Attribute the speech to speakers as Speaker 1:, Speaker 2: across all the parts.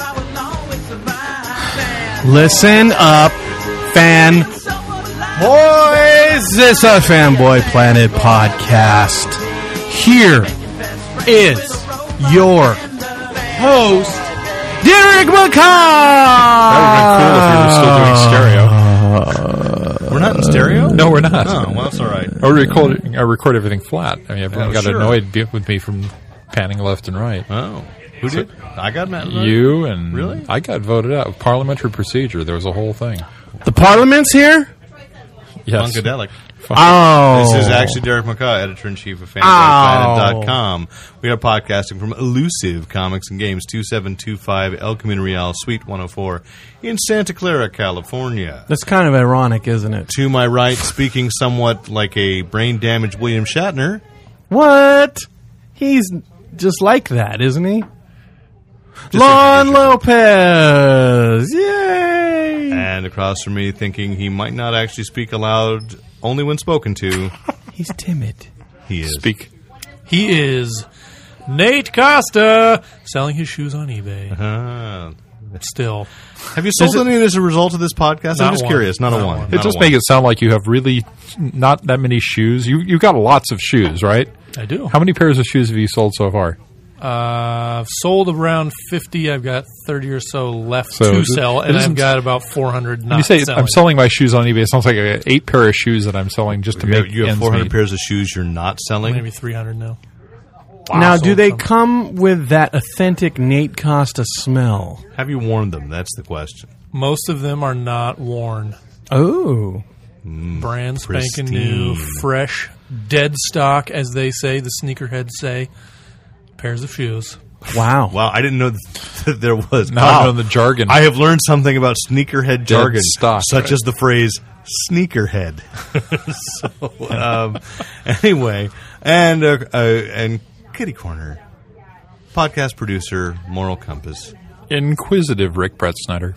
Speaker 1: I will always survive.
Speaker 2: Listen up, fan boys. This is a Fanboy Planet podcast. Here is your host, Derek McCall.
Speaker 3: That
Speaker 4: We're not in stereo.
Speaker 3: Ah. No, we're not.
Speaker 4: Oh, well, that's all right.
Speaker 3: I record, I record everything flat. I mean, everyone
Speaker 4: Oh,
Speaker 3: got
Speaker 4: sure.
Speaker 3: annoyed be- with me from panning left and right.
Speaker 4: Oh, who did? I got mad. at
Speaker 3: You and
Speaker 4: Really?
Speaker 3: I got voted out. Parliamentary procedure. There was a whole thing.
Speaker 2: The Parliament's here.
Speaker 3: Yes.
Speaker 4: Funkadelic.
Speaker 2: Oh,
Speaker 4: This is actually Derek McCaw, editor in chief of FanboyPlanet.com. We are podcasting from Elusive Comics and Games, 2725 El Camino Real, Suite 104 in Santa Clara, California.
Speaker 5: That's kind of ironic, isn't it?
Speaker 4: To my right, speaking somewhat like a brain damaged William Shatner,
Speaker 5: What? He's just like that, isn't he?
Speaker 4: like
Speaker 5: Lon
Speaker 4: Richard.
Speaker 5: Lopez! Yay!
Speaker 4: and across from me, thinking he might not actually speak aloud only when spoken to,
Speaker 5: He's timid.
Speaker 4: he is.
Speaker 3: Speak.
Speaker 6: He is Nate Costa selling his shoes on eBay.
Speaker 4: Ah.
Speaker 6: Still,
Speaker 4: Have you sold any as a result of this podcast? I'm
Speaker 6: Not
Speaker 4: just
Speaker 6: one.
Speaker 4: curious. Not, a
Speaker 6: Not
Speaker 4: one.
Speaker 6: one.
Speaker 4: Not
Speaker 3: It
Speaker 4: a
Speaker 3: just
Speaker 4: one.
Speaker 3: make it sound like you have really not that many shoes. You you got lots of shoes, right?
Speaker 6: I do.
Speaker 3: How many pairs of shoes have you sold so far?
Speaker 6: Uh, I've sold around fifty. I've got thirty or so left
Speaker 3: So
Speaker 6: to
Speaker 3: it-
Speaker 6: sell,
Speaker 3: it
Speaker 6: and
Speaker 3: isn't-
Speaker 6: I've got about four hundred.
Speaker 3: When
Speaker 6: Not
Speaker 3: you say
Speaker 6: selling.
Speaker 3: I'm selling my shoes on eBay, it sounds like I got eight pair of shoes that I'm selling just to
Speaker 4: You have,
Speaker 3: make
Speaker 4: you have
Speaker 3: ends
Speaker 4: 400
Speaker 3: meet.
Speaker 4: pairs of shoes you're not selling.
Speaker 6: maybe three hundred now.
Speaker 5: now,
Speaker 6: so
Speaker 5: do they
Speaker 6: some-
Speaker 5: come with that authentic Nate Costa smell?
Speaker 4: Have you worn them? That's the question.
Speaker 6: Most of them are not worn.
Speaker 5: Oh.
Speaker 3: Hmm,
Speaker 6: Brand spanking new,
Speaker 4: pristine.
Speaker 6: fresh, dead stock, as they say. The sneakerheads say. Pairs of shoes.
Speaker 5: Wow.
Speaker 4: Wow, I didn't know that there was.
Speaker 3: Now I
Speaker 4: Wow.
Speaker 3: know the jargon.
Speaker 4: I have learned something about sneakerhead jargon,
Speaker 3: stock,
Speaker 4: such
Speaker 3: right.
Speaker 4: as the phrase "sneakerhead." so, um, anyway, and uh, uh, and Kitty Corner, podcast producer, moral compass,
Speaker 3: Inquisitive Rick Brett Snyder.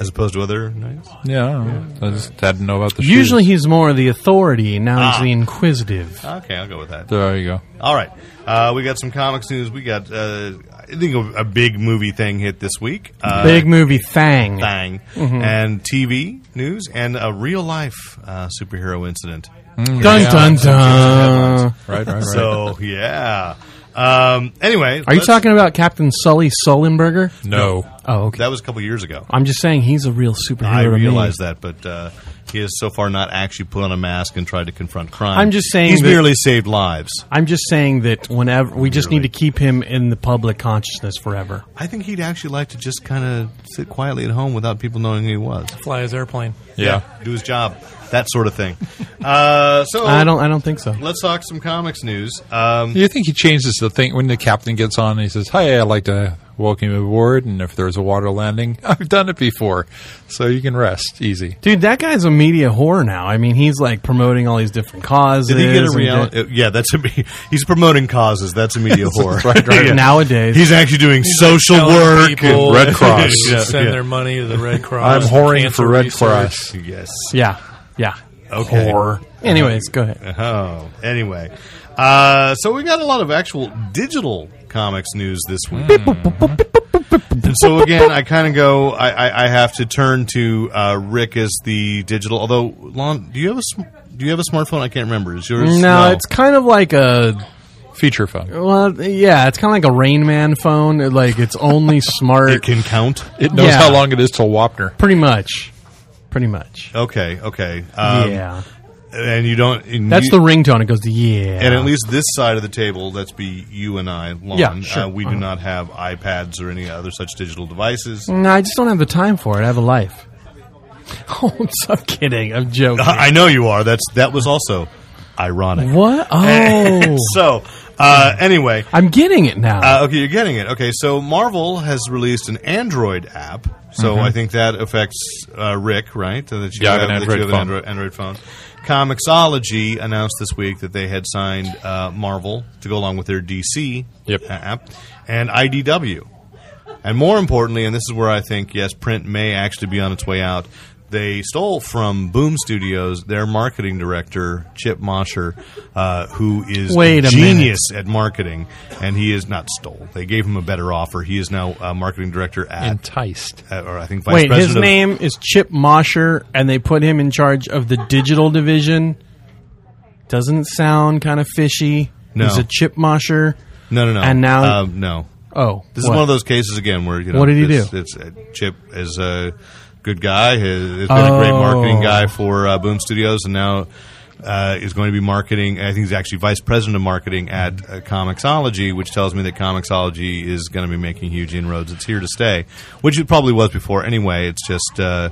Speaker 4: as opposed to other nights.
Speaker 3: Yeah, I, don't know. I just didn't know about the shoes.
Speaker 5: Usually he's more the authority, now
Speaker 4: Ah.
Speaker 5: he's the inquisitive.
Speaker 4: Okay, I'll go with that.
Speaker 3: there you go.
Speaker 4: All right, uh, we got some comics news. We got, uh, I think, a, a big movie thing hit this week. Uh,
Speaker 5: Big Mm-hmm. movie Thang.
Speaker 4: thing, and TV news, and a real life uh, superhero incident.
Speaker 5: Dun dun dun.
Speaker 3: Right, right, right.
Speaker 4: So yeah. Um, anyway,
Speaker 5: Are you
Speaker 4: let's-
Speaker 5: talking about Captain Sully Sullenberger?
Speaker 3: no,
Speaker 5: Oh, okay.
Speaker 4: That was a couple years ago.
Speaker 5: I'm just saying he's a real superhero.
Speaker 4: I
Speaker 5: to me.
Speaker 4: realize that, but uh, he has so far not actually put on a mask and tried to confront crime.
Speaker 5: I'm just saying
Speaker 4: he's
Speaker 5: that-
Speaker 4: merely saved lives.
Speaker 5: I'm just saying that whenever we just need to keep him in the public consciousness forever.
Speaker 4: I think he'd actually like to just kind of sit quietly at home without people knowing who he was.
Speaker 6: Fly his airplane.
Speaker 3: yeah.
Speaker 4: do his job, that sort of thing. uh, so
Speaker 5: I don't. I don't think so.
Speaker 4: Let's talk some comics news. Um,
Speaker 3: You think he changes the thing when the captain gets on and he says, "Hey, I'd like to welcome you aboard," and if there's a water landing, I've done it before, so you can rest easy.
Speaker 5: Dude, that guy's a media whore now. I mean, he's like promoting all these different causes.
Speaker 4: Did he get a
Speaker 5: and
Speaker 4: reality?
Speaker 5: di-
Speaker 4: uh, yeah, that's a me- he's promoting causes. That's a media whore.
Speaker 3: right, right.
Speaker 4: Yeah.
Speaker 5: Nowadays,
Speaker 4: he's actually doing social
Speaker 6: Telling
Speaker 4: work.
Speaker 6: people
Speaker 3: Red Cross.
Speaker 6: to
Speaker 4: Yeah,
Speaker 6: send
Speaker 4: yeah.
Speaker 6: their money to the Red
Speaker 3: Ah, I'm
Speaker 6: Cross.
Speaker 3: whoring
Speaker 6: cancer
Speaker 3: for Red
Speaker 6: research.
Speaker 3: Cross.
Speaker 4: yes.
Speaker 5: yeah, yeah.
Speaker 4: Okay.
Speaker 5: Anyways, go ahead.
Speaker 4: Oh, anyway, uh, so we got a lot of actual digital comics news this week. And so again, I kind of go. I, I, I have to turn to uh, Rick as the digital. Although, Lon, do you have a sm- do you have a smartphone? I can't remember. Is yours?
Speaker 5: No, it's kind of like a
Speaker 3: Feature phone.
Speaker 5: well, yeah, it's kind of like a Rain Man phone. It, Like it's only
Speaker 4: it
Speaker 5: smart,
Speaker 4: can count.
Speaker 3: It knows
Speaker 5: Yeah.
Speaker 3: how long it is till Wapner.
Speaker 5: pretty much, pretty much.
Speaker 4: Okay, okay. Um,
Speaker 5: yeah,
Speaker 4: and you don't. and
Speaker 5: that's
Speaker 4: you-
Speaker 5: the ringtone. It goes, yeah,
Speaker 4: And at least this side of the table, that's be you and I, Lon.
Speaker 5: Yeah, sure. Uh-huh.
Speaker 4: uh, we do not have iPads or any other such digital devices.
Speaker 5: No, I just don't have the time for it. I have a life. Oh, I'm so kidding. I'm
Speaker 4: Uh,
Speaker 5: joking.
Speaker 4: I know you are. That's that was also ironic.
Speaker 5: what? Oh,
Speaker 4: so Uh, anyway,
Speaker 5: I'm getting it now.
Speaker 4: uh, okay, you're getting it. Okay, so Marvel has released an Android app. So I think that affects uh, Rick, right? So That you
Speaker 3: Yeah, I have an
Speaker 4: that you
Speaker 3: Android
Speaker 4: have an
Speaker 3: phone.
Speaker 4: Android, Android phone. Comixology announced this week that they had signed uh, Marvel to go along with their DC
Speaker 3: Yep.
Speaker 4: a- app and IDW. And more importantly, and this is where I think, yes, print may actually be on its way out, they stole from Boom Studios their marketing director, Chip Mosher, uh, who is
Speaker 5: Wait
Speaker 4: a
Speaker 5: a
Speaker 4: genius at marketing. And he is not stole. They gave him a better offer. He is now uh, marketing director at,
Speaker 3: Enticed.
Speaker 4: at- or I think, vice
Speaker 5: Wait,
Speaker 4: president.
Speaker 5: his
Speaker 4: of-
Speaker 5: name is Chip Mosher, and they put him in charge of the digital division. Doesn't sound kind of fishy.
Speaker 4: No.
Speaker 5: He's a Chip Mosher.
Speaker 4: No, no, no.
Speaker 5: And now-
Speaker 4: Um, no.
Speaker 5: Oh,
Speaker 4: This is
Speaker 5: what?
Speaker 4: one of those cases again where you know
Speaker 5: What did he
Speaker 4: it's,
Speaker 5: do?
Speaker 4: It's uh, Chip is a good guy. Has, has been a great
Speaker 5: Oh.
Speaker 4: marketing guy for uh, Boom Studios, and now uh, is going to be marketing. I think he's actually vice president of marketing at uh, Comixology, which tells me that Comixology is going to be making huge inroads. It's here to stay, which it probably was before anyway. It's just uh,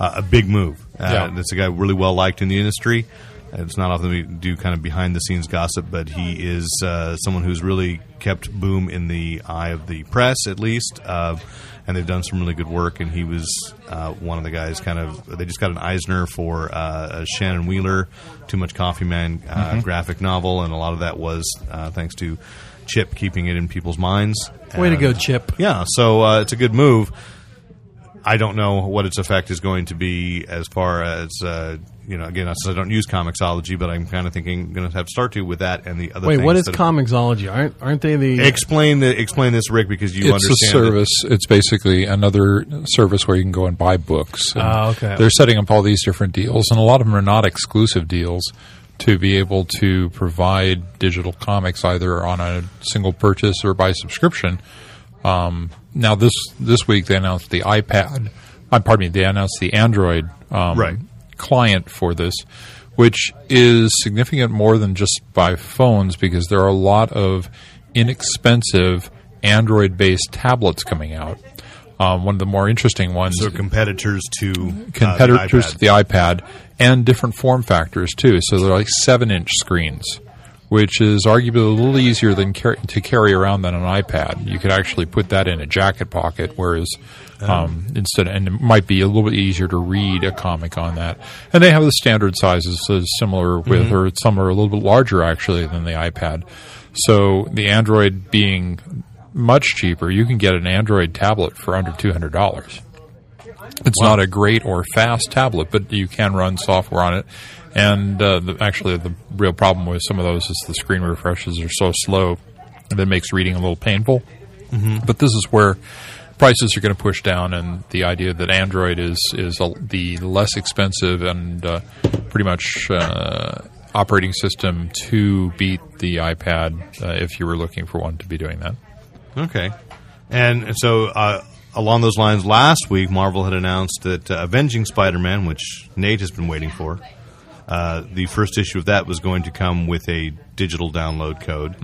Speaker 4: a a big move. Uh,
Speaker 3: Yeah.
Speaker 4: That's a guy really well liked in the industry. It's not often we do kind of behind the scenes gossip, but he is uh, someone who's really kept Boom in the eye of the press, at least. Uh, and they've done some really good work. And he was uh, one of the guys. Kind of, they just got an Eisner for uh, a Shannon Wheeler, Too Much Coffee Man uh,
Speaker 5: Mm-hmm.
Speaker 4: graphic novel, and a lot of that was uh, thanks to Chip keeping it in people's minds.
Speaker 5: Way to
Speaker 4: And-
Speaker 5: go, Chip.
Speaker 4: yeah, so uh, it's a good move. I don't know what its effect is going to be as far as uh, you know. Again, since I don't use Comixology, but I'm kind of thinking going to have to start to with that and the other.
Speaker 5: Wait, what
Speaker 4: things
Speaker 5: is
Speaker 4: that-
Speaker 5: Comixology? Aren't aren't they the
Speaker 4: Explain the explain this, Rick, because you
Speaker 3: it's a
Speaker 4: understand. it.
Speaker 3: service. It's basically another service where you can go and buy books. And
Speaker 5: Ah, okay.
Speaker 3: They're setting up all these different deals, and a lot of them are not exclusive deals to be able to provide digital comics either on a single purchase or by subscription. Um, now this this week they announced the iPad. Uh, pardon me. They announced the Android um,
Speaker 4: Right.
Speaker 3: client for this, which is significant more than just by phones because there are a lot of inexpensive Android based tablets coming out. Um, one of the more interesting ones
Speaker 4: So competitors to uh,
Speaker 3: competitors
Speaker 4: the
Speaker 3: to the iPad and different form factors too. So they're like seven inch screens, which is arguably a little easier than car- to carry around than an iPad. You could actually put that in a jacket pocket, whereas um, instead, and it might be a little bit easier to read a comic on that. And they have the standard sizes so it's similar with, or some are a little bit larger actually than the iPad. So the Android being much cheaper, you can get an Android tablet for under two hundred dollars. It's not a great or fast tablet, but you can run software on it. And uh, the, actually, the real problem with some of those is the screen refreshes are so slow that it makes reading a little painful. But this is where prices are going to push down, and the idea that Android is is a, the less expensive and uh, pretty much uh, operating system to beat the iPad, uh, if you were looking for one to be doing that.
Speaker 4: Okay. And so, uh, along those lines, last week Marvel had announced that uh, Avenging Spider-Man, which Nate has been waiting for, uh, the first issue of that was going to come with a digital download code,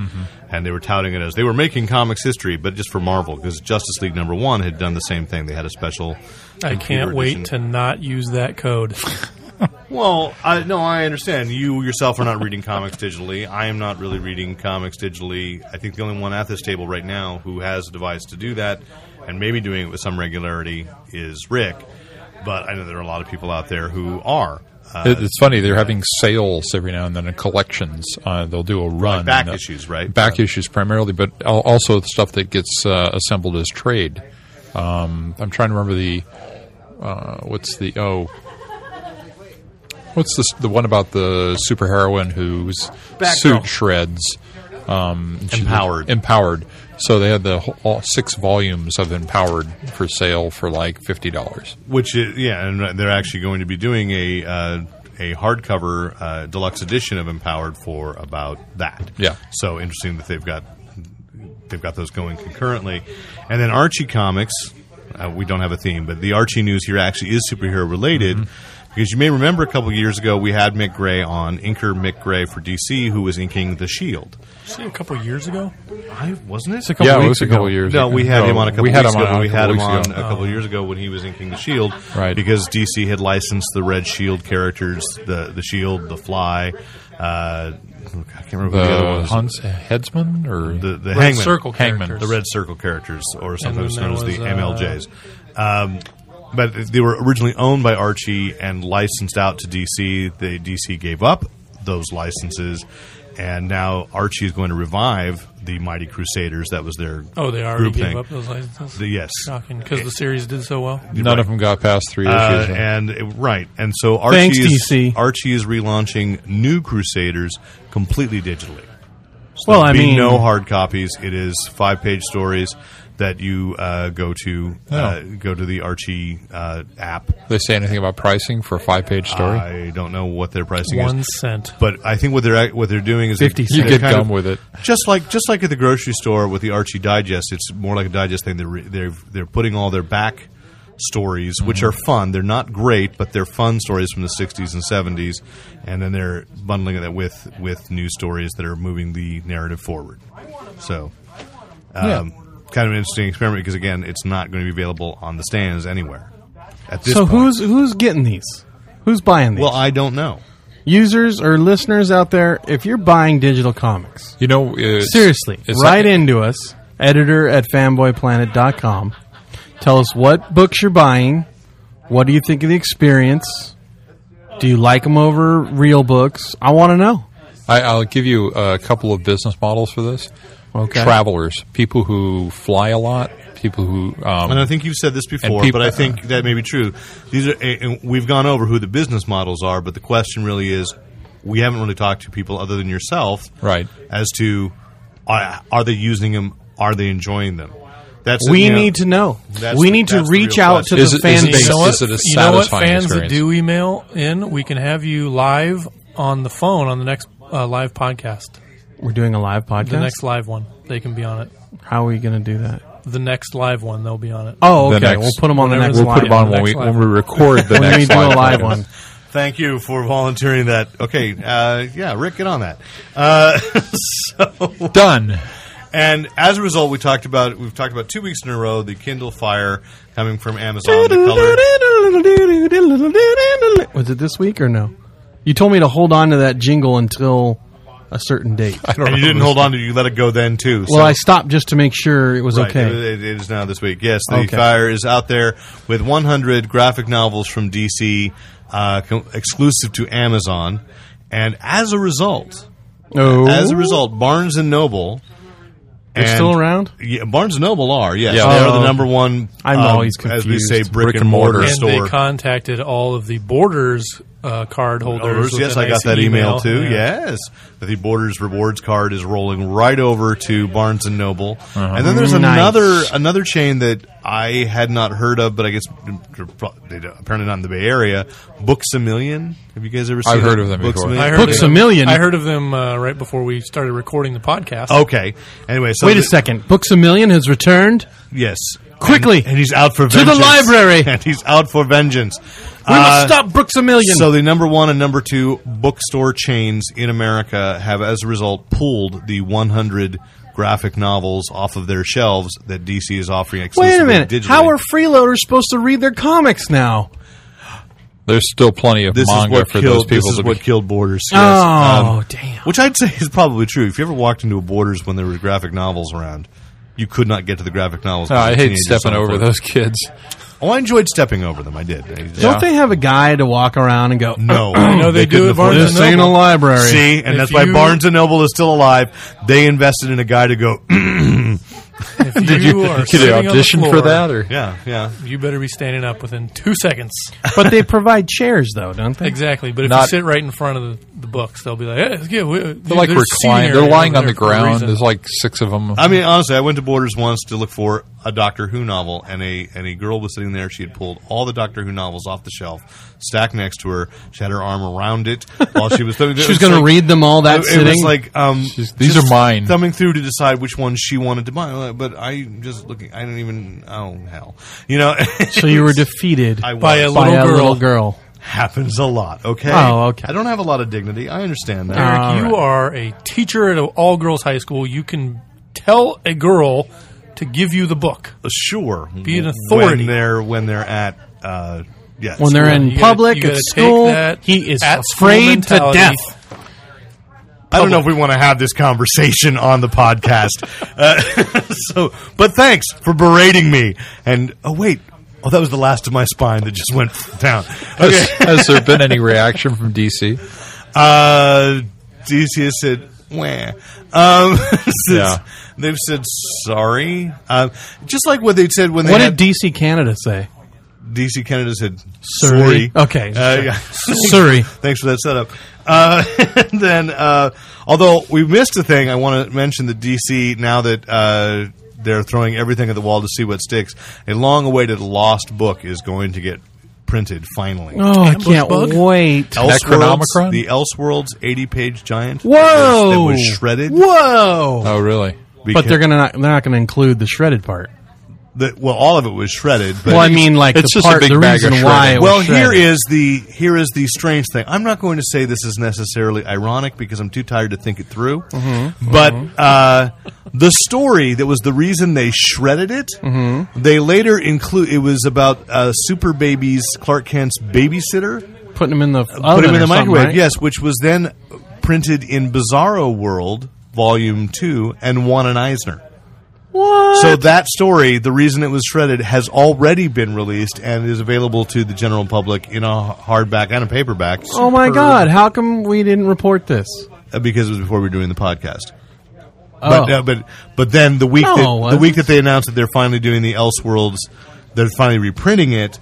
Speaker 4: and they were touting it as they were making comics history, but just for Marvel because Justice League number one had done the same thing. They had a special.
Speaker 6: I
Speaker 4: computer
Speaker 6: can't wait
Speaker 4: edition.
Speaker 6: to not use that code.
Speaker 4: Well, I, no, I understand. You yourself are not reading comics digitally. I am not really reading comics digitally. I think the only one at this table right now who has a device to do that and maybe doing it with some regularity is Rick. But I know there are a lot of people out there who are. Uh,
Speaker 3: It- it's funny they're having sales every now and then and collections. Uh, they'll do a run
Speaker 4: back
Speaker 3: and, uh,
Speaker 4: issues, right?
Speaker 3: Back issues primarily, but al- also the stuff that gets uh, assembled as trade. Um, I'm trying to remember the uh, what's the oh. What's the the one about the superheroine whose suit shreds? Um, she-
Speaker 4: Empowered.
Speaker 3: Empowered. So they had the whole, all six volumes of Empowered for sale for like fifty dollars.
Speaker 4: which is, yeah, and they're actually going to be doing a uh, a hardcover uh, deluxe edition of Empowered for about that.
Speaker 3: Yeah.
Speaker 4: So interesting that they've got they've got those going concurrently, and then Archie Comics. Uh, we don't have a theme, but the Archie news here actually is superhero related. Because you may remember a couple years ago we had Mick Gray on inker Mick Gray for DC, who was inking the Shield.
Speaker 6: See, a couple years ago,
Speaker 4: I wasn't it?
Speaker 3: yeah, it
Speaker 2: weeks
Speaker 3: was a
Speaker 2: ago.
Speaker 3: couple years.
Speaker 4: No,
Speaker 3: ago. Oh,
Speaker 4: we had him on a couple
Speaker 3: we had
Speaker 4: weeks
Speaker 3: him
Speaker 4: ago.
Speaker 3: on a
Speaker 4: we had
Speaker 3: couple
Speaker 4: him
Speaker 3: weeks
Speaker 4: on
Speaker 3: ago.
Speaker 4: a couple years ago when he was inking the Shield,
Speaker 3: Right.
Speaker 4: E Because DC had licensed the Red Shield E characters, the the Shield, E the Fly. Uh, I can't remember what the other one
Speaker 3: the
Speaker 4: was.
Speaker 3: Hunts uh, Headsman or
Speaker 4: the, the
Speaker 6: Red
Speaker 4: Hangman,
Speaker 6: Circle
Speaker 3: Hangman.
Speaker 6: characters.
Speaker 4: the Red Circle characters, or
Speaker 6: then
Speaker 4: sometimes
Speaker 6: there
Speaker 4: known as the
Speaker 6: was,
Speaker 4: MLJs.
Speaker 6: uh,
Speaker 4: Um, but they were originally owned by Archie and licensed out to DC. The DC gave up those licenses, and now Archie is going to revive the Mighty Crusaders. That was their
Speaker 6: Oh, they already
Speaker 4: group
Speaker 6: gave
Speaker 4: thing.
Speaker 6: up those licenses.
Speaker 4: The- yes.
Speaker 3: Oh,
Speaker 6: shocking because the series did so well.
Speaker 3: None of them got past three
Speaker 4: Uh,
Speaker 3: issues.
Speaker 4: and it- right, and so Archie
Speaker 5: Thanks,
Speaker 4: is
Speaker 5: DC.
Speaker 4: Archie is relaunching New Crusaders completely digitally.
Speaker 5: Well, I
Speaker 4: be
Speaker 5: mean,
Speaker 4: no hard copies. It is five page stories that you uh, go to uh,
Speaker 3: Oh.
Speaker 4: go to the Archie uh, app.
Speaker 3: they say anything about pricing for a five-page story?
Speaker 4: I don't know what their pricing
Speaker 6: One
Speaker 4: is,
Speaker 6: cent.
Speaker 4: but I think what they're what they're doing is
Speaker 5: 50
Speaker 4: they're
Speaker 3: you get
Speaker 4: kind
Speaker 3: dumb
Speaker 4: of-
Speaker 3: with it.
Speaker 4: Just like just like at the grocery store with the Archie Digest, it's more like a digest thing. They're re- they're they're putting all their back stories, which are fun. They're not great, but they're fun stories from the '60s and '70s, and then they're bundling it with with new stories that are moving the narrative forward. So, um,
Speaker 3: Yeah.
Speaker 4: kind of an interesting experiment because again, it's not going to be available on the stands anywhere at this
Speaker 5: So
Speaker 4: point.
Speaker 5: who's who's getting these? Who's buying these?
Speaker 4: well, I don't know.
Speaker 5: Users or listeners out there, if you're buying digital comics,
Speaker 3: You know, it's,
Speaker 5: seriously,
Speaker 3: it's
Speaker 5: write
Speaker 3: like-
Speaker 5: into us, editor at fanboyplanet.com. Tell us what books you're buying. What do you think of the experience? Do you like them over real books? I want to know.
Speaker 3: I, I'll give you a couple of business models for this.
Speaker 5: Okay.
Speaker 3: Travelers, people who fly a lot, people who um,
Speaker 4: And I think you've said this before,
Speaker 3: people-
Speaker 4: but I think that may be true. These are and- and we've gone over who the business models are, but the question really is, we haven't really talked to people other than yourself,
Speaker 3: Right.
Speaker 4: As to are, are they using them? Are they enjoying them? That's
Speaker 5: we
Speaker 4: you know,
Speaker 5: need to know.
Speaker 4: that's
Speaker 5: We
Speaker 4: the-
Speaker 5: need to
Speaker 4: that's the
Speaker 5: reach
Speaker 4: real
Speaker 5: out to
Speaker 4: question.
Speaker 5: the
Speaker 3: Is it-
Speaker 5: fan
Speaker 3: is it-
Speaker 5: base.
Speaker 3: you know what? a
Speaker 6: you know what
Speaker 3: satisfying
Speaker 6: fans
Speaker 3: experience.
Speaker 6: that do email in, we can have you live on the phone on the next uh, live podcast,
Speaker 5: We're doing a live podcast.
Speaker 6: the next live one. They can be on it.
Speaker 5: How are we going to do that?
Speaker 6: The next live one, they'll be on it.
Speaker 5: Oh,
Speaker 3: The
Speaker 5: okay.
Speaker 3: next-
Speaker 5: we'll put them on the
Speaker 6: Whenever
Speaker 5: next
Speaker 3: we'll
Speaker 5: live.
Speaker 3: put them on
Speaker 6: the
Speaker 3: when
Speaker 6: next
Speaker 3: we
Speaker 6: live
Speaker 3: when we record the
Speaker 5: when
Speaker 3: next
Speaker 5: we do a
Speaker 3: live
Speaker 5: live
Speaker 3: podcast.
Speaker 5: one.
Speaker 4: Thank you for volunteering that. Okay, uh, yeah, Rick, get on that. Uh, so.
Speaker 3: Done.
Speaker 4: And as a result, we talked about we've talked about two weeks in a row the Kindle Fire coming from Amazon. The color,
Speaker 5: Was it this week or no? You told me to hold on to that jingle until a certain date.
Speaker 3: I don't
Speaker 4: and you
Speaker 3: know.
Speaker 4: didn't hold on to it, you let it go then too.
Speaker 5: Well,
Speaker 4: so.
Speaker 5: I stopped just to make sure it was okay.
Speaker 4: It, it is now this week. Yes, the
Speaker 5: Okay.
Speaker 4: fire is out there with 100 graphic novels from DC, uh, com- exclusive to Amazon, and as a result,
Speaker 5: Oh,
Speaker 4: as a result, Barnes and Noble.
Speaker 5: They're still around?
Speaker 4: Yeah, Barnes and Noble are yes,
Speaker 3: Yeah.
Speaker 4: they are
Speaker 5: Oh.
Speaker 4: the number one. um,
Speaker 5: I'm always
Speaker 4: as we
Speaker 5: confused.
Speaker 4: say, brick,
Speaker 3: Brick
Speaker 4: and
Speaker 3: and
Speaker 4: mortar,
Speaker 3: mortar.
Speaker 6: and
Speaker 4: store.
Speaker 6: they contacted all of the Borders uh, card holders.
Speaker 4: Borders,
Speaker 6: with
Speaker 4: yes,
Speaker 6: a
Speaker 4: I got
Speaker 6: nice
Speaker 4: that email, too.
Speaker 6: E Yeah.
Speaker 4: Yes, the Borders rewards card is rolling right over to Barnes and Noble, and then there's
Speaker 5: Uh-huh. Nice.
Speaker 4: another another chain that I had not heard of, but I guess they don't- apparently not in the Bay Area. Books a Million. Have you guys ever seen?
Speaker 3: I've heard
Speaker 4: it?
Speaker 3: of them
Speaker 4: Books
Speaker 3: before.
Speaker 4: A
Speaker 6: I
Speaker 4: Million. Oh.
Speaker 6: heard
Speaker 5: Books
Speaker 6: of
Speaker 5: a
Speaker 6: them-
Speaker 5: Million.
Speaker 6: I heard of them uh, right before we started recording the podcast.
Speaker 4: Okay. Anyway, so
Speaker 5: Wait a
Speaker 4: the-
Speaker 5: second. Books a Million has returned.
Speaker 4: Yes,
Speaker 5: Quickly.
Speaker 4: and, and he's out for
Speaker 5: To the
Speaker 4: vengeance.
Speaker 5: library.
Speaker 4: and he's out for vengeance.
Speaker 5: We
Speaker 4: Uh,
Speaker 5: must stop Brooks a Million.
Speaker 4: So the number one and number two bookstore chains in America have, as a result, pulled the 100 graphic novels off of their shelves that DC is offering
Speaker 5: Wait
Speaker 4: exclusively
Speaker 5: a minute.
Speaker 4: digitally.
Speaker 5: How are freeloaders supposed to read their comics now?
Speaker 3: There's still plenty of
Speaker 4: this is
Speaker 3: manga
Speaker 4: what
Speaker 3: for
Speaker 4: killed,
Speaker 3: those people
Speaker 4: This is
Speaker 3: to
Speaker 4: what
Speaker 3: be.
Speaker 4: killed Borders. yes.
Speaker 5: Oh,
Speaker 4: Um,
Speaker 5: damn.
Speaker 4: Which I'd say is probably true. If you ever walked into a Borders when there were graphic novels around, you could not get to the graphic novels.
Speaker 3: Oh, I hate
Speaker 4: Teenagers
Speaker 3: stepping
Speaker 4: on
Speaker 3: over
Speaker 4: foot.
Speaker 3: those kids.
Speaker 4: Oh, I enjoyed stepping over them. I did. I just-
Speaker 5: Don't they have a guy to walk around and go, "Uh,
Speaker 4: No,
Speaker 6: know they do
Speaker 4: couldn't
Speaker 6: at
Speaker 4: afford
Speaker 6: Barnes
Speaker 4: it.
Speaker 6: and
Speaker 5: This ain't a library.
Speaker 4: See, and
Speaker 6: If
Speaker 4: that's why
Speaker 6: you-
Speaker 4: Barnes and Noble is still alive. They invested in a guy to go.
Speaker 6: If you,
Speaker 3: Did you,
Speaker 6: are
Speaker 3: did they
Speaker 6: sitting on the
Speaker 3: audition for
Speaker 6: floor,
Speaker 3: that? Or
Speaker 4: yeah, yeah.
Speaker 6: You better be standing up within two seconds.
Speaker 5: But they provide chairs, though, don't they?
Speaker 6: Exactly. But if
Speaker 3: Not-
Speaker 6: you sit right in front of the, the books, they'll be like, hey, let's get, we,
Speaker 3: they're like reclined. They're lying on the ground. There's like six of them.
Speaker 4: I mean, honestly, I went to Borders once to look for a Doctor Who novel, and a and a girl was sitting there. She had pulled all the Doctor Who novels off the shelf, stacked next to her. She had her arm around it while she was. thumbing
Speaker 5: She was going to read them all that
Speaker 4: it
Speaker 5: sitting.
Speaker 4: was like um,
Speaker 3: these
Speaker 4: just
Speaker 3: are mine.
Speaker 4: Thumbing through to decide which one she wanted to buy, but I just looking. I don't even. Oh hell, you know.
Speaker 5: so you were defeated
Speaker 4: I
Speaker 6: By a
Speaker 4: was.
Speaker 5: by
Speaker 6: Little
Speaker 5: a
Speaker 6: girl.
Speaker 5: little girl.
Speaker 4: happens a lot. Okay.
Speaker 5: Oh, okay.
Speaker 4: I don't have a lot of dignity. I understand that.
Speaker 6: Eric,
Speaker 5: All
Speaker 6: you
Speaker 5: right.
Speaker 6: are a teacher at an all girls high school. You can tell a girl to give you the book.
Speaker 4: sure.
Speaker 6: Be an
Speaker 4: when
Speaker 6: authority.
Speaker 4: they're when they're at uh, yes
Speaker 5: When they're in
Speaker 6: You gotta-
Speaker 5: public,
Speaker 6: you gotta
Speaker 5: at
Speaker 6: take
Speaker 5: school,
Speaker 6: that
Speaker 5: he is
Speaker 6: at school
Speaker 5: afraid to
Speaker 6: mentality.
Speaker 5: death.
Speaker 4: I don't know if we want to have this conversation on the podcast. uh, so, but thanks for berating me. And oh wait, oh that was the last of my spine that just went down. Okay.
Speaker 3: Has, has there been any reaction from DC?
Speaker 4: Uh, DC has said, "Wah." Um, since
Speaker 3: Yeah.
Speaker 4: they've said sorry. Um, just like what they said when they
Speaker 5: What
Speaker 4: had
Speaker 5: did DC Canada say?
Speaker 4: DC Canada said
Speaker 5: Sorry.
Speaker 4: sorry.
Speaker 5: Okay.
Speaker 4: Uh, yeah.
Speaker 5: Surrey.
Speaker 4: Thanks for that setup. Uh, and then, uh, although we missed a thing, I want to mention that DC now that uh, they're throwing everything at the wall to see what sticks. A long-awaited lost book is going to get printed finally.
Speaker 5: Oh, I can't
Speaker 6: bug?
Speaker 5: wait.
Speaker 3: Necronomicon?
Speaker 4: Elseworlds, the Elseworlds 80-page giant. that
Speaker 5: Whoa!
Speaker 4: was- That was shredded.
Speaker 5: Whoa!
Speaker 3: Oh, really?
Speaker 5: But they're gonna not, they're not gonna include the shredded part.
Speaker 4: The, well, all of it was shredded. But
Speaker 5: Well, I mean, like
Speaker 3: it's
Speaker 5: the
Speaker 3: just a
Speaker 5: part,
Speaker 3: big
Speaker 5: the
Speaker 3: bag of
Speaker 5: reason why.
Speaker 3: shredded.
Speaker 5: It was
Speaker 4: well, here
Speaker 5: shredded.
Speaker 4: is the here is the strange thing. I'm not going to say this is necessarily ironic because I'm too tired to think it through.
Speaker 5: Mm-hmm.
Speaker 4: But uh, the story that was the reason they shredded it,
Speaker 5: Mm-hmm.
Speaker 4: they later include. It was about uh, Super Baby's Clark Kent's babysitter.
Speaker 5: putting them in the
Speaker 4: put him
Speaker 5: oven
Speaker 4: in the
Speaker 5: or Oh, something,
Speaker 4: microwave.
Speaker 5: right?
Speaker 4: Yes, which was then printed in Bizarro World Volume Two and won an Eisner. What? So that story, the reason it was shredded, has already been released and is available to the general public in a hardback and a paperback.
Speaker 5: Oh my God! How come we didn't report this?
Speaker 4: Uh, Because it was before we were doing the podcast. But,
Speaker 5: Oh.
Speaker 4: uh, but but then the week
Speaker 5: No, it
Speaker 4: that, the
Speaker 5: wasn't.
Speaker 4: week that they announced that they're finally doing the Elseworlds, they're finally reprinting it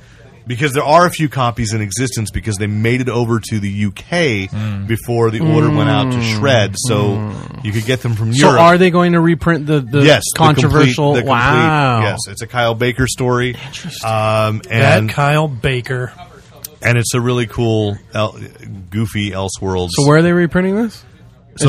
Speaker 4: because there are a few copies in existence because they made it over to the UK
Speaker 5: Mm.
Speaker 4: before the order went out to shred, so you could get them from
Speaker 5: so
Speaker 4: Europe.
Speaker 5: are they going to reprint the, the
Speaker 4: yes, the complete-
Speaker 5: controversial?
Speaker 4: the complete-
Speaker 5: wow!
Speaker 4: Yes, it's a Kyle Baker story. Um,
Speaker 6: That
Speaker 4: and
Speaker 6: Kyle Baker.
Speaker 4: and it's a really cool, El- goofy Elseworlds.
Speaker 5: So where are they reprinting this?
Speaker 4: So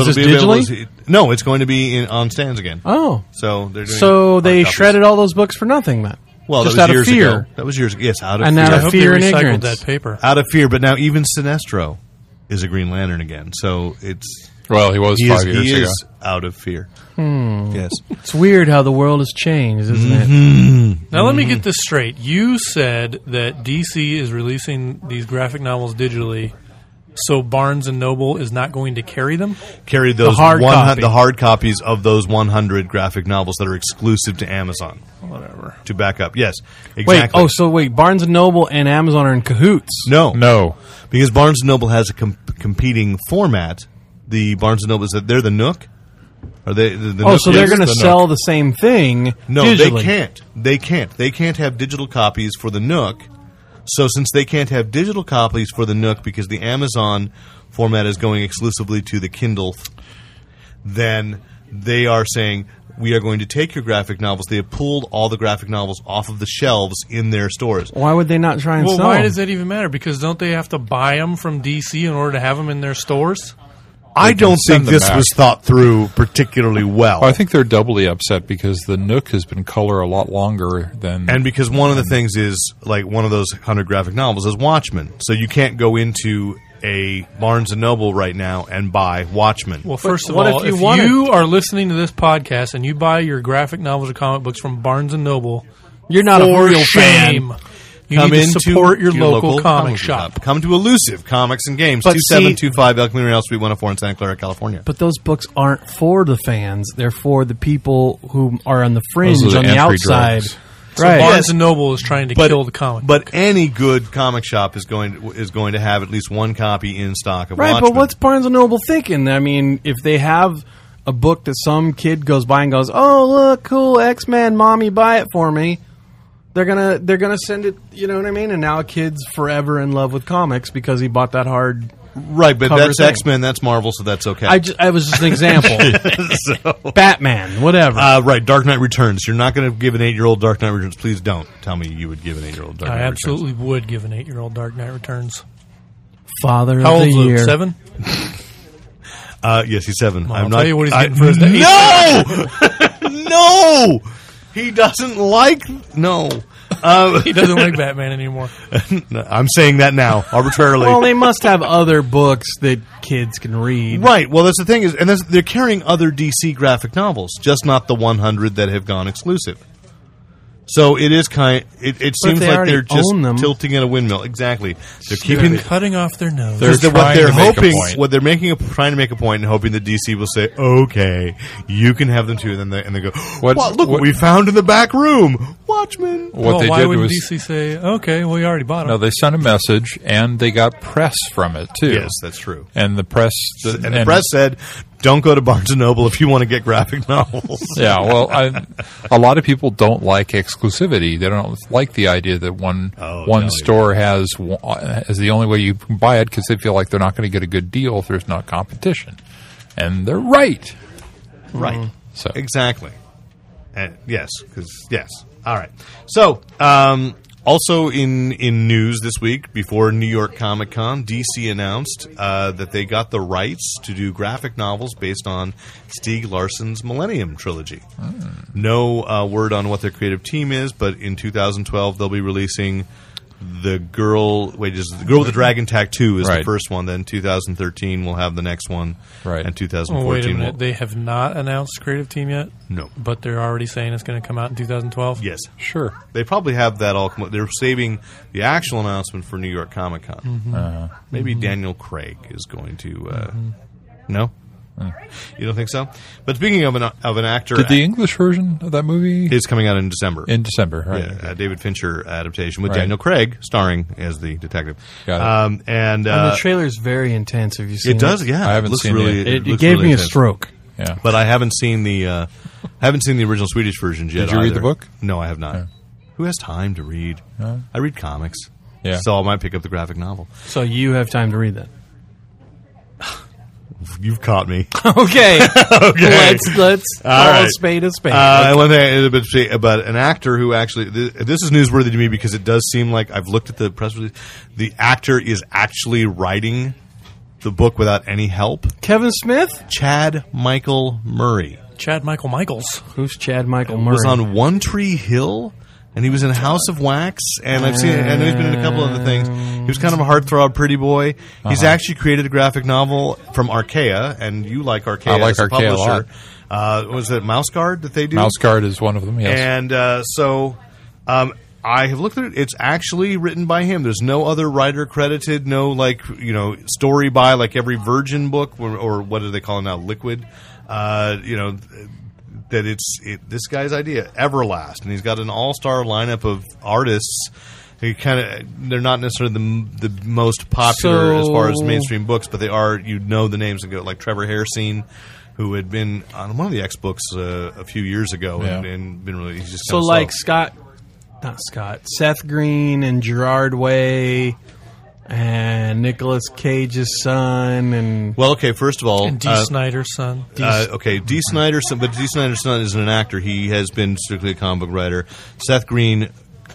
Speaker 5: is
Speaker 4: it'll
Speaker 5: this
Speaker 4: be available
Speaker 5: digitally?
Speaker 4: as- no, it's going to be in, on stands again.
Speaker 5: Oh,
Speaker 4: So they're doing
Speaker 5: so
Speaker 4: hard
Speaker 5: they
Speaker 4: copies.
Speaker 5: shredded all those books for nothing then?
Speaker 4: Well,
Speaker 5: just
Speaker 4: that was
Speaker 5: out of
Speaker 4: years
Speaker 5: fear.
Speaker 4: Ago. That was years ago. Yes, out of
Speaker 5: And now
Speaker 4: fear.
Speaker 6: I
Speaker 5: Out of
Speaker 6: hope
Speaker 5: fear and
Speaker 6: they recycled
Speaker 5: ignorance.
Speaker 6: that paper.
Speaker 4: out of fear, but now even Sinestro is a Green Lantern again. So it's
Speaker 3: Well, he was
Speaker 4: he
Speaker 3: five
Speaker 4: is,
Speaker 3: years
Speaker 4: he
Speaker 3: ago.
Speaker 4: is out of fear.
Speaker 5: Hmm.
Speaker 4: Yes.
Speaker 5: It's weird how the world has changed, isn't it?
Speaker 6: Now let me get this straight. You said that DC is releasing these graphic novels digitally, so Barnes and Noble is not going to carry them.
Speaker 4: Carried those
Speaker 5: hard
Speaker 4: one,
Speaker 5: copy.
Speaker 4: the hard copies of those 100 graphic novels that are exclusive to Amazon. Whatever. To back up. Yes.
Speaker 5: Wait,
Speaker 4: Exactly.
Speaker 5: oh, so wait, Barnes and Noble and Amazon are in cahoots.
Speaker 4: no.
Speaker 3: No.
Speaker 4: Because Barnes & Noble has a com- competing format. The Barnes & Noble is that they're the Nook. Are they the, the
Speaker 5: Oh,
Speaker 4: Nook
Speaker 5: so they're
Speaker 4: is
Speaker 5: going to
Speaker 4: the Nook.
Speaker 5: sell the same thing?
Speaker 4: No,
Speaker 5: digitally.
Speaker 4: they can't. They can't. They can't have digital copies for the Nook. So since they can't have digital copies for the Nook because the Amazon format is going exclusively to the Kindle, then they are saying we are going to take your graphic novels. They have pulled all the graphic novels off of the shelves in their stores.
Speaker 5: Why would they not try and
Speaker 6: Well,
Speaker 5: sell?
Speaker 6: why
Speaker 5: them?
Speaker 6: does that even matter? Because don't they have to buy them from DC in order to have them in their stores?
Speaker 4: I don't
Speaker 3: send
Speaker 4: think
Speaker 3: them
Speaker 4: this
Speaker 3: back.
Speaker 4: was thought through particularly well.
Speaker 3: Oh, I think they're doubly upset because the Nook has been color a lot longer than.
Speaker 4: And because one of the things is like one of those hundred graphic novels is Watchmen, so you can't go into a Barnes and Noble right now and buy Watchmen.
Speaker 6: Well, first of
Speaker 5: what if
Speaker 6: all,
Speaker 5: you
Speaker 6: if
Speaker 5: wanted-
Speaker 6: you are listening to this podcast and you buy your graphic novels or comic books from Barnes and Noble,
Speaker 5: You're not a
Speaker 6: for
Speaker 5: real
Speaker 6: shame.
Speaker 5: fan.
Speaker 6: You need to support your, local, comic shop.
Speaker 4: Come to Elusive Comics and Games,
Speaker 5: But
Speaker 4: two
Speaker 5: see-
Speaker 4: seven two five El Camino Real Suite one hundred four in Santa Clara, California.
Speaker 5: But those books aren't for the fans. They're for the people who are on the fringe,
Speaker 3: Those are the
Speaker 5: on the
Speaker 3: entry
Speaker 5: outside.
Speaker 3: drugs.
Speaker 5: Right.
Speaker 6: Barnes
Speaker 4: Yes.
Speaker 6: and Noble is trying to
Speaker 4: But-
Speaker 6: kill the comic.
Speaker 4: But any good comic shop is going to, is going to have at least one copy in stock of
Speaker 5: Right,
Speaker 4: Watchmen.
Speaker 5: but what's Barnes and Noble thinking? I mean, if they have a book that some kid goes by and goes, "Oh, look, cool X Men, mommy, buy it for me," they're gonna they're gonna send it. You know what I mean? And now a kid's forever in love with comics because he bought that hard.
Speaker 4: right? But
Speaker 5: cover
Speaker 4: that's
Speaker 5: thing?
Speaker 4: X Men, that's Marvel, so that's okay.
Speaker 5: I just, I was just an example. Batman, whatever.
Speaker 4: Uh, right, Dark Knight Returns. You're not going to give an eight year old Dark Knight Returns. Please don't tell me you would give an eight year old Dark
Speaker 6: I
Speaker 4: Knight
Speaker 6: absolutely would give an eight-year-old Dark Knight Returns.
Speaker 5: Father
Speaker 6: How
Speaker 5: of
Speaker 6: old
Speaker 5: the
Speaker 6: is Luke?
Speaker 5: year.
Speaker 6: Seven.
Speaker 4: Returns. Uh, yes, he's seven.
Speaker 6: Well,
Speaker 4: I'm
Speaker 6: I'll
Speaker 4: not.
Speaker 6: tell you what he's
Speaker 4: I-
Speaker 6: getting for his day.
Speaker 4: no, no, he doesn't like no.
Speaker 6: he doesn't like Batman anymore.
Speaker 4: No, I'm saying that now arbitrarily.
Speaker 5: Well, they must have other books that kids can read.
Speaker 4: Right. Well, that's the thing is, and that's, they're carrying other DC graphic novels, just not the 100 that have gone exclusive. So it is kind. It, it
Speaker 5: But
Speaker 4: seems
Speaker 5: they
Speaker 4: like
Speaker 5: already
Speaker 4: they're just
Speaker 5: own them.
Speaker 4: tilting at a windmill. Exactly. They're
Speaker 6: Keeping
Speaker 4: keeping.
Speaker 6: cutting off their nose.
Speaker 3: They're
Speaker 4: Because what
Speaker 3: trying
Speaker 4: they're
Speaker 3: to make a
Speaker 4: hoping,
Speaker 3: point.
Speaker 4: what they're making, a, trying to make a point and hoping that DC will say, "Okay, you can have them too," and then they, and they go,
Speaker 3: What-
Speaker 4: "Well, look what
Speaker 3: what-
Speaker 4: we found in the back room, Watchmen."
Speaker 3: What
Speaker 6: well,
Speaker 3: they
Speaker 6: why
Speaker 3: did
Speaker 6: would
Speaker 3: was
Speaker 6: DC say, okay, well, you already bought them?
Speaker 3: no, they sent a message and they got press from it too.
Speaker 4: Yes, that's true.
Speaker 3: and the press
Speaker 4: And, the press said, "Don't go to Barnes and Noble if you want to get graphic novels."
Speaker 3: Yeah, well, I, a lot of people don't like exclusivity. They don't like the idea that one
Speaker 4: Oh,
Speaker 3: one
Speaker 4: no,
Speaker 3: store has one- is the only way you can buy it because they feel like they're not going to get a good deal if there's not competition, and they're right.
Speaker 4: Right.
Speaker 3: So
Speaker 4: Exactly. And yes, because yes. All right. So um, also in in news this week, before New York Comic Con, DC announced uh, that they got the rights to do graphic novels based on Stieg Larsson's Millennium trilogy.
Speaker 6: Hmm.
Speaker 4: No uh, word on what their creative team is, but in 2012 they'll be releasing. The girl, wait, is the girl with the dragon tattoo is the
Speaker 3: Right.
Speaker 4: first one. Then 2013 we'll have the next one,
Speaker 3: Right.
Speaker 4: And
Speaker 6: Oh,
Speaker 4: 2014
Speaker 6: wait a
Speaker 4: will-
Speaker 6: minute. They have not announced creative team yet,
Speaker 4: no,
Speaker 6: but they're already saying it's going to come out in 2012.
Speaker 4: yes,
Speaker 3: sure,
Speaker 4: They probably have that all. com- They're saving the actual announcement for New York Comic Con.
Speaker 3: Mm-hmm.
Speaker 4: Maybe Daniel Craig is going to. Uh,
Speaker 3: Mm-hmm.
Speaker 4: No, you don't think so. But speaking of an of an actor,
Speaker 3: Uh.
Speaker 4: uh,
Speaker 3: did the English version of that movie
Speaker 4: is coming out in December.
Speaker 3: in December? Right?
Speaker 4: yeah, uh, David Fincher adaptation with
Speaker 3: Right.
Speaker 4: Daniel Craig starring as the detective.
Speaker 3: Got it.
Speaker 4: Um,
Speaker 5: And
Speaker 4: and uh,
Speaker 5: the trailer's very intense. Have you seen
Speaker 4: it
Speaker 5: it?
Speaker 4: does. Yeah,
Speaker 3: I haven't
Speaker 4: it looks
Speaker 3: seen
Speaker 4: really.
Speaker 3: it.
Speaker 5: It, it
Speaker 4: looks
Speaker 5: gave
Speaker 4: really
Speaker 5: me a
Speaker 4: intense.
Speaker 5: stroke.
Speaker 3: yeah.
Speaker 4: But I haven't seen the uh, haven't seen the original Swedish version yet.
Speaker 3: Did you read
Speaker 4: either.
Speaker 3: the book?
Speaker 4: No, I have not. Who has time to read? I read comics.
Speaker 3: Yeah.
Speaker 4: So I might pick up the graphic novel.
Speaker 5: So you have time to read that.
Speaker 4: You've caught me.
Speaker 5: Okay.
Speaker 4: okay.
Speaker 5: Let's let's
Speaker 4: All
Speaker 5: call
Speaker 4: right.
Speaker 5: a spade a spade.
Speaker 4: Uh, one thing about, about an actor who actually th- this is newsworthy to me because it does seem like I've looked at the press release. The actor is actually writing the book without any help.
Speaker 5: Kevin Smith?
Speaker 4: Chad Michael Murray
Speaker 6: Chad Michael Michaels.
Speaker 5: Who's Chad Michael Murray?
Speaker 4: was on One Tree Hill, and he was in House of Wax, and I've seen. I know he's been in a couple other things. He was kind of a heartthrob, pretty boy. He's
Speaker 3: Uh-huh.
Speaker 4: actually created a graphic novel from Arkea, and you like Arkea.
Speaker 3: I like
Speaker 4: as a
Speaker 3: Arkea a lot.
Speaker 4: publisher. Uh, was it Mouse Guard that they do?
Speaker 3: Mouse Guard is one of them. Yes.
Speaker 4: And uh, so um, I have looked at it. It's actually written by him. There's no other writer credited, no, like, you know, story by, like every Virgin book, or, or what do they call it now? Liquid. Uh, you know, that it's it, this guy's idea, Everlast. And he's got an all star lineup of artists. He kind of they're not necessarily the m- the most popular as far as
Speaker 5: So-
Speaker 4: mainstream books, but they are you know the names and go like Trevor Hairsine, who had been on one of the X books uh, a few years ago and,
Speaker 3: Yeah.
Speaker 4: and been really he's just
Speaker 5: so
Speaker 4: kinda
Speaker 5: like
Speaker 4: slow.
Speaker 5: Scott not Scott. Seth Green and Gerard Way and Nicolas Cage's son and Mm-hmm.
Speaker 4: well okay first of all
Speaker 6: And D.
Speaker 4: uh,
Speaker 6: Snyder's son.
Speaker 4: uh, okay, D. Snyder, but D. Snyder's son isn't an actor. He has been strictly a comic book writer. Seth Green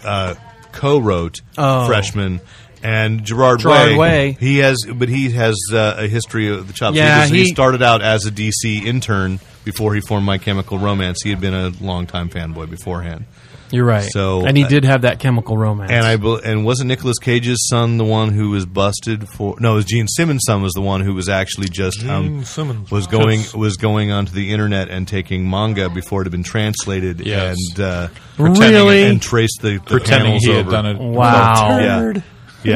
Speaker 4: uh, co-wrote
Speaker 5: Oh.
Speaker 4: Freshman, and Gerard,
Speaker 5: Gerard
Speaker 4: Way,
Speaker 5: Way.
Speaker 4: He has, but he has uh, a history of the chops.
Speaker 5: Yeah,
Speaker 4: he, was- he
Speaker 5: he-
Speaker 4: started out as a DC intern before he formed My Chemical Romance. He had been a longtime fanboy beforehand.
Speaker 5: You're right.
Speaker 4: So- uh,
Speaker 5: and he did have that chemical romance.
Speaker 4: And I bel- and wasn't Nicolas Cage's son the one who was busted for? No, it was Gene Simmons' son was the one who was actually just um,
Speaker 6: Gene Simmons.
Speaker 4: was going was going onto the internet and taking manga before it had been translated
Speaker 3: Yes.
Speaker 4: and uh,
Speaker 5: Pretending- Really?
Speaker 4: and traced the, the
Speaker 3: pretending
Speaker 4: panels
Speaker 3: he had
Speaker 4: over.
Speaker 3: done it.
Speaker 5: Wow.
Speaker 4: Yeah.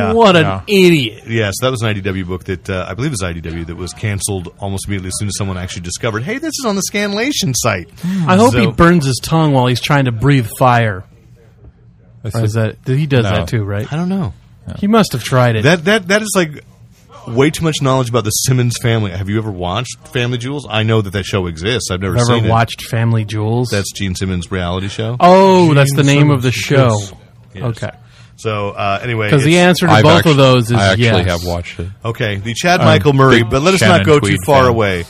Speaker 4: Yeah.
Speaker 5: What an
Speaker 3: Yeah.
Speaker 5: idiot.
Speaker 4: Yeah, so that was an IDW book that uh, I believe is IDW that was canceled almost immediately as soon as someone actually discovered, hey, this is on the Scanlation site.
Speaker 5: I hope he
Speaker 4: So-
Speaker 5: burns his tongue while he's trying to breathe fire.
Speaker 3: That's
Speaker 5: Or is
Speaker 3: it.
Speaker 5: that he does
Speaker 3: No.
Speaker 5: that too, right?
Speaker 4: I don't know.
Speaker 5: He must have tried it.
Speaker 4: That that that is like way too much knowledge about the Simmons family. Have you ever watched Family Jewels? I know that that show exists. I've never,
Speaker 5: Ever
Speaker 4: seen
Speaker 5: watched Family Jewels?
Speaker 4: it. That's Gene Simmons' reality show.
Speaker 5: oh, that's
Speaker 6: Gene
Speaker 5: the name of the show.
Speaker 6: Simmons,
Speaker 4: yes.
Speaker 5: Okay,
Speaker 4: So uh, anyway,
Speaker 5: because the
Speaker 4: it's-
Speaker 5: answer Uh, to
Speaker 3: I've
Speaker 5: both
Speaker 3: actu-
Speaker 5: of those is
Speaker 3: I actually
Speaker 5: yes.
Speaker 3: have watched it.
Speaker 4: Okay, the Chad Michael Murray,
Speaker 3: big
Speaker 4: but let us not
Speaker 3: Shannon
Speaker 4: go too
Speaker 3: Tweed
Speaker 4: far
Speaker 3: fan.
Speaker 4: away.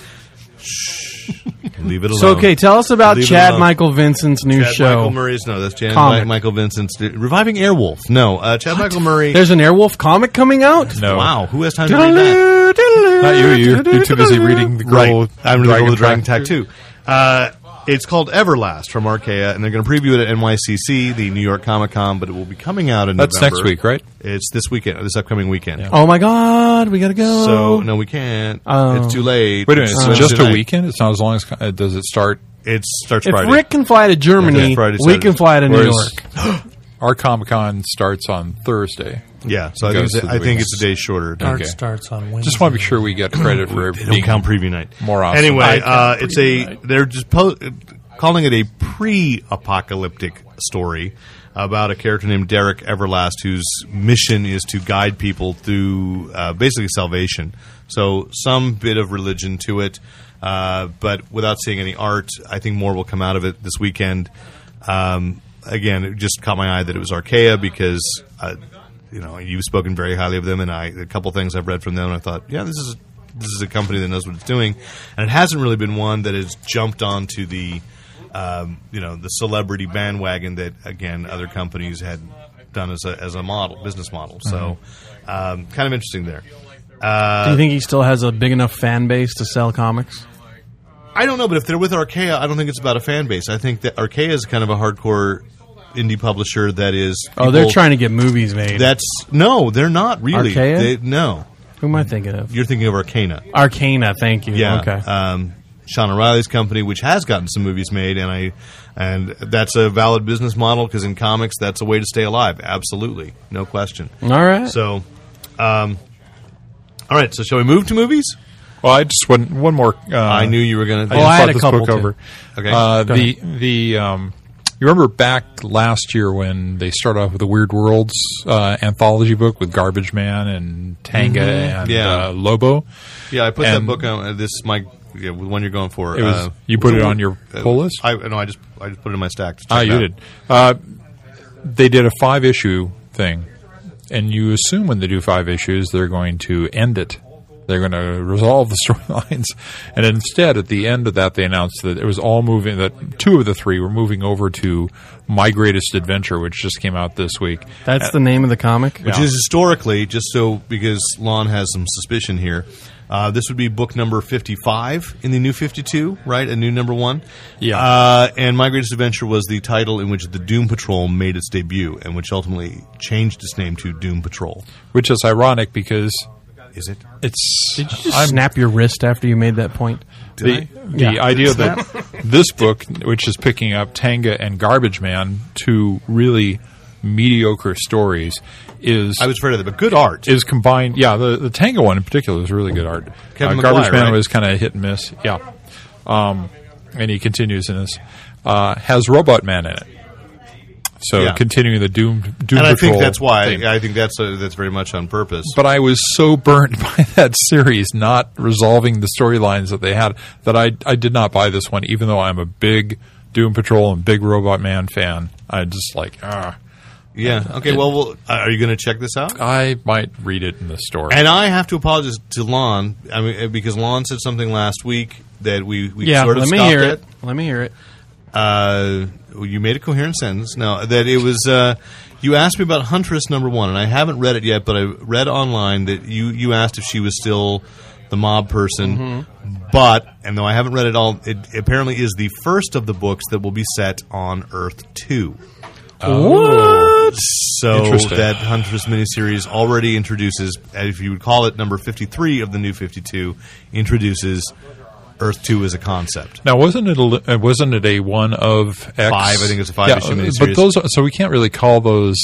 Speaker 4: Shh. Leave it alone.
Speaker 5: So okay, tell us about
Speaker 4: Leave it
Speaker 5: Chad
Speaker 4: alone.
Speaker 5: Michael Vincent's new
Speaker 4: Chad
Speaker 5: show.
Speaker 4: Michael Murray's no, that's Chad
Speaker 5: Comic.
Speaker 4: Mi- Michael Vincent's reviving Airwolf. No, uh, Chad Michael Murray.
Speaker 5: There's an Airwolf comic coming out.
Speaker 3: No,
Speaker 4: Wow, who has time to read that?
Speaker 5: Not
Speaker 3: Not you. You're, you're too busy reading the girl.
Speaker 4: Right. I'm really
Speaker 3: Dragon
Speaker 4: the dragon
Speaker 3: Tattoo.
Speaker 4: tattoo. Uh, It's called Everlast from Arkea, and they're going to preview it at NYCC, the New York Comic Con, but it will be coming out in
Speaker 3: That's
Speaker 4: November.
Speaker 3: next week, right?
Speaker 4: It's this weekend, this upcoming weekend.
Speaker 5: Oh my God, we gotta go.
Speaker 4: So no, we can't. It's too late.
Speaker 3: Wait a minute. It's
Speaker 4: It's Tuesday
Speaker 3: just a
Speaker 4: night.
Speaker 3: weekend. It's not as long as uh, does it start?
Speaker 4: It starts
Speaker 5: if
Speaker 4: Friday.
Speaker 5: Rick can fly to Germany,
Speaker 4: Yeah, Friday,
Speaker 5: we can
Speaker 4: Saturday.
Speaker 5: fly to New
Speaker 3: Whereas-
Speaker 5: York.
Speaker 3: Our Comic Con starts on Thursday.
Speaker 4: yeah, so I
Speaker 3: Goes
Speaker 4: think, it's,
Speaker 3: to the
Speaker 4: I think
Speaker 3: weekend.
Speaker 4: it's a day shorter.
Speaker 6: Dark
Speaker 3: Okay.
Speaker 6: starts on Wednesday.
Speaker 3: Just want to be sure we get credit for
Speaker 4: Mm-hmm. They don't
Speaker 3: being
Speaker 4: count preview night.
Speaker 3: More often. I
Speaker 4: Anyway,
Speaker 3: count
Speaker 4: uh, it's
Speaker 3: preview
Speaker 4: a
Speaker 3: night.
Speaker 4: they're just po- calling it a pre-apocalyptic story about a character named Derek Everlast, whose mission is to guide people through uh, basically salvation. So some bit of religion to it, uh, but without seeing any art. I think more will come out of it this weekend. Um, again, it just caught my eye that it was Archaea because. Uh, you know, you've spoken very highly of them, and I a couple things I've read from them, and I thought, yeah, this is this is a company that knows what it's doing, and it hasn't really been one that has jumped onto the um, you know the celebrity bandwagon that again other companies had done as a as a model business model. So,
Speaker 5: Mm-hmm.
Speaker 4: um, kind of interesting there. Uh,
Speaker 5: Do you think he still has a big enough fan base to sell comics?
Speaker 4: I don't know, but if they're with Arkea, I don't think it's about a fan base. I think that Arkea is kind of a hardcore indie publisher that is.
Speaker 5: Oh, they're
Speaker 4: people-
Speaker 5: trying to get movies made.
Speaker 4: That's no, they're not really.
Speaker 5: Arkea?
Speaker 4: They, no,
Speaker 5: Who am I thinking of?
Speaker 4: you're thinking of Arcana.
Speaker 5: Arcana. Thank you.
Speaker 4: Yeah.
Speaker 5: Okay.
Speaker 4: Um, Sean O'Reilly's company, which has gotten some movies made, and I, and that's a valid business model because in comics, that's a way to stay alive. Absolutely, no question.
Speaker 3: Mm.
Speaker 5: All right.
Speaker 4: So, um, all right. So, shall we move to movies?
Speaker 3: Well, I just one one more. Uh,
Speaker 4: I knew you were going to.
Speaker 3: Uh-huh. I just
Speaker 5: I had
Speaker 3: thought
Speaker 5: a
Speaker 3: this
Speaker 5: couple,
Speaker 3: book
Speaker 5: too.
Speaker 3: over.
Speaker 4: Okay.
Speaker 3: Uh, the the um, you remember back last year when they started off with the Weird Worlds uh, anthology book with Garbage Man and Tanga and
Speaker 4: Mm-hmm. Yeah.
Speaker 3: uh, Lobo.
Speaker 4: yeah, I put that
Speaker 3: and-
Speaker 4: book on. uh, This is my yeah, the one you're going for. uh,
Speaker 3: It was- you put it on your pull list?
Speaker 4: I no, I just I just put it in my stack. to
Speaker 3: Ah,
Speaker 4: check it
Speaker 3: you
Speaker 4: out.
Speaker 3: did. Uh, they did a five issue thing, and you assume when they do five issues, they're going to end it. They're going to resolve the storylines, and instead, at the end of that, they announced that it was all moving. That two of the three were moving over to My Greatest Adventure, which just came out this week.
Speaker 5: That's the name of the comic.
Speaker 4: which is historically just so because Lon has some suspicion here. Uh, this would be book number fifty-five in the new fifty-two, right? A new number one.
Speaker 3: Yeah.
Speaker 4: Uh, and My Greatest Adventure was the title in which the Doom Patrol made its debut, and which ultimately changed its name to Doom Patrol.
Speaker 3: Which is ironic because
Speaker 4: Is it?
Speaker 3: it's
Speaker 5: Just snap your wrist after you made that point.
Speaker 3: the the
Speaker 5: Yeah.
Speaker 3: idea that this book, which is picking up Tanga and Garbage Man, two really mediocre stories, is
Speaker 4: I was afraid of that, but good art.
Speaker 3: is combined. Yeah, the the Tango one in particular is really good art. Uh,
Speaker 4: Kevin
Speaker 3: Garbage
Speaker 4: McGuire,
Speaker 3: Man
Speaker 4: right?
Speaker 3: was kind of hit and miss. Yeah, um, and he continues in this. Uh, has Robot Man in it, so
Speaker 4: Yeah.
Speaker 3: continuing the Doom Doom
Speaker 4: and I think
Speaker 3: Patrol
Speaker 4: that's why.
Speaker 3: theme.
Speaker 4: I, I think that's uh that's very much on purpose.
Speaker 3: but I was so burnt by that series not resolving the storylines that they had that I I did not buy this one, even though I'm a big Doom Patrol and big Robot Man fan. I just like ah,
Speaker 4: yeah. Okay. Well, well uh, are you going to check this out?
Speaker 3: I might read it in the store.
Speaker 4: And I have to apologize to Lon, I mean, uh, because Lon said something last week that we, we
Speaker 5: Yeah.
Speaker 4: sort of
Speaker 5: Let me
Speaker 4: scoffed
Speaker 5: hear
Speaker 4: at.
Speaker 5: it. Let me hear it.
Speaker 4: Uh, you made a coherent sentence. No, that it was. Uh, you asked me about Huntress number one, and I haven't read it yet, but I read online that you you asked if she was still the mob person. But and though I haven't read it all, it apparently is the first of the books that will be set on Earth two.
Speaker 5: What?
Speaker 4: So
Speaker 3: Interesting.
Speaker 4: that Huntress miniseries already introduces, if you would call it number fifty three of the new fifty two, introduces Earth two as a concept.
Speaker 3: Now, wasn't it a, li- uh, wasn't it a one of X?
Speaker 4: Five, I think it's a five issue miniseries.
Speaker 3: But those, so we can't really call those.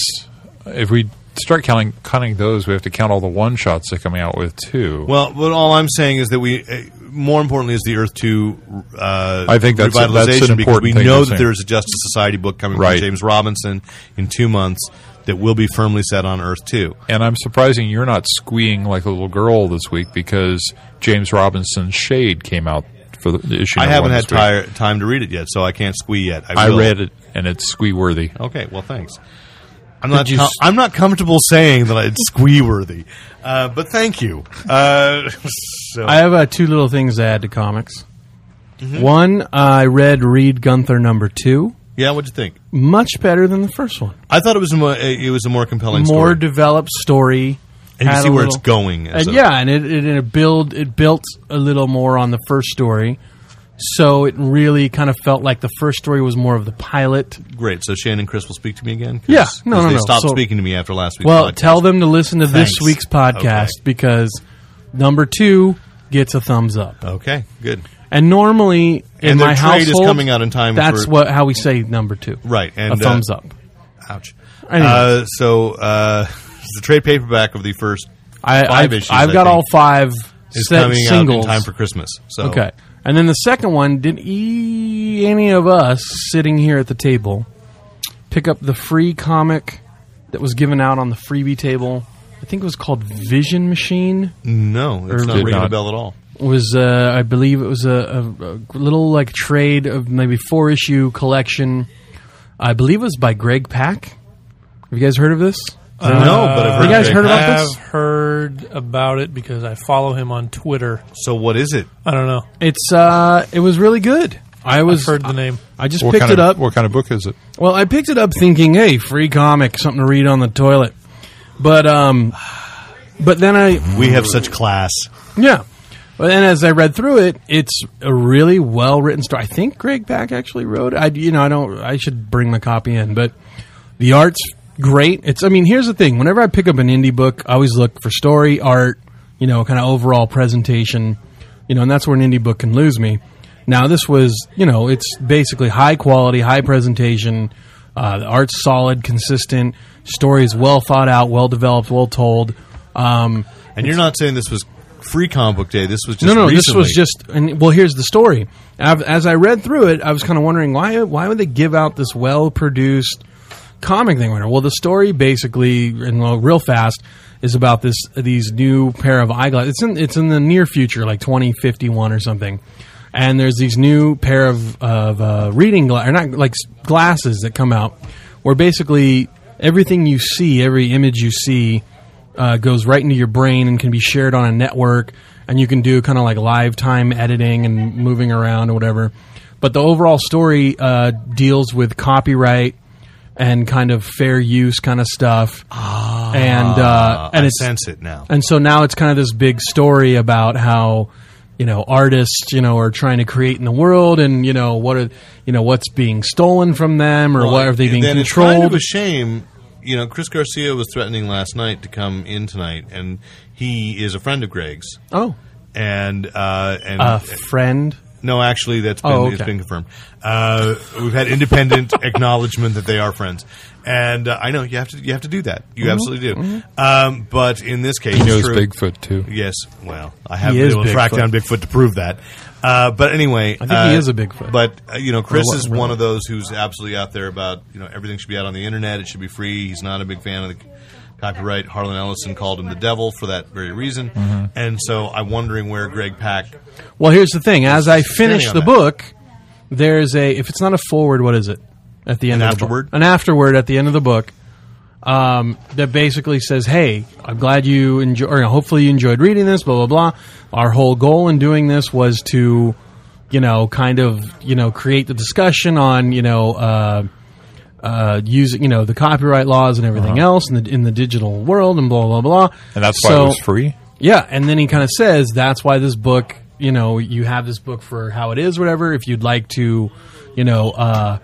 Speaker 3: If we start counting counting those, we have to count all the one shots they're coming out with too.
Speaker 4: Well, but all I'm saying is that we, uh, more importantly, is the Earth Two. Uh,
Speaker 3: I think that's-
Speaker 4: revitalization
Speaker 3: that's an
Speaker 4: because
Speaker 3: important
Speaker 4: we
Speaker 3: thing
Speaker 4: know
Speaker 3: to
Speaker 4: that
Speaker 3: say.
Speaker 4: there is a Justice Society book coming
Speaker 3: Right.
Speaker 4: from James Robinson in two months that will be firmly set on Earth Two.
Speaker 3: And I'm surprising you're not squeeing like a little girl this week because James Robinson's Shade came out for the issue.
Speaker 4: I
Speaker 3: number
Speaker 4: haven't
Speaker 3: one
Speaker 4: had
Speaker 3: this week.
Speaker 4: tire, time to read it yet, so I can't squee yet.
Speaker 3: I
Speaker 4: will.
Speaker 3: read it and it's squee worthy.
Speaker 4: Okay, well, thanks. I'm not.
Speaker 3: you
Speaker 4: com-
Speaker 3: s-
Speaker 4: I'm not comfortable saying that it's squee worthy, uh, but thank you. Uh, so
Speaker 5: I have uh, two little things to add to comics.
Speaker 4: Mm-hmm.
Speaker 5: One, I read Reed Gunther number two.
Speaker 4: yeah, what'd you think?
Speaker 5: Much better than the first one.
Speaker 4: I thought it was a more, it was a more compelling,
Speaker 5: More
Speaker 4: story.
Speaker 5: developed story.
Speaker 4: and you
Speaker 5: Had
Speaker 4: see
Speaker 5: a
Speaker 4: where
Speaker 5: little-
Speaker 4: it's going. as
Speaker 5: And
Speaker 4: a-
Speaker 5: yeah, and it, it, it build it built a little more on the first story. So it really kind of felt like the first story was more of the pilot.
Speaker 4: Great. So Shane and Chris will speak to me again. 'Cause-
Speaker 5: Yeah. No,
Speaker 4: 'cause
Speaker 5: no,
Speaker 4: They
Speaker 5: no.
Speaker 4: stopped
Speaker 5: So-
Speaker 4: speaking to me after last week's.
Speaker 5: Well,
Speaker 4: podcast.
Speaker 5: tell them to listen to
Speaker 4: Thanks.
Speaker 5: this week's podcast
Speaker 4: Okay.
Speaker 5: because number two gets a thumbs up.
Speaker 4: Okay. Good.
Speaker 5: And normally in
Speaker 4: And their
Speaker 5: my
Speaker 4: trade is
Speaker 5: household,
Speaker 4: coming out in time
Speaker 5: That's
Speaker 4: for-
Speaker 5: what how we say number two.
Speaker 4: Right, and,
Speaker 5: a thumbs
Speaker 4: uh,
Speaker 5: up.
Speaker 4: Ouch.
Speaker 5: Anyway.
Speaker 4: Uh, so uh, the trade paperback of the first
Speaker 5: I,
Speaker 4: five
Speaker 5: I've,
Speaker 4: issues.
Speaker 5: I've
Speaker 4: I
Speaker 5: got
Speaker 4: think,
Speaker 5: all five
Speaker 4: Is
Speaker 5: set
Speaker 4: coming
Speaker 5: singles.
Speaker 4: out in time for Christmas. So
Speaker 5: Okay. And then the second one, did e- any of us sitting here at the table pick up the free comic that was given out on the freebie table? I think it was called Vision Machine.
Speaker 4: No, it's
Speaker 5: Or
Speaker 4: not
Speaker 5: did
Speaker 4: ringing a
Speaker 3: not.
Speaker 4: bell at all.
Speaker 5: It was uh, I believe it was a, a, a little like trade of maybe four issue collection. I believe it was by Greg Pack. Have you guys heard of this?
Speaker 4: Uh, no, but I've heard
Speaker 5: you guys
Speaker 4: of it.
Speaker 5: heard
Speaker 6: I
Speaker 5: about
Speaker 6: have
Speaker 5: this?
Speaker 6: heard about it because I follow him on Twitter.
Speaker 4: So what is it?
Speaker 6: I don't know.
Speaker 5: It's uh, it was really good. I was
Speaker 6: Heard the name.
Speaker 5: I just
Speaker 3: What
Speaker 5: picked
Speaker 3: kind
Speaker 5: it
Speaker 3: of,
Speaker 5: up.
Speaker 3: What kind of book is it?
Speaker 5: Well, I picked it up thinking, "Hey, free comic, something to read on the toilet." But um, but then I
Speaker 4: We have such class.
Speaker 5: yeah. But then as I read through it, it's a really well written story. I think Greg Pack actually wrote. it. I you know I don't. I should bring the copy in, but the art's great. It's I mean here's the thing. Whenever I pick up an indie book, I always look for story, art, you know, kind of overall presentation, you know, and that's where an indie book can lose me. Now this was you know it's basically high quality, high presentation. Uh, the art's solid, consistent. Story is well thought out, well developed, well told. Um,
Speaker 4: And you're not saying this was free comic book day. This was just
Speaker 5: no, no. This
Speaker 4: recently.
Speaker 5: was just. And, well, here's the story. I've, as I read through it, I was kind of wondering why why would they give out this well produced comic thing? Well, the story basically, and well, real fast, is about this these new pair of eyeglasses. It's in it's in the near future, like 2051 or something. And there's these new pair of of uh, reading gla- or not like s- glasses that come out, where basically everything you see, every image you see, uh, goes right into your brain and can be shared on a network, and you can do kind of like live time editing and moving around or whatever. But the overall story uh, deals with copyright and kind of fair use kind of stuff, and uh,
Speaker 4: I
Speaker 5: and it's
Speaker 4: Ah, sense it now.
Speaker 5: and so now it's kind of this big story about how you know artists you know are trying to create in the world, and you know what are you know what's being stolen from them, or what are they
Speaker 4: And
Speaker 5: being
Speaker 4: then
Speaker 5: controlled?
Speaker 4: It's kind of a shame. You know, Chris Garcia was threatening last night to come in tonight, and he is a friend of Greg's.
Speaker 5: oh,
Speaker 4: And uh, and
Speaker 5: a friend.
Speaker 4: no, actually, that's been,
Speaker 5: Oh,
Speaker 4: it's
Speaker 5: okay.
Speaker 4: been confirmed. Uh, we've had independent acknowledgement that they are friends, and uh, I know you have to you have to do that. You
Speaker 5: Mm-hmm.
Speaker 4: absolutely do. Um, but in this case,
Speaker 3: He knows
Speaker 4: it's true.
Speaker 3: Bigfoot too.
Speaker 4: Yes, well, I haven't
Speaker 5: He
Speaker 4: been
Speaker 5: is
Speaker 4: able to track
Speaker 5: Bigfoot.
Speaker 4: down Bigfoot to prove that. Uh, but anyway, I
Speaker 5: think he is a Bigfoot.
Speaker 4: But uh, you know, Chris
Speaker 5: Or what-
Speaker 4: is
Speaker 5: really.
Speaker 4: one of those who's absolutely out there about you know everything should be out on the internet. It should be free. He's not a big fan of the copyright. Harlan Ellison called him the devil for that very reason.
Speaker 5: Mm-hmm.
Speaker 4: And so I'm wondering where Greg Pack.
Speaker 5: Well, here's the thing. As I finish
Speaker 4: on
Speaker 5: the
Speaker 4: that.
Speaker 5: book, there's a if it's not a forward, what is it? At the end
Speaker 4: An
Speaker 5: of the book.
Speaker 4: afterword?
Speaker 5: An afterword at the end of the book. Um, that basically says, "Hey, I'm glad you enjoy. Or hopefully, you enjoyed reading this. Blah blah blah. Our whole goal in doing this was to, you know, kind of, you know, create the discussion on, you know, uh, uh, using, you know, the copyright laws and everything else in the in the digital world and blah blah blah.
Speaker 3: Uh-huh. And that's why
Speaker 5: So-
Speaker 3: it was free.
Speaker 5: yeah, and then he kind of says that's why this book, you know, you have this book for how it is, whatever. If you'd like to, you know, uh,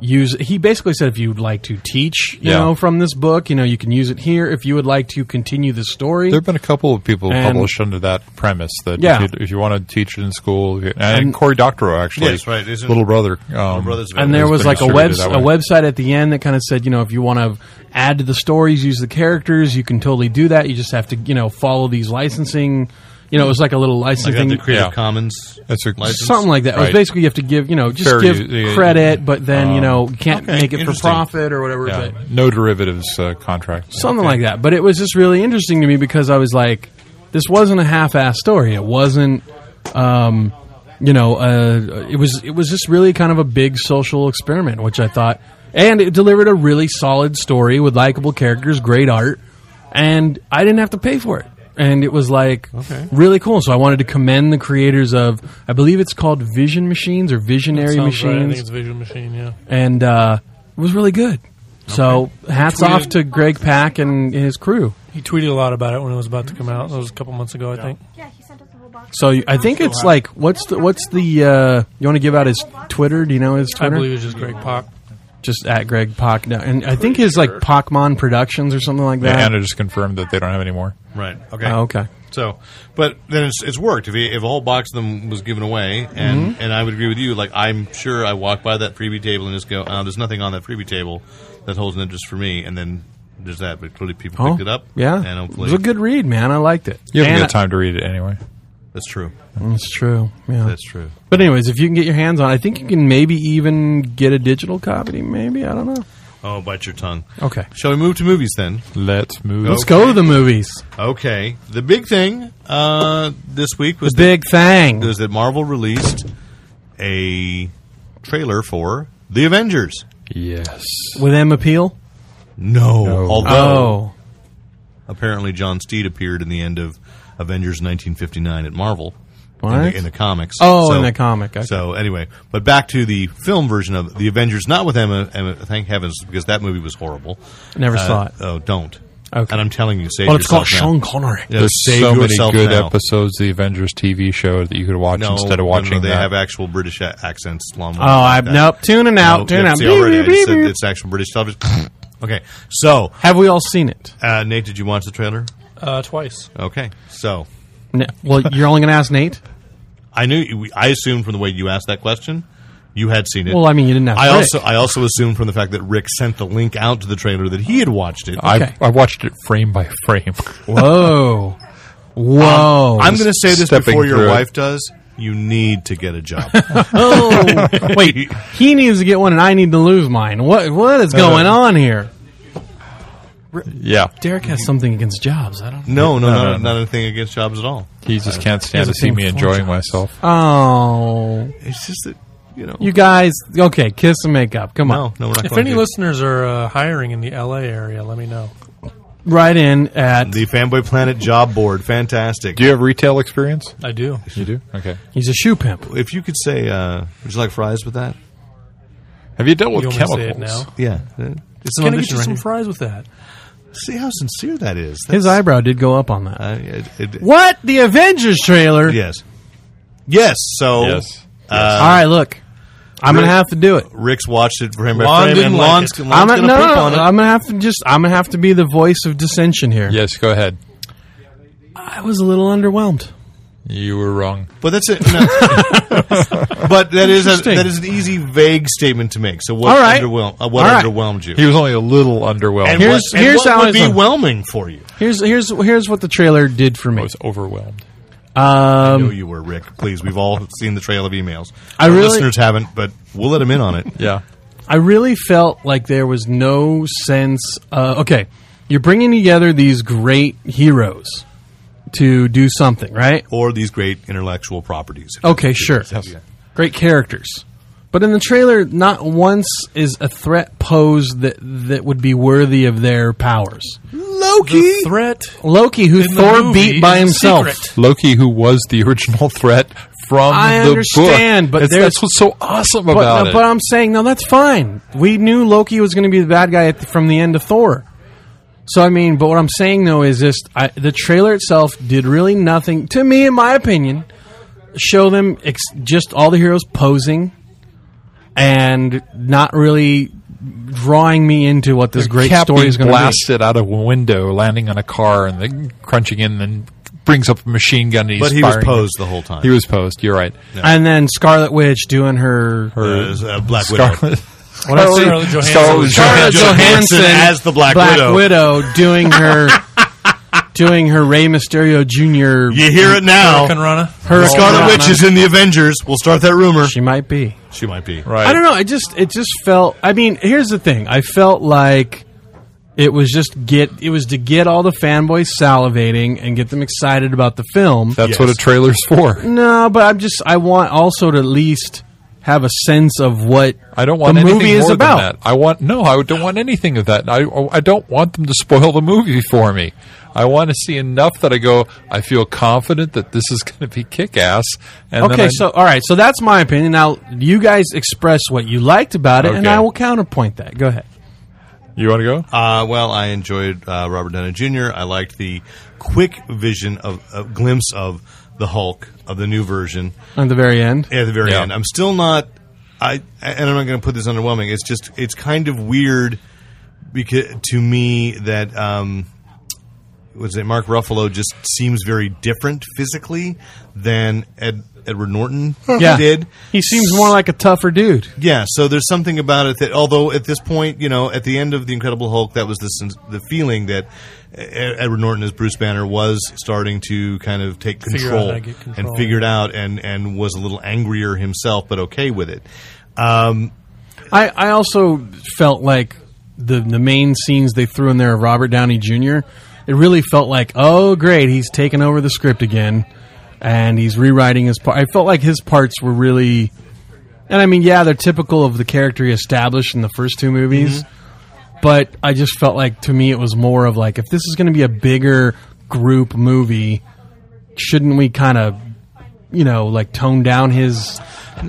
Speaker 5: use, he basically said if you'd like to teach, you
Speaker 3: Yeah.
Speaker 5: know, from this book, you know, you can use it here. If you would like to continue the story,
Speaker 3: There have been a couple of people
Speaker 5: And-
Speaker 3: published under that premise that
Speaker 5: Yeah.
Speaker 3: if, you, if you want to teach it in school, and, Cory Doctorow actually,
Speaker 4: Yes, right, isn't-
Speaker 3: little brother, um,
Speaker 4: Brothers of
Speaker 5: and there
Speaker 4: Elvis.
Speaker 5: was
Speaker 3: been
Speaker 5: like a web
Speaker 3: distributed
Speaker 5: a
Speaker 3: that way.
Speaker 5: website at the end that kind of said, you know, if you want to add to the stories, use the characters, you can totally do that. You just have to, you know, follow these licensing. You know, it was like a little
Speaker 4: I
Speaker 5: licensing
Speaker 4: got the Creative
Speaker 3: Yeah.
Speaker 4: Commons.
Speaker 3: That's a-
Speaker 4: license.
Speaker 5: something like that. It was
Speaker 3: Right.
Speaker 5: basically you have to give you know just
Speaker 3: Fair
Speaker 5: give
Speaker 3: use- yeah, Um,
Speaker 5: credit, but then you know you can't
Speaker 4: okay,
Speaker 5: make it for
Speaker 4: interesting.
Speaker 5: profit or whatever.
Speaker 3: Yeah.
Speaker 5: But
Speaker 3: no derivatives uh, contract.
Speaker 5: something like that. But it was just really interesting to me because I was like, this wasn't a half-ass story. It wasn't, um, you know, uh, it was it was just really kind of a big social experiment, which I thought, and it delivered a really solid story with likable characters, great art, and I didn't have to pay for it. And it was like really cool. So I wanted to commend the creators of, I believe it's called Vision Machines or Visionary
Speaker 6: Sounds right. I
Speaker 5: Machines
Speaker 6: think it's Visual Machine. Yeah.
Speaker 5: and uh, it was really good. So hats
Speaker 6: Tweeted-
Speaker 5: off to Greg Pack and his crew.
Speaker 6: He tweeted a lot about it when it was about to come out. That was a couple months ago, I think.
Speaker 7: Yeah, he sent us the whole box.
Speaker 5: So you- I think it's like what's the what's the uh, you want to give out his Twitter? Do you know his
Speaker 6: I
Speaker 5: Twitter?
Speaker 6: believe it's just Greg Pak.
Speaker 5: Just at Greg Pock. No, and I think his like Pokemon Productions or something like
Speaker 3: Yeah,
Speaker 5: that.
Speaker 3: Anna just confirmed that they don't have any more.
Speaker 4: Right. Okay.
Speaker 5: Oh, okay.
Speaker 4: So, but then it's, it's worked. If, he, if a whole box of them was given away,
Speaker 5: Mm-hmm.
Speaker 4: and and I would agree with you. Like I'm sure I walk by that freebie table and just go, oh, there's nothing on that freebie table that holds an interest for me, and then there's that. But clearly people
Speaker 5: Oh,
Speaker 4: picked it up.
Speaker 5: Yeah.
Speaker 4: and hopefully
Speaker 5: it was a good read, man. I liked it.
Speaker 3: You haven't
Speaker 5: And
Speaker 3: got time to read it anyway.
Speaker 4: that's true.
Speaker 5: That's true. Yeah.
Speaker 4: That's true.
Speaker 5: but anyways, if you can get your hands on, it, I think you can maybe even get a digital copy. Maybe I don't know.
Speaker 4: Oh, bite your tongue.
Speaker 5: Okay.
Speaker 4: Shall we move to movies then?
Speaker 3: Let's move.
Speaker 5: Let's go to the movies.
Speaker 4: Okay. The big thing uh, this week was
Speaker 5: The big
Speaker 4: that,
Speaker 5: thing.
Speaker 4: was that Marvel released a trailer for The Avengers.
Speaker 3: Yes.
Speaker 5: With M appeal?
Speaker 4: No, although
Speaker 5: Oh.
Speaker 4: apparently John Steed appeared in the end of Avengers 1959 at Marvel
Speaker 5: What?
Speaker 4: In, the, in the comics.
Speaker 5: Oh, in the comic, okay.
Speaker 4: So anyway, but back to the film version of the Avengers, not with Emma. Emma thank heavens, because that movie was horrible.
Speaker 5: Never
Speaker 4: Uh,
Speaker 5: saw it.
Speaker 4: Oh, don't.
Speaker 5: Okay.
Speaker 4: And I'm telling you, save
Speaker 5: Well, it's called
Speaker 4: yourself
Speaker 5: Sean
Speaker 4: now.
Speaker 5: Connery.
Speaker 4: Yeah,
Speaker 3: There's
Speaker 4: save
Speaker 3: so many
Speaker 4: yourself
Speaker 3: good
Speaker 4: now.
Speaker 3: episodes of the Avengers TV show that you could watch
Speaker 4: No,
Speaker 3: instead
Speaker 4: no,
Speaker 3: of watching
Speaker 4: no, they
Speaker 3: that.
Speaker 4: have actual British a- accents. Long
Speaker 5: Oh, I'm nope. Tuning out. tuning out.
Speaker 4: Oh, See,
Speaker 5: Beep,
Speaker 4: already,
Speaker 5: beep,
Speaker 4: I
Speaker 5: beep,
Speaker 4: said
Speaker 5: beep.
Speaker 4: it's actual British television. okay, so
Speaker 5: Have we all seen it?
Speaker 4: uh, Nate, did you watch the trailer?
Speaker 6: Uh, twice.
Speaker 4: Okay, so
Speaker 5: No. Well, you're only going to ask Nate.
Speaker 4: I knew. I assumed from the way you asked that question, you had seen it.
Speaker 5: Well, I mean, you didn't have
Speaker 4: I
Speaker 5: Rick.
Speaker 4: also I also assumed from the fact that Rick sent the link out to the trailer that he had watched it. Um,
Speaker 3: I,
Speaker 5: Okay.
Speaker 3: I watched it frame by frame.
Speaker 5: Whoa, whoa!
Speaker 4: Um, I'm going to say this
Speaker 3: Stepping
Speaker 4: before your
Speaker 3: through it.
Speaker 4: wife does. You need to get a job.
Speaker 5: oh, wait. He needs to get one, and I need to lose mine. What? What
Speaker 4: Uh,
Speaker 5: is going on here?
Speaker 3: yeah.
Speaker 5: Derek has something against jobs. I don't.
Speaker 4: no, no, no,
Speaker 3: no,
Speaker 4: no,
Speaker 3: no.
Speaker 4: not anything against jobs at all.
Speaker 3: He just can't stand
Speaker 5: Here's
Speaker 3: to
Speaker 5: the
Speaker 3: see
Speaker 5: thing
Speaker 3: me
Speaker 5: for
Speaker 3: enjoying
Speaker 5: jobs.
Speaker 3: myself.
Speaker 5: Oh,
Speaker 4: It's just that you know.
Speaker 5: you guys. Okay, kiss and make up. Come
Speaker 4: no,
Speaker 5: on,
Speaker 4: no, we're not
Speaker 6: If
Speaker 4: going
Speaker 6: any
Speaker 4: to.
Speaker 6: listeners are uh, hiring in the LA area, let me know.
Speaker 5: right in at.
Speaker 4: the Fanboy Planet job board, fantastic.
Speaker 3: Do you have retail experience?
Speaker 6: I do.
Speaker 3: You do? Okay.
Speaker 5: He's a shoe pimp.
Speaker 4: if you could say, uh, would you like fries with that?
Speaker 3: Have you dealt with
Speaker 6: You want me to
Speaker 3: chemicals?
Speaker 6: say it now?
Speaker 4: Yeah, Uh, it's an
Speaker 6: Can I get
Speaker 4: audition
Speaker 6: you
Speaker 4: right
Speaker 6: some
Speaker 4: here.
Speaker 6: fries with that?
Speaker 4: See how sincere that is.
Speaker 5: His
Speaker 4: That's-
Speaker 5: eyebrow did go up on that.
Speaker 4: Uh, it- it-
Speaker 5: What? The Avengers trailer?
Speaker 4: Yes. Yes. So
Speaker 3: Yes.
Speaker 5: All right, look. I'm going to
Speaker 4: Rick-
Speaker 5: have to do it.
Speaker 4: Rick's watched it frame by
Speaker 6: Lon
Speaker 4: frame,
Speaker 6: didn't
Speaker 4: and
Speaker 6: like
Speaker 4: Lon's,
Speaker 6: it.
Speaker 4: Lon's
Speaker 5: I'm
Speaker 4: gonna
Speaker 5: gonna, no,
Speaker 4: poop
Speaker 5: no,
Speaker 4: on
Speaker 5: no,
Speaker 4: it.
Speaker 5: I'm gonna have to just. I'm gonna have to be the voice of dissension here.
Speaker 3: Yes, go ahead.
Speaker 5: I was a little underwhelmed.
Speaker 3: You were wrong.
Speaker 4: but that's it. No. but that is a,
Speaker 5: Interesting.
Speaker 4: that is an easy, vague statement to make. So what
Speaker 5: All right.
Speaker 4: underwhelm, uh, what
Speaker 5: All right.
Speaker 4: underwhelmed you?
Speaker 3: He was only a little underwhelmed.
Speaker 4: and
Speaker 5: Here's-
Speaker 4: what, and
Speaker 5: here's
Speaker 4: what
Speaker 5: how
Speaker 4: would
Speaker 5: I-
Speaker 4: be whelming for you?
Speaker 5: Here's here's here's what the trailer did for
Speaker 3: I
Speaker 5: me.
Speaker 3: was overwhelmed.
Speaker 4: I
Speaker 5: Um,
Speaker 4: know you were, Rick. Please, we've all seen the trail of emails.
Speaker 5: I
Speaker 4: Our
Speaker 5: really-
Speaker 4: listeners haven't, but we'll let them in on it.
Speaker 3: Yeah.
Speaker 5: I really felt like there was no sense. Uh, okay, you're bringing together these great heroes to do something, right?
Speaker 4: Or these great intellectual properties.
Speaker 5: Okay, sure. Great characters. But in the trailer, not once is a threat posed that that would be worthy of their powers.
Speaker 4: Loki.
Speaker 6: Threat.
Speaker 5: Loki, who
Speaker 6: in the
Speaker 5: Thor
Speaker 6: movie
Speaker 5: beat by
Speaker 6: is
Speaker 5: himself.
Speaker 6: secret.
Speaker 3: Loki, who was the original threat from
Speaker 5: I
Speaker 3: the
Speaker 5: understand,
Speaker 3: book.
Speaker 5: but
Speaker 3: It's-
Speaker 5: there's-
Speaker 3: that's what's so awesome
Speaker 5: But,
Speaker 3: about
Speaker 5: no,
Speaker 3: it.
Speaker 5: but I'm saying, no, that's fine. We knew Loki was going to be the bad guy at the, from the end of Thor. So I mean, but what I'm saying though is this: I, the trailer itself did really nothing to me, in my opinion. Show them ex- just all the heroes posing, and not really drawing me into what this great
Speaker 3: Cap
Speaker 5: story
Speaker 3: being
Speaker 5: is going to be.
Speaker 3: blasted out of a window, landing on a car, and then crunching in, and then brings up a machine gun. And he's
Speaker 4: But he was
Speaker 3: firing.
Speaker 4: posed the whole time.
Speaker 3: He was posed. You're right.
Speaker 5: And then Scarlet Witch doing her,
Speaker 4: Uh, uh, Black Widow.
Speaker 3: Scarlet.
Speaker 5: what I say?
Speaker 6: Scarlett Johansson.
Speaker 3: Scarlett
Speaker 5: Scarlett
Speaker 3: Johansson.
Speaker 5: Johansson
Speaker 4: as the Black Widow.
Speaker 5: doing her doing her Rey Mysterio Jr.
Speaker 4: You hear it now.
Speaker 6: Hurricane Rana.
Speaker 5: Her
Speaker 4: Scarlet Witch is in the Avengers. We'll start that rumor.
Speaker 5: She might be.
Speaker 4: She might be.
Speaker 3: Right.
Speaker 5: I don't know. I just it just felt. I mean, here's the thing. I felt like it was just get. It was to get all the fanboys salivating and get them excited about the film.
Speaker 3: That's
Speaker 4: Yes.
Speaker 3: what a trailer's for.
Speaker 5: no, but I'm just. I want also to at least have a sense of what
Speaker 3: I don't want
Speaker 5: the
Speaker 3: anything
Speaker 5: movie is
Speaker 3: more
Speaker 5: about.
Speaker 3: Than that. I want no. I don't want anything of that. I I don't want them to spoil the movie for me. I want to see enough that I go. I feel confident that this is going to be kick ass. And then
Speaker 5: Okay,
Speaker 3: I-
Speaker 5: so all right, so that's my opinion. Now you guys express what you liked about it, and
Speaker 3: Okay.
Speaker 5: I will counterpoint that. Go ahead.
Speaker 3: you want to go?
Speaker 4: Uh, well, I enjoyed uh, Robert Downey Jr. I liked the quick vision of a glimpse of the Hulk of the new version
Speaker 5: at the very end.
Speaker 4: at the very
Speaker 3: Yeah.
Speaker 4: end. I'm still not. I and I'm not going to put this underwhelming. It's just it's kind of weird because to me that um, was it Mark Ruffalo just seems very different physically than Ed, Edward Norton
Speaker 5: Yeah.
Speaker 4: did.
Speaker 5: He seems more like a tougher dude.
Speaker 4: Yeah, so there's something about it that, although at this point, you know, at the end of the Incredible Hulk, that was the sens- the feeling that E- Edward Norton as Bruce Banner was starting to kind of take
Speaker 6: Figure out
Speaker 4: control,
Speaker 6: how to get control.
Speaker 4: and figured out and and was a little angrier himself, but okay with it. Um,
Speaker 5: I, I also felt like the the main scenes they threw in there of Robert Downey Jr. It really felt like, oh great, he's taking over the script again, and he's rewriting his part. I felt like his parts were really, and I mean, yeah, they're typical of the character he established in the first two movies.
Speaker 4: Mm-hmm.
Speaker 5: But I just felt like to me it was more of like if this is going to be a bigger group movie, shouldn't we kind of, you know, like tone down his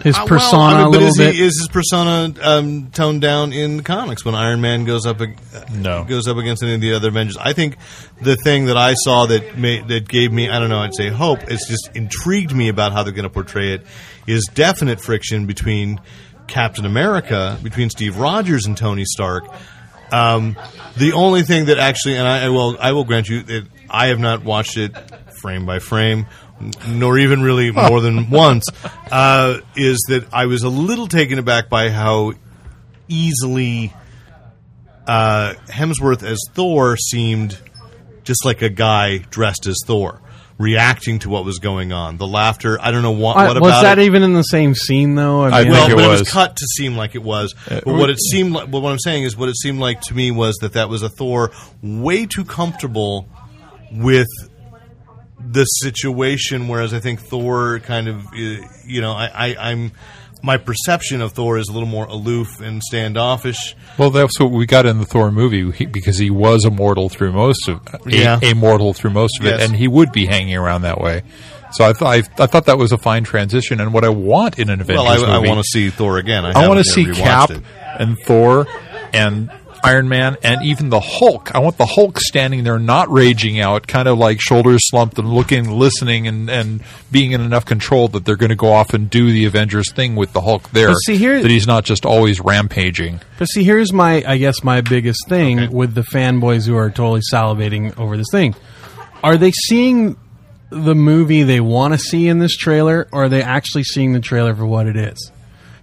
Speaker 5: his
Speaker 4: uh, well,
Speaker 5: persona
Speaker 4: I mean,
Speaker 5: a
Speaker 4: but
Speaker 5: little
Speaker 4: is
Speaker 5: bit?
Speaker 4: He, is his persona um, toned down in the comics when Iron Man goes up? ag-
Speaker 3: No.
Speaker 4: goes up against any of the other Avengers. I think the thing that I saw that ma- that gave me, I don't know, I'd say hope. It's just intrigued me about how they're going to portray it. Is definite friction between Captain America, between Steve Rogers and Tony Stark. Um, the only thing that actually, and I, I will, I will grant you that I have not watched it frame by frame, n- nor even really more than once, uh, is that I was a little taken aback by how easily uh, Hemsworth as Thor seemed just like a guy dressed as Thor, reacting to what was going on. The laughter, I don't know what,
Speaker 5: I-
Speaker 4: what
Speaker 5: was
Speaker 4: about
Speaker 5: that
Speaker 4: it.
Speaker 5: even in the same scene though?
Speaker 3: I
Speaker 5: mean,
Speaker 3: think
Speaker 4: well,
Speaker 3: it
Speaker 4: but it
Speaker 3: was. Uh,
Speaker 4: was cut to seem like it was. But what it seemed like, but what I'm saying is, what it seemed like to me was that that was a Thor way too comfortable with the situation, whereas I think Thor kind of, uh, you know, I, I, I'm my perception of Thor is a little more aloof and standoffish.
Speaker 3: Well, that's what we got in the Thor movie he, because he was immortal through most of a,
Speaker 4: Yeah.
Speaker 3: a mortal through most of it,
Speaker 4: Yes.
Speaker 3: and he would be hanging around that way. So I, th- I, I thought that was a fine transition, and what I want in an Avengers
Speaker 4: Well, I, I
Speaker 3: movie,
Speaker 4: want to see Thor again. I,
Speaker 3: I want
Speaker 4: haven't
Speaker 3: to see
Speaker 4: rewatched
Speaker 3: Cap
Speaker 4: it.
Speaker 3: and Thor and Iron Man and even the Hulk. I want the Hulk standing there, not raging out, kind of like shoulders slumped and looking, listening, and, and being in enough control that they're going to go off and do the Avengers thing with the Hulk there.
Speaker 5: But see, here-
Speaker 3: that he's not just always rampaging.
Speaker 5: But see, here's my, I guess, my biggest thing with the fanboys who are totally salivating over this thing. Are they seeing the movie they want to see in this trailer, or are they actually seeing the trailer for what it is?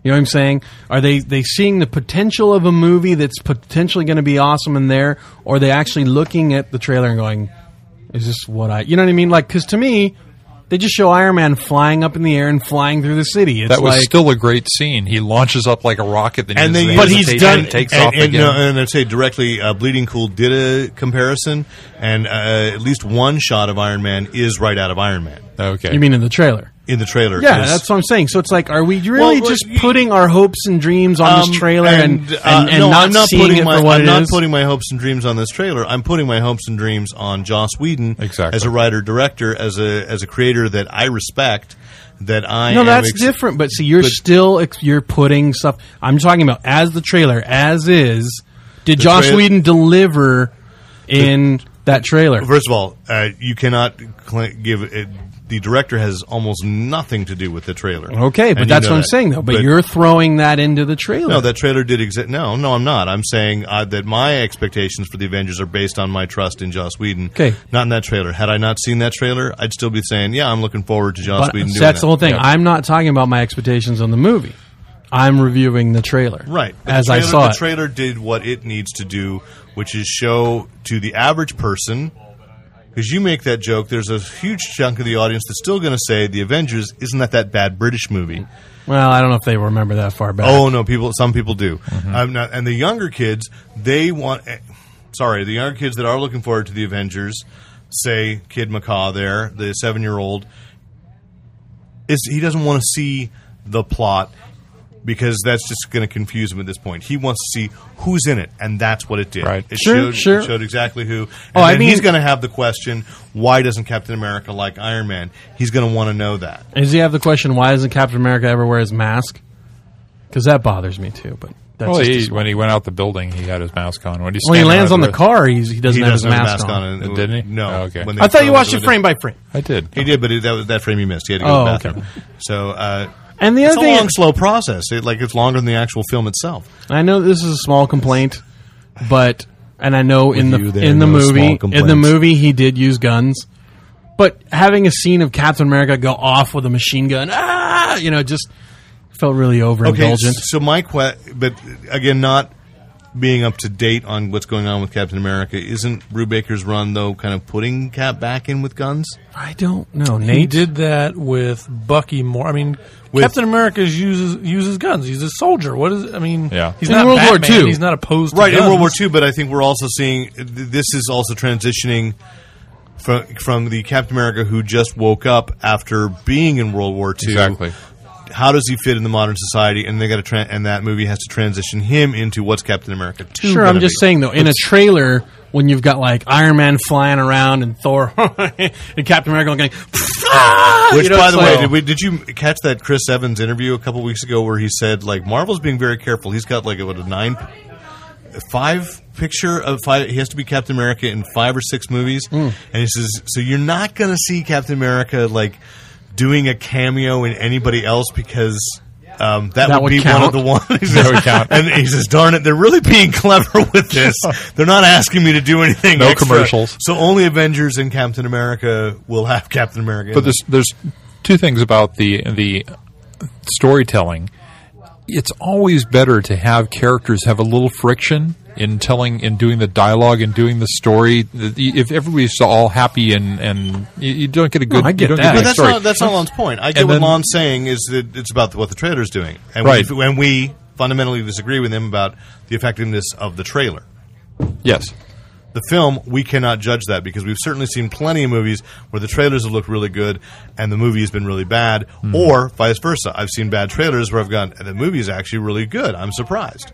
Speaker 5: You know what I'm saying? Are they they seeing the potential of a movie that's potentially going to be awesome in there, or are they actually looking at the trailer and going, "Is this what I?" You know what I mean? Like, because to me, they just show Iron Man flying up in the air and flying through the city. It's
Speaker 3: That was
Speaker 5: like,
Speaker 3: still a great scene. He launches up like a rocket, then
Speaker 4: and
Speaker 3: he
Speaker 4: then
Speaker 3: just
Speaker 4: you-
Speaker 3: hesitates and takes
Speaker 4: and,
Speaker 3: off
Speaker 4: and,
Speaker 3: again.
Speaker 4: no, and I'd say directly, uh, Bleeding Cool did a comparison, and uh, at least one shot of Iron Man is right out of Iron Man
Speaker 3: okay,
Speaker 5: you mean in the trailer?
Speaker 4: in the trailer.
Speaker 5: Yeah,
Speaker 4: Yes.
Speaker 5: that's what I'm saying. So it's like, are we really
Speaker 4: Well,
Speaker 5: just
Speaker 4: you-
Speaker 5: putting our hopes and dreams on
Speaker 4: Um,
Speaker 5: this trailer and, and,
Speaker 4: uh,
Speaker 5: and
Speaker 4: no,
Speaker 5: not,
Speaker 4: I'm not
Speaker 5: seeing
Speaker 4: putting
Speaker 5: it
Speaker 4: my,
Speaker 5: for what
Speaker 4: I'm
Speaker 5: it
Speaker 4: not
Speaker 5: is?
Speaker 4: putting my hopes and dreams on this trailer. I'm putting my hopes and dreams on Joss Whedon
Speaker 3: Exactly.
Speaker 4: as a writer director, as a as a creator that I respect. That I
Speaker 5: no,
Speaker 4: am
Speaker 5: that's
Speaker 4: ex-
Speaker 5: different. But see, you're
Speaker 4: but-
Speaker 5: still ex- you're putting stuff. I'm talking about as the trailer as is. Did
Speaker 4: The
Speaker 5: Josh
Speaker 4: trail-
Speaker 5: Whedon deliver in that trailer?
Speaker 4: First of all, uh, you cannot cl- give it, the director has almost nothing to do with the trailer.
Speaker 5: Okay, but
Speaker 4: And you
Speaker 5: that's
Speaker 4: know
Speaker 5: what I'm
Speaker 4: that.
Speaker 5: saying though. But, you're throwing that into the trailer.
Speaker 4: No, that trailer did exist. No, no, I'm not. I'm saying uh, that my expectations for the Avengers are based on my trust in Joss Whedon.
Speaker 5: 'Kay.
Speaker 4: Not in that trailer. Had I not seen that trailer, I'd still be saying, yeah, I'm looking forward to Joss
Speaker 5: but
Speaker 4: Whedon doing
Speaker 5: that's
Speaker 4: that.
Speaker 5: the whole thing. I'm not talking about my expectations on the movie. I'm reviewing the trailer,
Speaker 4: Right. But
Speaker 5: As
Speaker 4: the
Speaker 5: I
Speaker 4: trailer-
Speaker 5: saw
Speaker 4: The
Speaker 5: it.
Speaker 4: trailer did what it needs to do, which is show to the average person. Because you make that joke, there's a huge chunk of the audience that's still going to say the Avengers isn't that that bad British movie.
Speaker 5: Well, I don't know if they remember that far back.
Speaker 4: Oh no, people. Some people do.
Speaker 3: Mm-hmm.
Speaker 4: I'm not, and the younger kids, they want. eh, Sorry, the younger kids that are looking forward to the Avengers, say Kid Macaw, there, the seven-year-old, is he doesn't want to see the plot because that's just going to confuse him at this point. He wants to see who's in it, and that's what it did.
Speaker 3: Right.
Speaker 4: It
Speaker 5: Sure,
Speaker 4: showed,
Speaker 5: sure.
Speaker 4: It showed exactly who. And
Speaker 5: Oh, I
Speaker 4: then
Speaker 5: mean-
Speaker 4: he's going to have the question: Why doesn't Captain America like Iron Man? He's going to want to know that.
Speaker 5: Does he have the question? Why doesn't Captain America ever wear his mask? Because that bothers me too. But That's
Speaker 3: Well,
Speaker 5: just
Speaker 3: he,
Speaker 5: his-
Speaker 3: when he went out the building, he had his mask on. When he
Speaker 5: when he
Speaker 3: standing
Speaker 5: lands
Speaker 3: out
Speaker 5: on the
Speaker 3: there-
Speaker 5: car, he's, he doesn't
Speaker 4: He
Speaker 5: have
Speaker 4: doesn't
Speaker 5: his
Speaker 4: have
Speaker 5: mask, on.
Speaker 4: and-
Speaker 3: Uh, didn't he?
Speaker 4: No.
Speaker 3: Oh, okay.
Speaker 4: When they
Speaker 5: I thought you
Speaker 4: throw
Speaker 5: watched
Speaker 4: the
Speaker 5: it frame by frame.
Speaker 3: I did.
Speaker 4: He did, but it, that was that frame he missed. He had to go
Speaker 5: Oh,
Speaker 4: to the bathroom.
Speaker 5: okay.
Speaker 4: So uh,
Speaker 5: And the
Speaker 4: it's
Speaker 5: other
Speaker 4: a
Speaker 5: thing,
Speaker 4: long, slow process. It, like it's longer than the actual film itself.
Speaker 5: I know this is a small complaint, but and I know in
Speaker 4: you,
Speaker 5: the
Speaker 4: there
Speaker 5: in the
Speaker 4: are no small
Speaker 5: movie in
Speaker 4: complaints.
Speaker 5: the movie he did use guns, but having a scene of Captain America go off with a machine gun, ah, you know, just felt really
Speaker 4: Okay.
Speaker 5: overindulgent.
Speaker 4: s- So my que- but again, not being up to date on what's going on with Captain America, isn't Brubaker's run though kind of putting Cap back in with guns?
Speaker 5: I don't know, Nate.
Speaker 6: He did that with Bucky more. I mean,
Speaker 4: With-
Speaker 6: Captain America uses uses guns. He's a soldier. What is? I mean,
Speaker 3: Yeah.
Speaker 6: he's
Speaker 5: In
Speaker 6: not
Speaker 5: World War
Speaker 6: Batman.
Speaker 5: II.
Speaker 6: He's not opposed to
Speaker 4: right
Speaker 6: guns.
Speaker 4: in World War II. But I think we're also seeing th- this is also transitioning from from the Captain America who just woke up after being in World War II.
Speaker 3: Exactly.
Speaker 4: How does he fit in the modern society? And they got to tra- and that movie has to transition him into what's Captain America two.
Speaker 5: Sure,
Speaker 4: gonna
Speaker 5: I'm just
Speaker 4: be.
Speaker 5: saying though, in a trailer when you've got like Iron Man flying around and Thor and Captain America going, "Ah!"
Speaker 4: Which,
Speaker 5: You know,
Speaker 4: by
Speaker 5: it's
Speaker 4: the
Speaker 5: like-
Speaker 4: way, did, we, did you catch that Chris Evans interview a couple weeks ago where he said like Marvel's being very careful. He's got like what a nine, five picture of five. He has to be Captain America in five or six movies,
Speaker 5: Hmm.
Speaker 4: and he says so you're not going to see Captain America like doing a cameo in anybody else because. Um, that,
Speaker 5: That
Speaker 4: would,
Speaker 5: would
Speaker 4: be
Speaker 5: count.
Speaker 4: one of the ones
Speaker 3: That would count.
Speaker 4: And he says, "Darn it, they're really being clever with this. They're not asking me to do anything.
Speaker 3: No
Speaker 4: extra.
Speaker 3: commercials.
Speaker 4: So only Avengers and Captain America will have Captain America.
Speaker 3: But
Speaker 4: in them.
Speaker 3: there's there's two things about the the storytelling. It's always better to have characters have a little friction in telling in doing the dialogue and doing the story. The- the- If everybody's all happy and and you, you don't get a good,
Speaker 5: I get
Speaker 3: you don't
Speaker 5: that.
Speaker 3: get a
Speaker 4: But
Speaker 3: good
Speaker 4: that's
Speaker 3: story.
Speaker 4: not that's not Lon's point. I get
Speaker 3: And
Speaker 4: what
Speaker 3: then-
Speaker 4: Lon's saying is that it's about what the trailer's doing, and
Speaker 3: Right.
Speaker 4: we, and we fundamentally disagree with him about the effectiveness of the trailer.
Speaker 3: yes,
Speaker 4: The film, we cannot judge that because we've certainly seen plenty of movies where the trailers have looked really good and the movie has been really bad,
Speaker 6: Hmm.
Speaker 4: or vice versa. I've seen bad trailers where I've gone, the movie is actually really good. I'm surprised.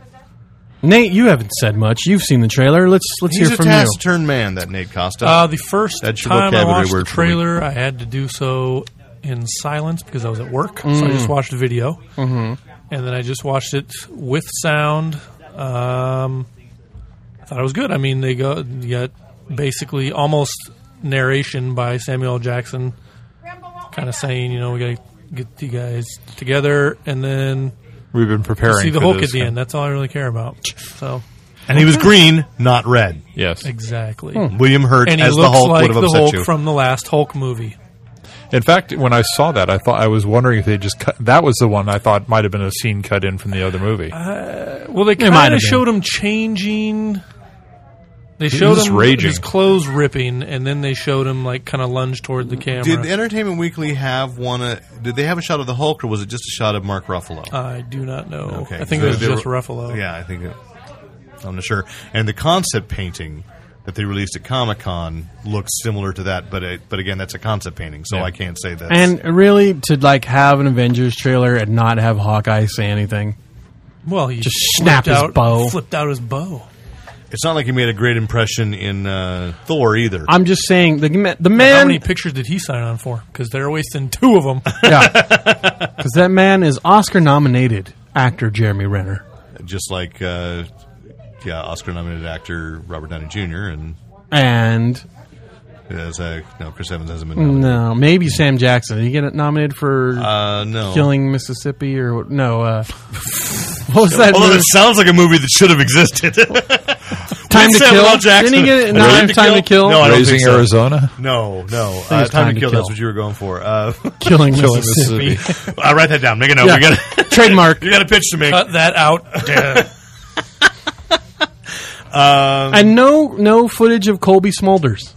Speaker 5: Nate, you haven't said much. You've seen the trailer. Let's let's
Speaker 4: He's
Speaker 5: hear
Speaker 4: a
Speaker 5: from you.
Speaker 4: taciturn man, that Nate Costa.
Speaker 6: Uh, the first
Speaker 4: That's your
Speaker 6: time I
Speaker 4: vocabulary
Speaker 6: watched the
Speaker 4: word for me.
Speaker 6: trailer, I had to do so in silence because I was at work. So I
Speaker 4: Mm.
Speaker 6: just watched the video, mm-hmm. and then I just watched it with sound. Um, I thought it was good. I mean, they go you got basically almost narration by Samuel L. Jackson, kind of saying, you know, we got to get you guys together, and then
Speaker 3: we've been preparing.
Speaker 6: see the
Speaker 3: for
Speaker 6: Hulk
Speaker 3: this.
Speaker 6: at the end. That's all I really care about. So
Speaker 4: and he was green, not red.
Speaker 3: Yes,
Speaker 6: exactly.
Speaker 4: William Hurt
Speaker 6: And he
Speaker 4: Hmm. as
Speaker 6: looks
Speaker 4: the Hulk
Speaker 6: like
Speaker 4: would have
Speaker 6: the
Speaker 4: upset
Speaker 6: Hulk
Speaker 4: you.
Speaker 6: from the last Hulk movie.
Speaker 3: In fact, when I saw that, I thought I was wondering if they just cut. That was the one I thought might have been a scene cut in from the other movie.
Speaker 6: Well, they
Speaker 5: might
Speaker 6: kind
Speaker 5: have been.
Speaker 6: of showed him changing. They
Speaker 3: He
Speaker 6: showed
Speaker 3: was
Speaker 6: him
Speaker 3: raging.
Speaker 6: his clothes ripping, and then they showed him like kind of lunge toward the camera.
Speaker 4: Did Entertainment Weekly have one? Uh, did they have a shot of the Hulk, or was it just a shot of Mark Ruffalo?
Speaker 6: I do not know. I think it was
Speaker 4: They- they
Speaker 6: just
Speaker 4: were-
Speaker 5: Uh,
Speaker 6: Ruffalo.
Speaker 4: Yeah, I think. It, I'm not sure. And the concept painting that they released at Comic Con looked similar to that, but it, but again, that's a concept painting, so I can't say that.
Speaker 5: And really, to like have an Avengers trailer and not have Hawkeye say anything.
Speaker 6: Well, he
Speaker 5: Just
Speaker 6: flipped
Speaker 5: snapped his
Speaker 6: out,
Speaker 5: bow.
Speaker 6: Flipped out his bow.
Speaker 4: it's not like he made a great impression in uh, Thor either.
Speaker 5: I'm just saying the ma- the
Speaker 6: How many
Speaker 5: man,
Speaker 6: pictures did he sign on for? Because they're wasting two of them.
Speaker 5: because that man is Oscar nominated actor Jeremy Renner.
Speaker 4: Just like uh, yeah, Oscar-nominated actor Robert Downey Jr. and
Speaker 5: And
Speaker 4: as uh, no, Chris Evans hasn't been. nominated.
Speaker 5: no, maybe Sam Jackson. Did he get nominated for
Speaker 4: Uh, no.
Speaker 5: Killing Mississippi or what- no? Uh, what was that?
Speaker 4: Although
Speaker 5: movie?
Speaker 4: it sounds like a movie that should have existed.
Speaker 5: Time to
Speaker 4: Samuel
Speaker 5: Kill.
Speaker 4: L. Jackson.
Speaker 5: Didn't he get it? No,
Speaker 4: Time to
Speaker 5: Time to Kill.
Speaker 4: No, I don't
Speaker 3: Raising
Speaker 4: think so.
Speaker 3: Arizona.
Speaker 4: No, no.
Speaker 5: it
Speaker 4: Uh,
Speaker 5: was
Speaker 4: time, to, kill, That's what you were going for. Uh,
Speaker 5: Killing,
Speaker 3: Killing
Speaker 5: Mississippi.
Speaker 3: Mississippi.
Speaker 4: I write that down. Make a note.
Speaker 5: Yeah. Uh,
Speaker 4: You got
Speaker 5: Trademark.
Speaker 4: You got a pitch to make.
Speaker 6: Cut that out.
Speaker 5: And no, no footage of Colby Smulders.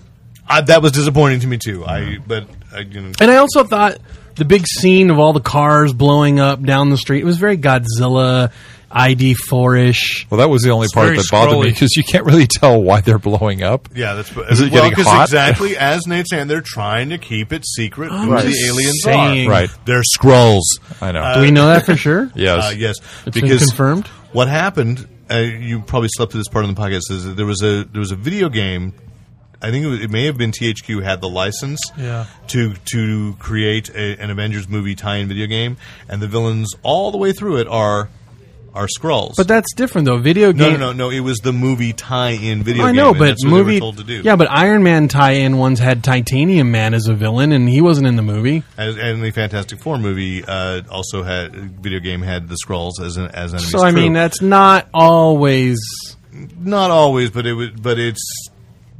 Speaker 4: I, that was disappointing to me too. I but I, you know,
Speaker 5: And I also thought the big scene of all the cars blowing up down the street it was very Godzilla, ID4 ish.
Speaker 3: Well, that was the only part
Speaker 6: very
Speaker 3: that bothered me
Speaker 6: scrolly.
Speaker 3: because you can't really tell why they're blowing up.
Speaker 4: yeah, that's
Speaker 3: Is it
Speaker 4: well,
Speaker 3: getting
Speaker 4: 'cause
Speaker 3: hot?
Speaker 4: exactly as Nate's saying, they're trying to keep it secret who
Speaker 5: Oh, Right.
Speaker 4: the
Speaker 5: just
Speaker 4: aliens
Speaker 5: saying.
Speaker 4: are.
Speaker 3: Right.
Speaker 4: they're scrolls.
Speaker 3: I know.
Speaker 5: Do we know that for sure?
Speaker 3: yes.
Speaker 4: Uh, yes,
Speaker 5: It's been confirmed?
Speaker 4: What happened? Uh, you probably slept through this part of the podcast. Is that there was a there was a video game. I think it, was, it may have been THQ had the license
Speaker 6: Yeah.
Speaker 4: to to create a, an Avengers movie tie-in video game, and the villains all the way through it are are Skrulls.
Speaker 5: But that's different though. Video
Speaker 4: no,
Speaker 5: game.
Speaker 4: no, no, no. It was the movie tie-in video
Speaker 5: I
Speaker 4: game.
Speaker 5: know,
Speaker 4: and
Speaker 5: but
Speaker 4: that's what
Speaker 5: movie.
Speaker 4: they were told to do.
Speaker 5: Yeah, but Iron Man tie-in ones had Titanium Man as a villain, and he wasn't in the movie.
Speaker 4: As- and the Fantastic Four movie uh, also had video game had the Skrulls as an, as enemies.
Speaker 5: So I mean,
Speaker 4: too.
Speaker 5: that's not always.
Speaker 4: not always, but it would, but it's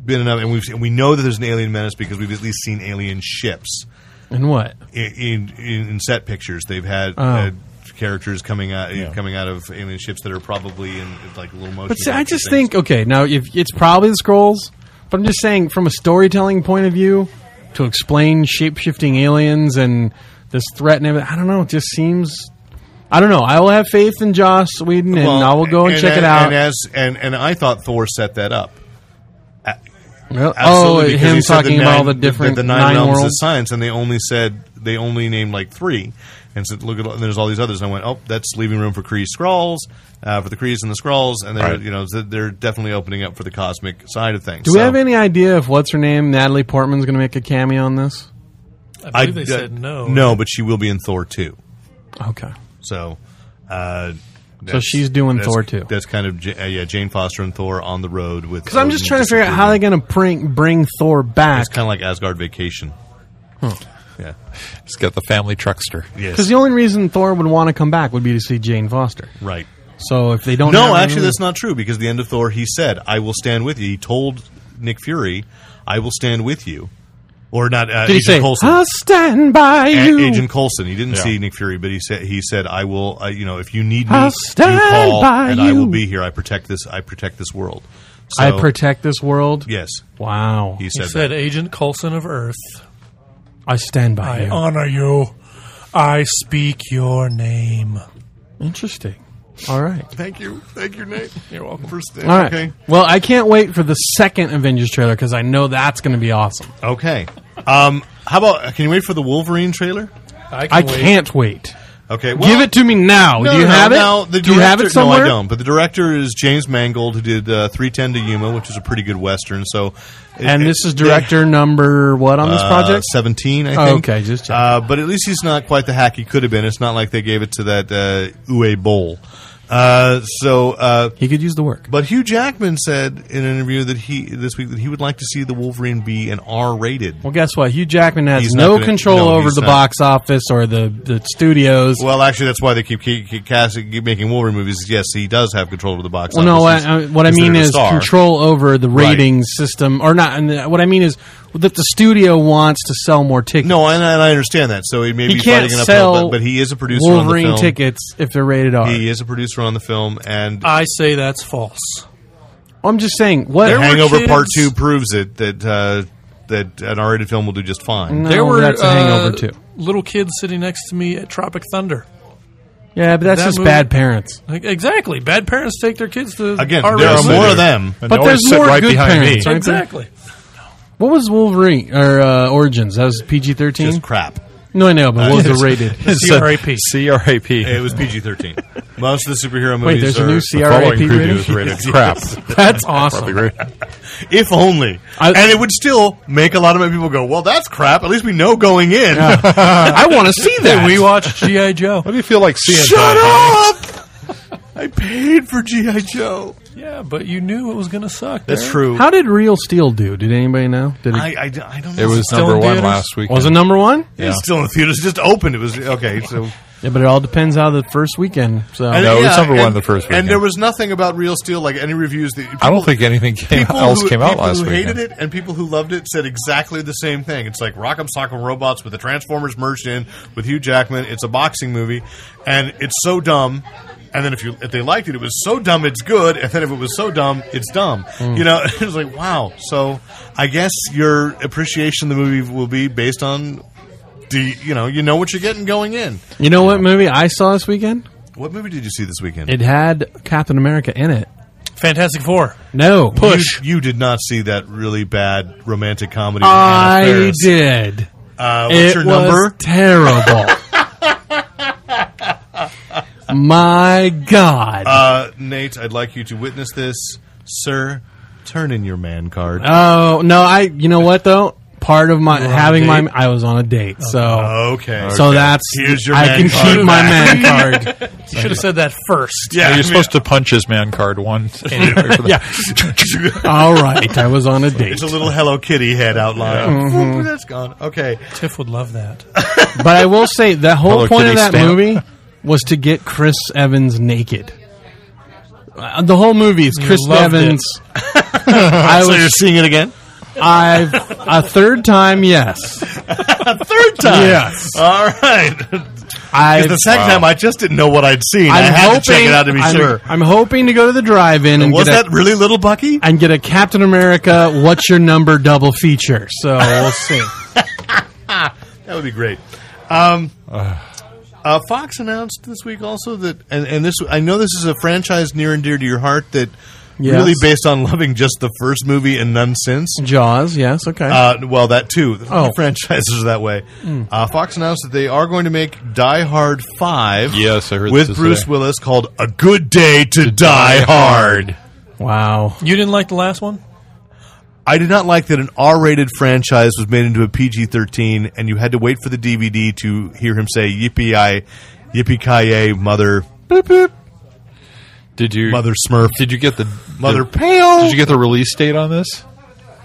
Speaker 4: been enough, and we have we know that there's an alien menace because we've at least seen alien ships
Speaker 5: And what?
Speaker 4: in in, in set pictures. They've had.
Speaker 5: Oh.
Speaker 4: Uh, Characters coming out
Speaker 3: Yeah.
Speaker 4: coming out of alien ships that are probably in like little motion.
Speaker 5: But see, I
Speaker 4: capture
Speaker 5: just
Speaker 4: things.
Speaker 5: think okay, now if it's probably the scrolls, but I'm just saying from a storytelling point of view to explain shape-shifting aliens and this threat and everything, I don't know, it just seems I don't know. I will have faith in Joss Whedon and
Speaker 4: Well,
Speaker 5: I will go and, check
Speaker 4: a-
Speaker 5: it out.
Speaker 4: And, as, and and I thought Thor set that up.
Speaker 5: Well, oh,
Speaker 4: Absolutely, because
Speaker 5: him
Speaker 4: he said
Speaker 5: talking
Speaker 4: the
Speaker 5: about all
Speaker 4: nine-
Speaker 5: the different
Speaker 4: the, the
Speaker 5: nine,
Speaker 4: realms
Speaker 5: worlds.
Speaker 4: of science, and they only said they only named like three, and said look at all- and there's all these others. And I went, oh, that's leaving room for Kree Skrulls, uh, for the Krees and the Skrulls, and they're
Speaker 3: Right.
Speaker 4: you know th- they're definitely opening up for the cosmic side of things.
Speaker 5: Do we
Speaker 4: So-
Speaker 5: have any idea if what's her name, Natalie Portman's going to make a cameo on this?
Speaker 6: I believe
Speaker 4: I-
Speaker 6: they
Speaker 4: uh,
Speaker 6: said no.
Speaker 4: no, but she will be in Thor two.
Speaker 5: Okay.
Speaker 4: So. Uh,
Speaker 5: So she's doing
Speaker 4: that's-
Speaker 5: Thor 2.
Speaker 4: That's kind of J- uh, yeah, Jane Foster and Thor on the road with. uh,
Speaker 5: Because I'm just trying to figure out how they're going to bring, bring Thor back.
Speaker 4: It's kind of like Asgard Vacation. Yeah.
Speaker 3: He's got the family truckster.
Speaker 4: Yes.
Speaker 5: Because the only reason Thor would want to come back would be to see Jane Foster.
Speaker 4: Right.
Speaker 5: So if they don't,
Speaker 4: No,
Speaker 5: have any-
Speaker 4: actually, that's not true because the end of Thor, he said, "I will stand with you." He told Nick Fury, "I will stand with you," or not uh,
Speaker 5: Did he
Speaker 4: Agent
Speaker 5: say,
Speaker 4: Coulson.
Speaker 5: "I'll stand by
Speaker 4: A-
Speaker 5: you"?
Speaker 4: Agent Coulson. He didn't
Speaker 3: Yeah.
Speaker 4: see Nick Fury, but he said, "He said, I will. Uh, you know, if you need me,
Speaker 5: I'll
Speaker 4: you
Speaker 5: stand
Speaker 4: call,
Speaker 5: by
Speaker 4: and I will
Speaker 5: you."
Speaker 4: be here. I protect this. I protect this world. So,
Speaker 5: I protect this world.
Speaker 4: Yes,
Speaker 5: Wow.
Speaker 4: he
Speaker 6: He
Speaker 4: said.
Speaker 6: said,
Speaker 4: that.
Speaker 6: Agent Coulson of Earth,
Speaker 5: I stand by
Speaker 6: I
Speaker 5: you.
Speaker 6: honor you. I speak your name.
Speaker 5: Interesting. All right.
Speaker 4: Thank you, thank you, Nate. You're welcome. First,
Speaker 5: All right.
Speaker 4: Okay.
Speaker 5: Well, I can't wait for the second Avengers trailer because I know that's going to be awesome.
Speaker 4: Okay. Um, how about? Can you wait for the Wolverine trailer?
Speaker 6: I, can
Speaker 5: I
Speaker 6: wait.
Speaker 5: can't wait.
Speaker 4: Okay. Well,
Speaker 5: Give it to me now.
Speaker 4: No,
Speaker 5: Do you
Speaker 4: no, no,
Speaker 5: have it?
Speaker 4: no, the
Speaker 5: Do you have
Speaker 4: director-
Speaker 5: it somewhere?
Speaker 4: No, I don't. But the director is James Mangold, who did uh, 310 to Yuma, which is a pretty good western. So,
Speaker 5: And this is director number what on this
Speaker 4: uh,
Speaker 5: project?
Speaker 4: 17, I
Speaker 5: Oh,
Speaker 4: think.
Speaker 5: okay, just checking.
Speaker 4: uh, but at least he's not quite the hack he could have been. It's not like they gave it to that uh, Uwe Boll. Uh, so, uh,
Speaker 5: He could use the work.
Speaker 4: but Hugh Jackman said in an interview that he this week that he would like to see the Wolverine be an R-rated.
Speaker 5: Well, guess what? Hugh Jackman has
Speaker 4: He's
Speaker 5: no
Speaker 4: not gonna-
Speaker 5: control
Speaker 4: no,
Speaker 5: over
Speaker 4: he's
Speaker 5: the
Speaker 4: not.
Speaker 5: box office or the, the studios.
Speaker 4: Well, actually, that's why they keep, keep, keep casting, keep making Wolverine movies. Yes, he does have control over the box.
Speaker 5: Well, no,
Speaker 4: office.
Speaker 5: what I, what I
Speaker 4: He's
Speaker 5: mean
Speaker 4: considered a
Speaker 5: is
Speaker 4: star.
Speaker 5: control over the
Speaker 4: Right.
Speaker 5: rating system, or not. And uh, what I mean is that the studio wants to sell more tickets.
Speaker 4: No, and, and I understand that. So he may
Speaker 5: he
Speaker 4: be
Speaker 5: can't
Speaker 4: fighting an uphill,
Speaker 5: sell.
Speaker 4: but, but he is a producer
Speaker 5: Wolverine
Speaker 4: on the film.
Speaker 5: tickets Uh, if they're rated R.
Speaker 4: He is a producer on the film, and
Speaker 6: I say that's false.
Speaker 5: I'm just saying what.
Speaker 6: There were
Speaker 4: Hangover
Speaker 6: kids-
Speaker 4: Part Two proves it that uh, that an R-rated film will do just fine.
Speaker 5: No,
Speaker 6: there were
Speaker 5: oh, that's a
Speaker 6: uh,
Speaker 5: hangover too.
Speaker 6: little kids sitting next to me at Tropic Thunder.
Speaker 5: Yeah, but that's
Speaker 6: that
Speaker 5: just
Speaker 6: movie-
Speaker 5: bad parents.
Speaker 6: Like, exactly. Bad parents take their kids to
Speaker 4: Again,
Speaker 6: our
Speaker 4: there are
Speaker 6: races.
Speaker 4: more of them.
Speaker 5: But
Speaker 3: And they always
Speaker 5: there's
Speaker 3: sit
Speaker 5: more
Speaker 3: right
Speaker 5: good
Speaker 3: behind
Speaker 5: parents.
Speaker 3: me.
Speaker 5: Right?
Speaker 6: Exactly.
Speaker 5: What was Wolverine or uh, Origins? That was PG-13.
Speaker 4: Just crap.
Speaker 5: no, I know, but what was the rated?
Speaker 6: CRAP.
Speaker 4: It
Speaker 3: CRAP.
Speaker 4: was PG thirteen. Most of the superhero movies.
Speaker 5: Wait, there's a
Speaker 4: are,
Speaker 5: new
Speaker 3: The following
Speaker 5: CRAP
Speaker 3: preview is
Speaker 5: rating.
Speaker 3: rated crap.
Speaker 5: That's awesome.
Speaker 4: if only,
Speaker 5: I-
Speaker 4: and it would still make a lot of people go, "Well, that's crap." At least we know going in.
Speaker 5: I want to see that.
Speaker 6: We watched G.I. Joe.
Speaker 3: What do you feel like seeing?
Speaker 4: Shut
Speaker 3: Doc?
Speaker 4: up! I paid for GI Joe.
Speaker 6: Yeah, but you knew it was going to suck.
Speaker 4: That's
Speaker 6: Derek.
Speaker 4: true.
Speaker 5: How did Real Steel do? Did anybody know? Did it,
Speaker 4: I, I, I don't. know.
Speaker 3: It was
Speaker 6: Still
Speaker 3: number
Speaker 6: in
Speaker 3: one
Speaker 6: theaters?
Speaker 3: last week.
Speaker 5: was it number one?
Speaker 4: It was
Speaker 3: Yeah.
Speaker 4: still in the theaters. It just opened. It was okay. So
Speaker 5: Yeah, but it all depends how the first weekend. So
Speaker 4: And-
Speaker 3: Um, No, it was
Speaker 4: yeah,
Speaker 3: number one
Speaker 4: and-
Speaker 3: the first
Speaker 4: And
Speaker 3: weekend.
Speaker 4: there was nothing about Real Steel like any reviews that
Speaker 3: I don't think anything came,
Speaker 4: people
Speaker 3: else
Speaker 4: who,
Speaker 3: came out
Speaker 4: people
Speaker 3: last
Speaker 4: who
Speaker 3: week.
Speaker 4: hated it and people who loved it said exactly the same thing. It's like Rock'em Sock'em Robots with the Transformers merged in with Hugh Jackman. It's a boxing movie, and it's so dumb. And then if you if they liked it, it was so dumb it's good. And then if it was so dumb, it's dumb.
Speaker 3: Hmm.
Speaker 4: You know, it was like wow. So I guess your appreciation of the movie will be based on the you know you know what you're getting going in.
Speaker 5: you know what movie I saw this weekend?
Speaker 4: What movie did you see this weekend?
Speaker 5: It had Captain America in it.
Speaker 6: Fantastic Four.
Speaker 5: No
Speaker 4: You, you did not see that really bad romantic comedy. with Anna
Speaker 5: I
Speaker 4: Faris.
Speaker 5: did.
Speaker 4: Uh, what's
Speaker 5: It
Speaker 4: your
Speaker 5: was
Speaker 4: number?
Speaker 5: terrible. My God.
Speaker 4: Uh, Nate, I'd like you to witness this, sir. Turn in your man card.
Speaker 5: Uh, oh no! I. You know what though? part of my
Speaker 6: on a
Speaker 5: having my.
Speaker 6: date?
Speaker 5: I was on a date, so
Speaker 4: Oh, Okay.
Speaker 5: so
Speaker 4: Okay.
Speaker 5: that's
Speaker 4: Here's your
Speaker 5: I can
Speaker 4: man card
Speaker 5: keep my man card.
Speaker 6: card. you should have said that first.
Speaker 4: Yeah,
Speaker 3: You're
Speaker 4: I mean-
Speaker 3: supposed to punch his man card one. anyway for the-
Speaker 5: All right, I was on a date,
Speaker 4: There's a little Hello Kitty head outline.
Speaker 5: Mm-hmm.
Speaker 4: Oop, that's gone. Okay.
Speaker 6: Tiff would love that.
Speaker 5: but I will say the whole
Speaker 3: Hello
Speaker 5: point of
Speaker 3: Kitty
Speaker 5: that
Speaker 3: stamp.
Speaker 5: movie was to get Chris Evans naked. Uh, The whole movie is Chris
Speaker 6: loved it.
Speaker 5: Evans. I
Speaker 4: So you're
Speaker 5: was
Speaker 4: seeing it again?
Speaker 5: I've a third time. Yes,
Speaker 4: Third time.
Speaker 5: Yes.
Speaker 4: All right. 'Cause
Speaker 5: I.
Speaker 4: the second time, I just didn't know what I'd seen. i
Speaker 5: I'm
Speaker 4: had
Speaker 5: hoping
Speaker 4: to check it out to be
Speaker 5: I'm,
Speaker 4: sure.
Speaker 5: I'm hoping to go to the drive-in and
Speaker 4: Was
Speaker 5: get a-
Speaker 4: that really Little Bucky?
Speaker 5: and get a Captain America What's Your Number double feature. So we'll see.
Speaker 4: That would be great. Um, uh, Fox announced this week also that, and, and this I know this is a franchise near and dear to your heart that
Speaker 5: Yes.
Speaker 4: really based on loving just the first movie and none since.
Speaker 5: Jaws, yes, okay.
Speaker 4: Uh, well, that too. The
Speaker 5: Oh. Hmm.
Speaker 4: franchises are that way. Uh, Fox announced that they are going to make Die Hard Five.
Speaker 3: Yes, I heard
Speaker 4: with
Speaker 3: this
Speaker 4: Bruce
Speaker 3: today.
Speaker 4: Willis called "A Good Day to, Die,
Speaker 3: Die
Speaker 4: Hard."
Speaker 5: wow.
Speaker 6: You didn't like the last one?
Speaker 4: I did not like that an R-rated franchise was made into a PG-13, and you had to wait for the DVD to hear him say "Yippee I, Yippee ki mother,
Speaker 3: Did you
Speaker 4: mother Smurf,
Speaker 3: Did you get the
Speaker 4: mother
Speaker 3: The,
Speaker 4: pale."
Speaker 3: did you get the release date on this?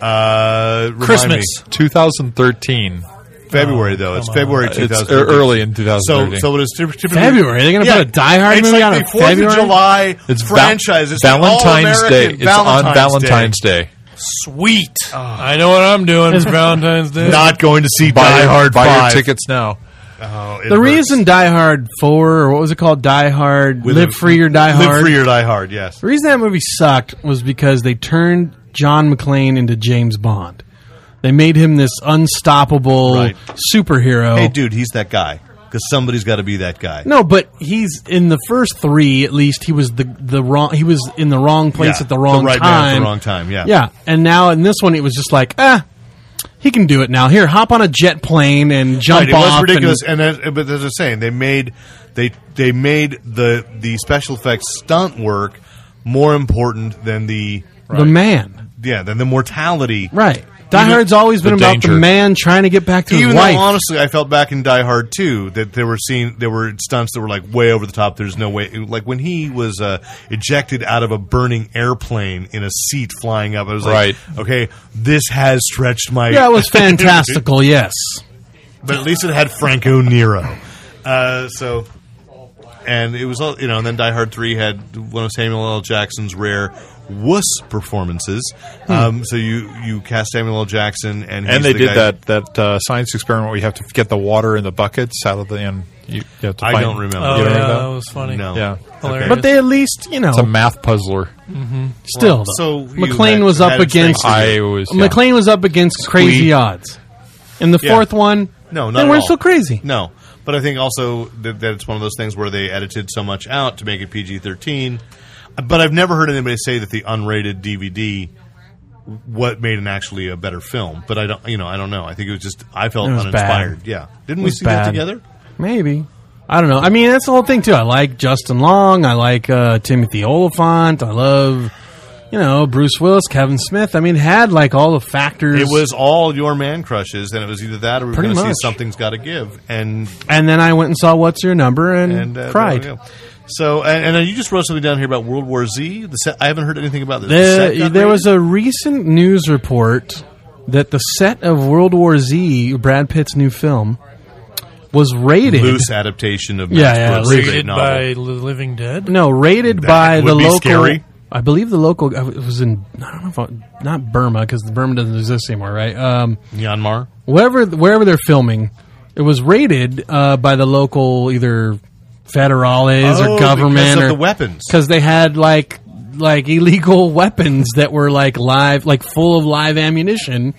Speaker 4: uh, remind
Speaker 6: Christmas.
Speaker 4: me.
Speaker 3: 2013.
Speaker 4: February though. It's
Speaker 6: come on.
Speaker 4: February
Speaker 3: Oh, It's
Speaker 4: 2013.
Speaker 3: e- early in
Speaker 4: So,
Speaker 3: 2013.
Speaker 4: so it is typically
Speaker 5: February? They're gonna put a Die Hard
Speaker 4: it's
Speaker 5: movie
Speaker 4: like
Speaker 5: out
Speaker 4: the
Speaker 5: in
Speaker 4: Fourth
Speaker 5: February?
Speaker 4: Of July
Speaker 3: it's va-
Speaker 4: franchise. It's the
Speaker 3: Valentine's Day.
Speaker 4: all-American
Speaker 3: It's on Valentine's Day.
Speaker 6: Sweet. I know what I'm doing. It's Valentine's Day.
Speaker 4: Uh-huh. Not going to see
Speaker 3: Buy
Speaker 4: Die Hard
Speaker 3: Buy
Speaker 4: 5.
Speaker 3: your tickets now.
Speaker 4: Oh, it
Speaker 5: The
Speaker 4: hurts.
Speaker 5: reason Die Hard 4, or what was it called? Die Hard,
Speaker 4: With
Speaker 5: Live
Speaker 4: a-
Speaker 5: Free or Die Hard.
Speaker 4: Live free or die hard. Yes.
Speaker 5: The reason that movie sucked was because they turned John McClane into James Bond. They made him this unstoppable
Speaker 4: Right.
Speaker 5: superhero.
Speaker 4: Hey, dude, he's that guy because somebody's got to be that guy.
Speaker 5: Oh. No, but he's in the first three. At least he was the the wrong. He was in the wrong place
Speaker 4: Yeah,
Speaker 5: at the wrong
Speaker 4: the right
Speaker 5: time.
Speaker 4: man at the wrong time, yeah.
Speaker 5: yeah. And now in this one, it was just like, ah, he can do it now. Here, hop on a jet plane and jump
Speaker 4: Right, it was
Speaker 5: off.
Speaker 4: ridiculous,
Speaker 5: and-
Speaker 4: and, as, but as I was saying, they made they they made the the special effects stunt work more important than the
Speaker 5: The man,
Speaker 4: yeah than the mortality.
Speaker 5: right? Die Hard's always been
Speaker 3: the
Speaker 5: about the
Speaker 3: danger.
Speaker 5: man trying to get back to
Speaker 4: Even
Speaker 5: his
Speaker 4: though
Speaker 5: wife.
Speaker 4: honestly, I felt back in Die Hard too that there were seen there were stunts that were like way over the top. There's no way, like when he was uh, ejected out of a burning airplane in a seat flying up. I was
Speaker 3: Right.
Speaker 4: like, okay, this has stretched my
Speaker 5: yeah, it was fantastical. yes,
Speaker 4: but at least it had Franco Nero. Uh, so, and it was all you know. And then Die Hard Three had one of Samuel L. Jackson's rare wuss performances. Um, so you you cast Samuel L. Jackson, and he's
Speaker 3: And they
Speaker 4: the
Speaker 3: did
Speaker 4: guy-
Speaker 3: that that uh, science experiment where you have to get the water in the buckets out of the end. You, you have to
Speaker 4: I
Speaker 3: find-
Speaker 4: don't remember.
Speaker 6: Oh,
Speaker 3: You
Speaker 6: yeah,
Speaker 3: don't
Speaker 6: that?
Speaker 3: remember
Speaker 6: was funny.
Speaker 4: No.
Speaker 3: Yeah.
Speaker 6: Hilarious.
Speaker 5: but they at least you know
Speaker 3: It's a math puzzler.
Speaker 5: still. though.
Speaker 4: so you
Speaker 5: McClane
Speaker 4: had-
Speaker 5: was up
Speaker 4: had it
Speaker 5: against
Speaker 4: straight.
Speaker 3: I was yeah.
Speaker 5: McClane was up against crazy
Speaker 3: Squeak.
Speaker 5: odds. In the
Speaker 4: Yeah.
Speaker 5: fourth one,
Speaker 4: No, not
Speaker 5: they
Speaker 4: at
Speaker 5: weren't
Speaker 4: all.
Speaker 5: so crazy.
Speaker 4: No, but I think also that, that it's one of those things where they edited so much out to make it PG thirteen. But I've never heard anybody say that the unrated DVD what made an actually a better film. But I don't, you know, I don't know. I think it was just I felt
Speaker 5: It was
Speaker 4: uninspired. Yeah, didn't we
Speaker 5: was
Speaker 4: see
Speaker 5: bad.
Speaker 4: that together?
Speaker 5: Maybe. I don't know. I mean, that's the whole thing too. I like Justin Long. I like uh, Timothy Oliphant. I love, you know, Bruce Willis, Kevin Smith. I mean, it had like all the factors.
Speaker 4: It was all your man crushes, and it was either that or we were
Speaker 5: Pretty
Speaker 4: going to see
Speaker 5: much.
Speaker 4: something's got to give, and
Speaker 5: and then I went and saw What's Your Number and,
Speaker 4: and uh,
Speaker 5: cried.
Speaker 4: there we go. So, and, and then you just wrote something down here about World War Z. The set, I haven't heard anything about this. The set
Speaker 5: The,
Speaker 4: got
Speaker 5: there was
Speaker 4: rated?
Speaker 5: a recent news report that the set of World War Z, Brad Pitt's new film, was rated
Speaker 4: loose adaptation of
Speaker 5: Yeah,
Speaker 4: Max
Speaker 5: yeah,
Speaker 4: Brooks'
Speaker 5: rated
Speaker 4: great
Speaker 6: Created
Speaker 4: novel.
Speaker 6: by the Living Dead.
Speaker 5: No, rated
Speaker 4: That
Speaker 5: by
Speaker 4: would
Speaker 5: the
Speaker 4: be
Speaker 5: local.
Speaker 4: scary.
Speaker 5: I believe the local. It was in. I don't know if I- not Burma because the Burma doesn't exist anymore, right? Um,
Speaker 4: Myanmar.
Speaker 5: wherever wherever they're filming, it was rated uh, by the local either federales
Speaker 4: Oh,
Speaker 5: or government
Speaker 4: because of
Speaker 5: or
Speaker 4: the weapons.
Speaker 5: because they had like like illegal weapons that were like live, like full of live ammunition.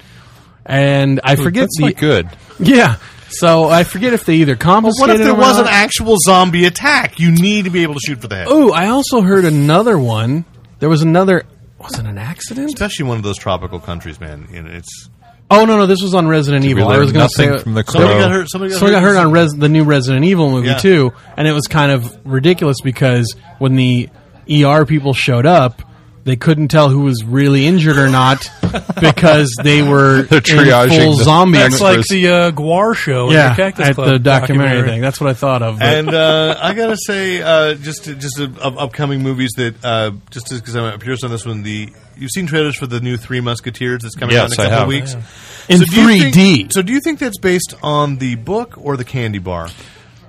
Speaker 5: And I forget
Speaker 3: That's
Speaker 5: the
Speaker 3: not good.
Speaker 5: yeah. So I forget if they either confiscated.
Speaker 4: What if there
Speaker 5: them or
Speaker 4: was an
Speaker 5: not.
Speaker 4: actual zombie attack? You need to be able to shoot for the head.
Speaker 5: Oh, I also heard another one. There was another. Was it an accident?
Speaker 4: Especially one of those tropical countries, man. And it's
Speaker 5: Oh no, no, this was on Resident
Speaker 3: We
Speaker 5: Evil. I
Speaker 3: learned
Speaker 5: was going to say
Speaker 3: nothing from the
Speaker 4: somebody
Speaker 3: crow.
Speaker 4: got hurt. Somebody got
Speaker 5: So I got
Speaker 4: hurt.
Speaker 5: heard on Res, the new Resident Evil movie
Speaker 4: Yeah.
Speaker 5: too, and it was kind of ridiculous because when the ER people E showed up, They couldn't tell who was really injured or not because they were
Speaker 3: They're triaging
Speaker 5: in full
Speaker 3: the-
Speaker 5: zombie.
Speaker 3: That's
Speaker 6: It's like the uh, Guar show,
Speaker 5: yeah,
Speaker 6: at the Cactus
Speaker 5: at
Speaker 6: Club
Speaker 5: the documentary, thing. That's what I thought of. but-
Speaker 4: and uh, I gotta say, uh, just just uh, of upcoming movies that uh, just because I'm curious on this one, the you've seen trailers for the new Three Musketeers that's coming out in
Speaker 3: Yes,
Speaker 4: a
Speaker 3: I
Speaker 4: couple
Speaker 3: have.
Speaker 4: weeks
Speaker 5: In
Speaker 4: do you
Speaker 5: 3D.
Speaker 4: think- so do you think that's based on the book or the candy bar?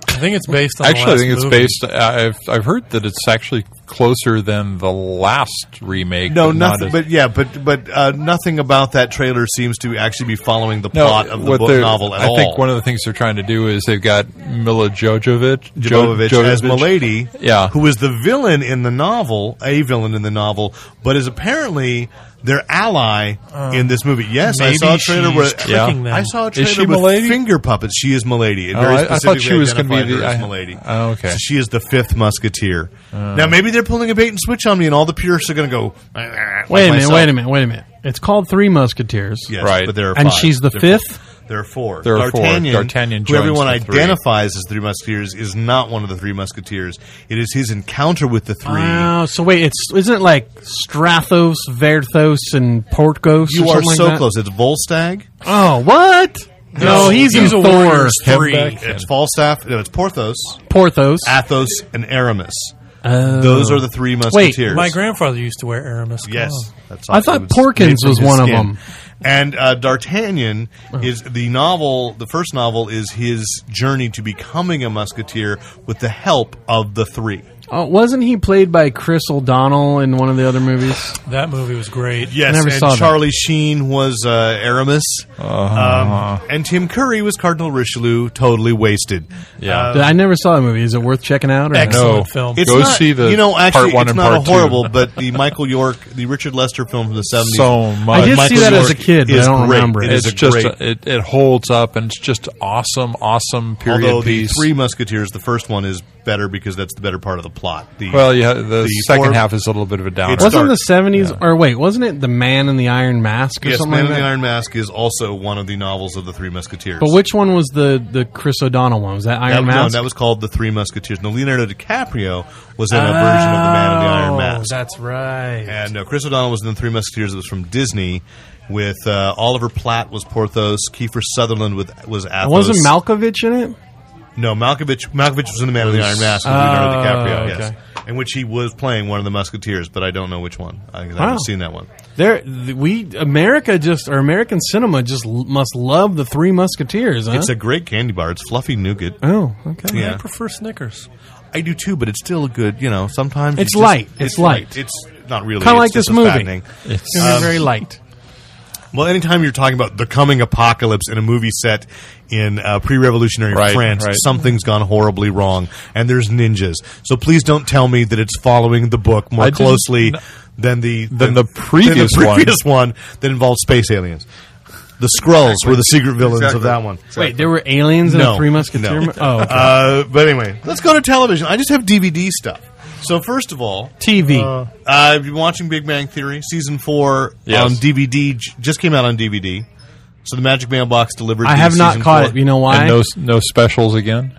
Speaker 6: I think it's based on. the
Speaker 3: Actually, I
Speaker 6: last
Speaker 3: think it's
Speaker 6: movie.
Speaker 3: based. I've I've heard that it's actually closer than the last remake.
Speaker 4: No,
Speaker 3: but not
Speaker 4: nothing.
Speaker 3: as-
Speaker 4: But yeah, but but uh, nothing about that trailer seems to actually be following the
Speaker 3: no,
Speaker 4: plot of the
Speaker 3: what
Speaker 4: book
Speaker 3: they're-
Speaker 4: novel at
Speaker 3: I
Speaker 4: all.
Speaker 3: think one of the things they're trying to do is they've got Mila Jojovic, Jo-
Speaker 4: Jovovich as Milady,
Speaker 3: Yeah.
Speaker 4: who is the villain in the novel, a villain in the novel, but is apparently their ally in this movie. Yes, I
Speaker 6: maybe
Speaker 4: saw a trailer
Speaker 6: she's
Speaker 4: where
Speaker 6: tricking them.
Speaker 4: I saw a
Speaker 3: Is
Speaker 4: trailer
Speaker 3: she
Speaker 4: with
Speaker 3: Milady?
Speaker 4: finger puppets. She is Milady. It
Speaker 3: Oh,
Speaker 4: very
Speaker 3: I- I thought
Speaker 4: specifically
Speaker 3: she was gonna be
Speaker 4: identified her
Speaker 3: the-
Speaker 4: as
Speaker 3: I-
Speaker 4: Milady.
Speaker 3: Oh, okay. Oh.
Speaker 4: So she is the fifth musketeer. now maybe they're pulling a bait and switch on me, and all the purists are going to go. "Ah, ah, ah,"
Speaker 5: wait
Speaker 4: like
Speaker 5: a minute,
Speaker 4: myself.
Speaker 5: wait a minute, wait a minute. It's called Three Musketeers.
Speaker 4: Yes,
Speaker 3: Right.
Speaker 4: but there are
Speaker 5: And
Speaker 4: five.
Speaker 5: she's the
Speaker 4: There-
Speaker 5: fifth?
Speaker 4: There are four.
Speaker 3: There are four.
Speaker 4: D'Artagnan,
Speaker 3: D'Artagnan
Speaker 4: who
Speaker 3: joins
Speaker 4: everyone
Speaker 3: the three.
Speaker 4: identifies as Three Musketeers, is not one of the Three Musketeers. It is his encounter with the three.
Speaker 5: Wow. So wait, it's isn't it like Strathos, Verthos, and Porthos?
Speaker 4: you
Speaker 5: or
Speaker 4: are
Speaker 5: something like
Speaker 4: so
Speaker 5: that?
Speaker 4: close. It's Volstagg.
Speaker 5: Oh, what? No, he's,
Speaker 6: he's
Speaker 5: in
Speaker 6: a
Speaker 5: Thor.
Speaker 6: warrior's Three.
Speaker 4: Hembeck, It's Falstaff. No, it's Porthos,
Speaker 5: Porthos.
Speaker 4: Athos, and Aramis.
Speaker 5: Oh.
Speaker 4: Those are the Three Musketeers.
Speaker 6: My grandfather used to wear Aramis. Come
Speaker 4: Yes,
Speaker 6: on.
Speaker 4: that's
Speaker 5: Oh. I thought
Speaker 4: it
Speaker 5: Porkins
Speaker 4: made from
Speaker 5: was
Speaker 4: his
Speaker 5: one of
Speaker 4: skin.
Speaker 5: them. Oh.
Speaker 4: And uh, D'Artagnan is the novel. The first novel is his journey to becoming a musketeer with the help of the three.
Speaker 5: Uh, wasn't he played by Chris O'Donnell in one of the other movies?
Speaker 6: That movie was great.
Speaker 4: Yes,
Speaker 5: Never
Speaker 4: and
Speaker 5: saw that.
Speaker 4: Charlie Sheen was uh, Aramis, um, and Tim Curry was Cardinal Richelieu, totally wasted.
Speaker 3: Yeah.
Speaker 4: Uh,
Speaker 5: I never saw that movie. Is it worth checking out? Or not?
Speaker 6: Excellent.
Speaker 3: no
Speaker 6: film.
Speaker 4: it's
Speaker 3: Go
Speaker 4: not-
Speaker 3: see the
Speaker 4: you know actually
Speaker 3: part one
Speaker 4: it's
Speaker 3: and
Speaker 4: not
Speaker 3: part
Speaker 4: a
Speaker 3: two.
Speaker 4: horrible, but the Michael York, the Richard Lester film from the seventies.
Speaker 3: So much.
Speaker 5: I did
Speaker 4: Michael
Speaker 5: see that as a
Speaker 4: York
Speaker 5: kid, but I
Speaker 4: is
Speaker 5: don't
Speaker 4: great.
Speaker 5: remember it.
Speaker 4: It is
Speaker 3: It's
Speaker 4: a
Speaker 3: just
Speaker 4: great-
Speaker 3: it, it holds up and it's just awesome, awesome period
Speaker 4: although
Speaker 3: piece.
Speaker 4: the Three Musketeers, the first one is better because that's the better part of the plot. The,
Speaker 3: well, yeah, the,
Speaker 4: the
Speaker 3: second
Speaker 4: four-
Speaker 3: half is a little bit of a downer.
Speaker 4: It's-
Speaker 5: Wasn't the seventies or wait? Wasn't it the Man in the Iron Mask or
Speaker 4: yes,
Speaker 5: something
Speaker 4: Man
Speaker 5: like
Speaker 4: in
Speaker 5: that?
Speaker 4: the Iron Mask is also one of the novels of the Three Musketeers.
Speaker 5: but which one was the the Chris O'Donnell one? Was that
Speaker 4: that,
Speaker 5: Iron
Speaker 4: no,
Speaker 5: Mask?
Speaker 4: that was called the Three Musketeers. No, Leonardo DiCaprio was in a version of the Man in the
Speaker 5: Oh,
Speaker 4: Iron Mask.
Speaker 5: That's right.
Speaker 4: And uh, Chris O'Donnell was in the Three Musketeers. It was from Disney. With uh, Oliver Platt was Porthos. Kiefer Sutherland with, was Athos.
Speaker 5: Wasn't Malkovich in it?
Speaker 4: No, Malkovich. Malkovich was in the Man in the
Speaker 5: Oh,
Speaker 4: Iron Mask with Leonardo DiCaprio. Yes, in which he was playing one of the Musketeers, but I don't know which one. I, I
Speaker 5: Wow.
Speaker 4: haven't seen that one.
Speaker 5: There, th- we America just or American cinema just l- must love the Three Musketeers. Huh?
Speaker 4: It's a great candy bar. It's fluffy nougat.
Speaker 5: oh, okay.
Speaker 4: Yeah.
Speaker 6: I prefer Snickers.
Speaker 4: I do too, but it's still a good. You know, sometimes you
Speaker 5: It's
Speaker 4: just-
Speaker 5: light. It's light.
Speaker 4: It's not really
Speaker 5: Kinda
Speaker 4: It's
Speaker 5: like
Speaker 4: just
Speaker 5: this
Speaker 4: as
Speaker 5: movie.
Speaker 4: fattening.
Speaker 5: It's gonna be
Speaker 4: um,
Speaker 5: very light.
Speaker 4: Well, anytime you're talking about the coming apocalypse in a movie set in uh, pre-revolutionary
Speaker 3: Right,
Speaker 4: France,
Speaker 3: right.
Speaker 4: something's gone horribly wrong, and there's ninjas. So please don't tell me that it's following the book more
Speaker 3: I didn't-
Speaker 4: closely than the
Speaker 3: Than the previous
Speaker 4: than the
Speaker 3: one.
Speaker 4: previous one. that involved space aliens. The Skrulls were the secret villains of that one.
Speaker 5: Wait, there were aliens in
Speaker 4: No,
Speaker 5: the Three Musketeers.
Speaker 4: no.
Speaker 5: Oh, okay.
Speaker 4: Uh, but anyway, let's go to television. I just have DVD stuff. So first of all,
Speaker 5: TV.
Speaker 4: uh, I've been watching Big Bang Theory season four
Speaker 3: Yes.
Speaker 4: on DVD. j- Just came out on DVD. So the Magic Mailbox delivered.
Speaker 5: I
Speaker 4: the
Speaker 5: have not
Speaker 4: season
Speaker 5: caught
Speaker 4: four.
Speaker 5: it. You know why?
Speaker 3: and no no specials again.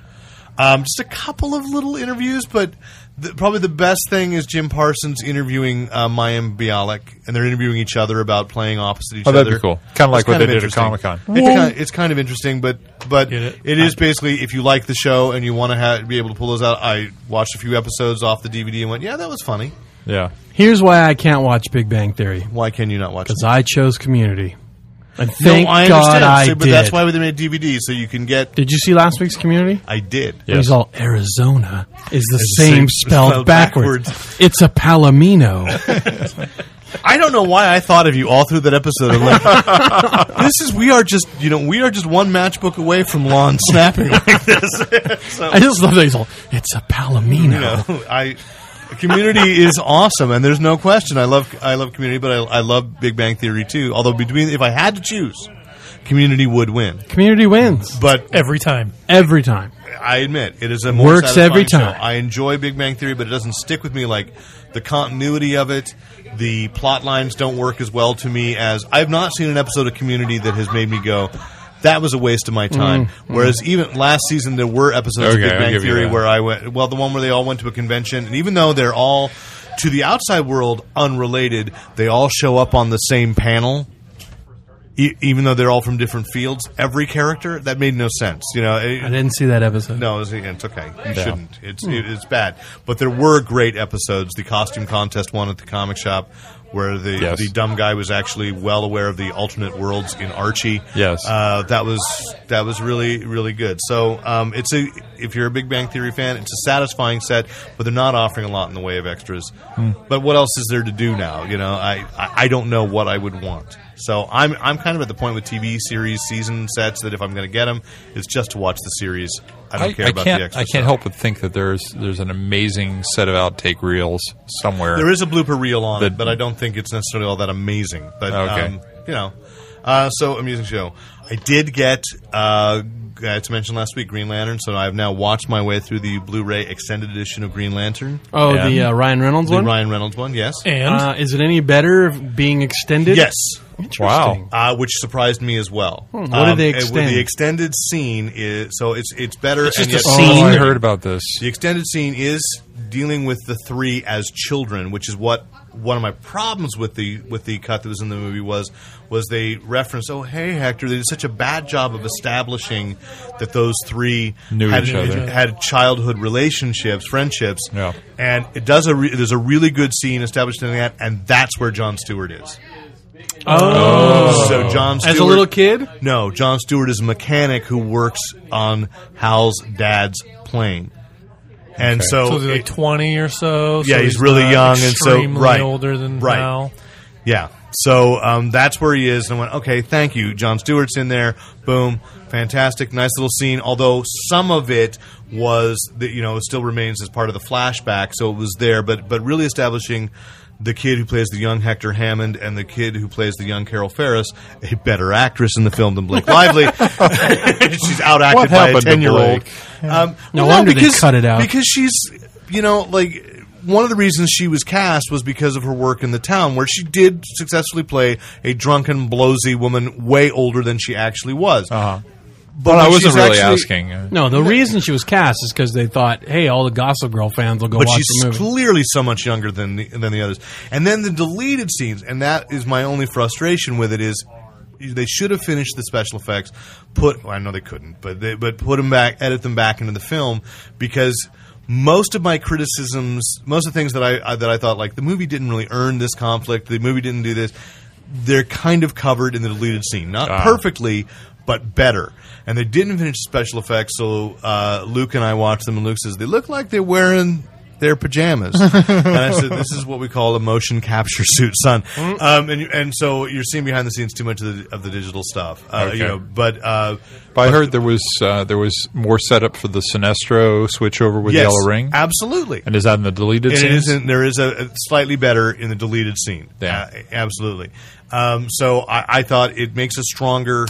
Speaker 4: Um, just a couple of little interviews, but the, probably the best thing is Jim Parsons interviewing uh, Mayim Bialik, and they're interviewing each other about playing opposite each
Speaker 3: Oh,
Speaker 4: other.
Speaker 3: that'd be cool. Kinda like
Speaker 4: It's
Speaker 3: what they did at
Speaker 4: interesting.
Speaker 3: Comic-Con.
Speaker 4: It's, kind it's kind of interesting, but but
Speaker 6: Get it?
Speaker 4: it is basically if you like the show and you want to ha- be able to pull those out. I watched a few episodes off the DVD and went, yeah, that was funny.
Speaker 3: Yeah,
Speaker 5: Here's why I can't watch Big Bang Theory
Speaker 4: Why can you not watch?
Speaker 5: because
Speaker 4: it?
Speaker 5: I chose Community. And thank
Speaker 4: no, I
Speaker 5: God
Speaker 4: understand.
Speaker 5: I
Speaker 4: So- but
Speaker 5: did.
Speaker 4: that's why they made DVDs so you can get.
Speaker 5: did you see last week's Community?
Speaker 4: I did.
Speaker 5: It was all Arizona is the same,
Speaker 4: same-
Speaker 5: spelled,
Speaker 4: spelled
Speaker 5: backwards. It's a palomino.
Speaker 4: I don't know why I thought of you all through that episode. I'm like, this is we are just you know we are just one matchbook away from lawn snapping like this. so
Speaker 5: I just love that he's all. It's a palomino.
Speaker 4: you know, I community is awesome, and there's no question. I love I love community, but I, I love Big Bang Theory too. Although between if I had to choose, community would win.
Speaker 5: Community wins
Speaker 4: But
Speaker 6: Every time.
Speaker 5: every time.
Speaker 4: I admit it is a more
Speaker 5: Works
Speaker 4: satisfying
Speaker 5: every
Speaker 4: show.
Speaker 5: time.
Speaker 4: I enjoy Big Bang Theory, but it doesn't stick with me like the continuity of it. The plot lines don't work as well to me as I've not seen an episode of Community that has made me go. That was a waste of
Speaker 5: Mm,
Speaker 4: my time. Whereas even last season, there were episodes
Speaker 3: Okay,
Speaker 4: of
Speaker 3: I'll
Speaker 4: Big Bang
Speaker 3: give you
Speaker 4: Theory
Speaker 3: that.
Speaker 4: where I went. Well, the one where they all went to a convention, and even though they're all to the outside world unrelated. They all show up on the same panel. E- even though they're all from different fields, every character that made no sense. You know, it-
Speaker 5: I didn't see that episode.
Speaker 4: no, it's, it's okay. You shouldn't. It's
Speaker 3: Hmm.
Speaker 4: it, it's bad. But there were great episodes. The costume contest one at the comic shop, where the
Speaker 3: Yes.
Speaker 4: the dumb guy was actually well aware of the alternate worlds in Archie.
Speaker 3: Yes.
Speaker 4: uh, that was that was really really good. So um, it's a if you're a Big Bang Theory fan, it's a satisfying set, but they're not offering a lot in the way of extras.
Speaker 3: Hmm.
Speaker 4: But what else is there to do now? You know, I, I I don't know what I would want. So I'm I'm kind of at the point with TV series season sets that if I'm going to get them, it's just to watch the series. I don't care about
Speaker 3: can't,
Speaker 4: the extra.
Speaker 3: I can't
Speaker 4: stuff.
Speaker 3: help but think that there's there's an amazing set of outtake reels somewhere.
Speaker 4: There is a blooper reel on
Speaker 3: The-
Speaker 4: it, but I don't think it's necessarily all that amazing. But
Speaker 3: Okay.
Speaker 4: um, you know, uh, so amusing show. I did get uh, uh, to mention last week Green Lantern, so I have now watched my way through the Blu-ray extended edition of Green Lantern,
Speaker 5: Oh,
Speaker 3: Yeah.
Speaker 5: the uh, Ryan Reynolds
Speaker 4: the
Speaker 5: one.
Speaker 4: Ryan Reynolds one. Yes,
Speaker 6: And
Speaker 5: Uh, is it any better being extended?
Speaker 4: yes.
Speaker 3: wow.
Speaker 4: Uh, which surprised me as well.
Speaker 3: Hmm,
Speaker 5: what did they
Speaker 4: it-
Speaker 5: extend?
Speaker 4: The extended scene is so it's it's better.
Speaker 3: It's just
Speaker 4: and
Speaker 3: a
Speaker 4: yet-
Speaker 3: scene. I heard about this.
Speaker 4: The extended scene is dealing with the three as children, which is what one of my problems with the with the cut that was in the movie was was they referenced, oh hey Hector, they did such a bad job of establishing that those three
Speaker 3: Knew
Speaker 4: had,
Speaker 3: each other.
Speaker 4: had childhood relationships, friendships,
Speaker 3: Yeah.
Speaker 4: and it does a re- there's a really good scene established in that, and that's where John Stewart is. Oh, so John Stewart,
Speaker 5: As a little kid,
Speaker 4: no, John Stewart is a mechanic who works on Hal's dad's plane. And so,
Speaker 6: so he's like
Speaker 4: it-
Speaker 6: twenty or so. so
Speaker 4: Yeah, he's really
Speaker 6: not
Speaker 4: young, and so-
Speaker 6: extremely
Speaker 4: right,
Speaker 6: older than
Speaker 4: right.
Speaker 6: Hal.
Speaker 4: yeah. So um, that's where he is. And I went, okay, thank you. John Stewart's in there. Boom. Fantastic. Nice little scene. Although some of it was, that you know, it still remains as part of the flashback. So it was there, but, but really establishing the kid who plays the young Hector Hammond and the kid who plays the young Carol Ferris, a better actress in the film than Blake Lively. She's out acted
Speaker 3: What
Speaker 4: by a
Speaker 3: happened to
Speaker 4: 10 year old.
Speaker 3: Blake?
Speaker 4: Um,
Speaker 5: No
Speaker 4: well,
Speaker 5: wonder they cut it out.
Speaker 4: because she's you know like one of the reasons she was cast was because of her work in the town where she did successfully play a drunken blowsy woman way older than she actually was
Speaker 3: Uh-huh.
Speaker 4: but
Speaker 3: I
Speaker 4: when
Speaker 3: wasn't
Speaker 4: she's
Speaker 3: really
Speaker 4: actually-
Speaker 3: asking. Uh,
Speaker 5: no. The reason she was cast is because they thought, hey, all the Gossip Girl fans will go
Speaker 4: but
Speaker 5: watch
Speaker 4: she's
Speaker 5: the movie.
Speaker 4: clearly so much younger than the, than the others. And then the deleted scenes, and that is my only frustration with it is they should have finished the special effects. Put well, I know they couldn't, but they, but put them back, edit them back into the film because. Most of my criticisms, most of the things that I, I that I thought like the movie didn't really earn this conflict, the movie didn't do this, they're kind of covered in the deleted scene. Not
Speaker 3: Ah.
Speaker 4: perfect perfectly, but better. And they didn't finish special effects, so uh, Luke and I watched them, and Luke says they look like they're wearing their pajamas. and I said, "This is what we call a motion capture suit, son."
Speaker 3: Mm.
Speaker 4: Um, and you- and so you're seeing behind the scenes too much of the, of the digital stuff, uh,
Speaker 3: Okay.
Speaker 4: you know. But uh,
Speaker 3: But I heard there was uh, there was more setup for the Sinestro switchover with
Speaker 4: yes,
Speaker 3: the yellow ring.
Speaker 4: absolutely.
Speaker 3: and is that in the deleted
Speaker 4: It
Speaker 3: scenes?
Speaker 4: isn't. There is a, a slightly better in the deleted scene.
Speaker 3: Yeah.
Speaker 4: Uh, absolutely. Um, so I, I thought it makes a stronger.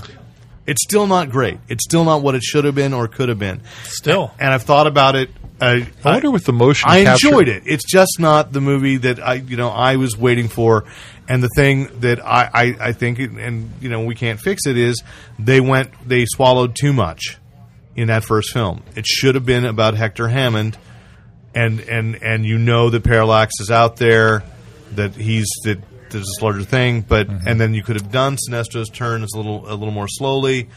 Speaker 4: It's still not great. It's still not what it should have been or could have been.
Speaker 6: Still.
Speaker 4: and I've thought about it. I,
Speaker 3: I wonder with the motion.
Speaker 4: I
Speaker 3: capture-
Speaker 4: enjoyed it. It's just not the movie that I, you know, I was waiting for. And the thing that I, I, I think, it- and you know, we can't fix it is they went, they swallowed too much in that first film. It should have been about Hector Hammond, and and and you know that Parallax is out there, that he's that there's this larger thing. But
Speaker 3: Mm-hmm.
Speaker 4: and then you could have done Sinestro's turn is a little a little more slowly.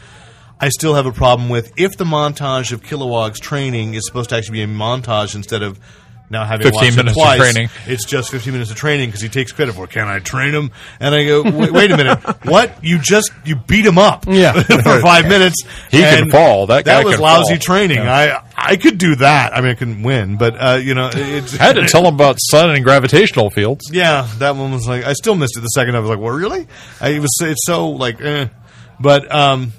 Speaker 4: I still have a problem with if the montage of Kilowog's training is supposed to actually be a montage instead of now having
Speaker 3: 15
Speaker 4: watched
Speaker 3: minutes
Speaker 4: it
Speaker 3: of
Speaker 4: twice,
Speaker 3: training.
Speaker 4: It's just 15 minutes of training because he takes credit for. Can I train him? And I go, wait, wait a minute, what? You just you beat him up,
Speaker 5: Yeah.
Speaker 4: for five minutes.
Speaker 3: He can
Speaker 4: And
Speaker 3: fall. That guy
Speaker 4: was
Speaker 3: can
Speaker 4: lousy
Speaker 3: fall.
Speaker 4: training. I I could do that. I mean, I couldn't win, but uh, you know, it's,
Speaker 3: I had to tell them about sun and gravitational fields.
Speaker 4: yeah, that one was like I still missed it the second. I was like, well, really? I, it was it's so like, eh. but um,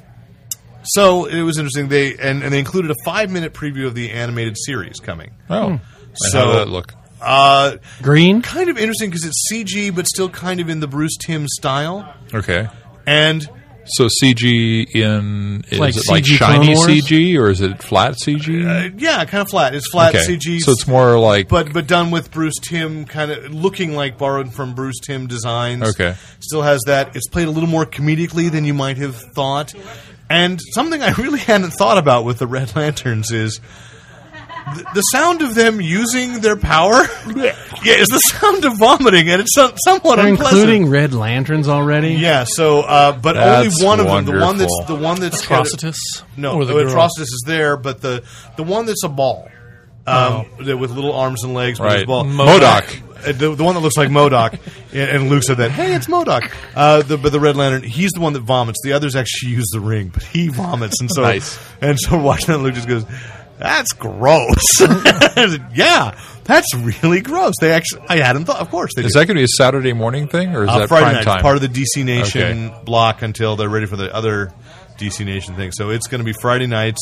Speaker 4: so it was interesting. They and, and they included a five minute preview of the animated series coming.
Speaker 3: Oh, And
Speaker 4: Hmm. So-
Speaker 3: how did that look?
Speaker 4: Uh,
Speaker 5: Green.
Speaker 4: kind of interesting because it's CG, but still kind of in the Bruce Timm style.
Speaker 3: Okay,
Speaker 4: And
Speaker 3: so CG in is
Speaker 5: Like
Speaker 3: it like
Speaker 5: CG
Speaker 3: shiny
Speaker 5: Clone Wars?
Speaker 3: CG or is it flat CG?
Speaker 4: uh, yeah, kind of flat. It's flat
Speaker 3: okay,
Speaker 4: CG.
Speaker 3: so it's more like
Speaker 4: but but done with Bruce Tim, kind of looking like borrowed from Bruce Tim designs.
Speaker 3: Okay.
Speaker 4: still has that. It's played a little more comedically than you might have thought. And something I really hadn't thought about with the Red Lanterns is th- the sound of them using their power, yeah, is the sound of vomiting, and it's some- somewhat
Speaker 5: They're
Speaker 4: unpleasant.
Speaker 5: including red lanterns already.
Speaker 4: yeah, so uh, but
Speaker 3: That's
Speaker 4: only one of them. The one that's
Speaker 3: wonderful.
Speaker 4: the one that's
Speaker 6: Atrocitus?
Speaker 4: No,
Speaker 6: Or
Speaker 4: the
Speaker 6: the girl?
Speaker 4: Atrocitus is there, but the the one that's a ball, um,
Speaker 6: Oh.
Speaker 4: that with little arms and legs, but it's
Speaker 3: Right.
Speaker 4: a ball.
Speaker 3: Modoc.
Speaker 4: Uh, The, the one that looks like Modoc, and and Luke said that. Hey, it's Modoc. Uh, the, but the Red Lantern, he's the one that vomits. The others actually use the ring, but he vomits, and so
Speaker 3: Nice.
Speaker 4: and so watching that, Luke just goes, "That's gross." I said, yeah, that's really gross. They actually, I hadn't thought. Of course, they
Speaker 3: Is
Speaker 4: do.
Speaker 3: that going to be a Saturday morning thing, or is
Speaker 4: Uh,
Speaker 3: that
Speaker 4: Friday
Speaker 3: prime
Speaker 4: night,
Speaker 3: time?
Speaker 4: part of the DC Nation block until they're ready for the other DC Nation thing. So it's going to be Friday nights.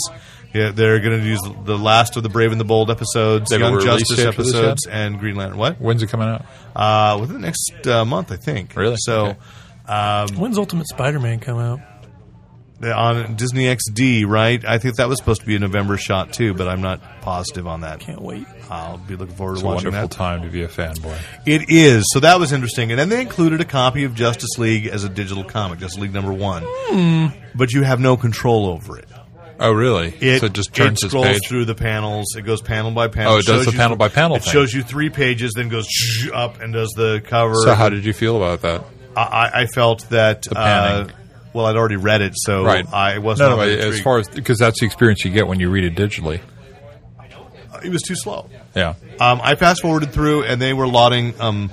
Speaker 4: Yeah, they're going to use the last of the Brave and the Bold episodes,
Speaker 3: They have a
Speaker 4: Young
Speaker 3: release
Speaker 4: Justice
Speaker 3: date for this
Speaker 4: episodes, and Green Lantern. What?
Speaker 3: When's it coming out?
Speaker 4: Uh, within the next uh, month, I think.
Speaker 3: Really?
Speaker 4: So.
Speaker 3: Okay.
Speaker 4: Um,
Speaker 6: When's Ultimate Spider-Man come out?
Speaker 4: on Disney XD, right? I think that was supposed to be a November shot too, but I'm not positive on that.
Speaker 6: Can't wait.
Speaker 4: I'll be looking forward
Speaker 3: It's
Speaker 4: to
Speaker 3: a
Speaker 4: watching
Speaker 3: wonderful
Speaker 4: that.
Speaker 3: time to be a fanboy.
Speaker 4: It is. So that was interesting. And then they included a copy of Justice League as a digital comic, Justice League number one. But you have no control over it.
Speaker 3: Oh, really?
Speaker 4: It,
Speaker 3: so it just turns
Speaker 4: it
Speaker 3: its
Speaker 4: scrolls
Speaker 3: page.
Speaker 4: through the panels. It goes panel by panel.
Speaker 3: Oh, it does
Speaker 4: shows
Speaker 3: the
Speaker 4: you-
Speaker 3: panel by panel
Speaker 4: It
Speaker 3: thing.
Speaker 4: shows you three pages, then goes up and does the cover.
Speaker 3: So how did you feel about that?
Speaker 4: I- I, I felt that. Uh,
Speaker 3: panning.
Speaker 4: well, I'd already read it, so
Speaker 3: Right.
Speaker 4: Oh, I wasn't.
Speaker 3: But
Speaker 4: really
Speaker 3: as
Speaker 4: intrigued.
Speaker 3: far as because that's the experience you get when you read it digitally.
Speaker 4: it was too slow.
Speaker 3: Yeah.
Speaker 4: Um, I fast forwarded through, and they were lauding. Um,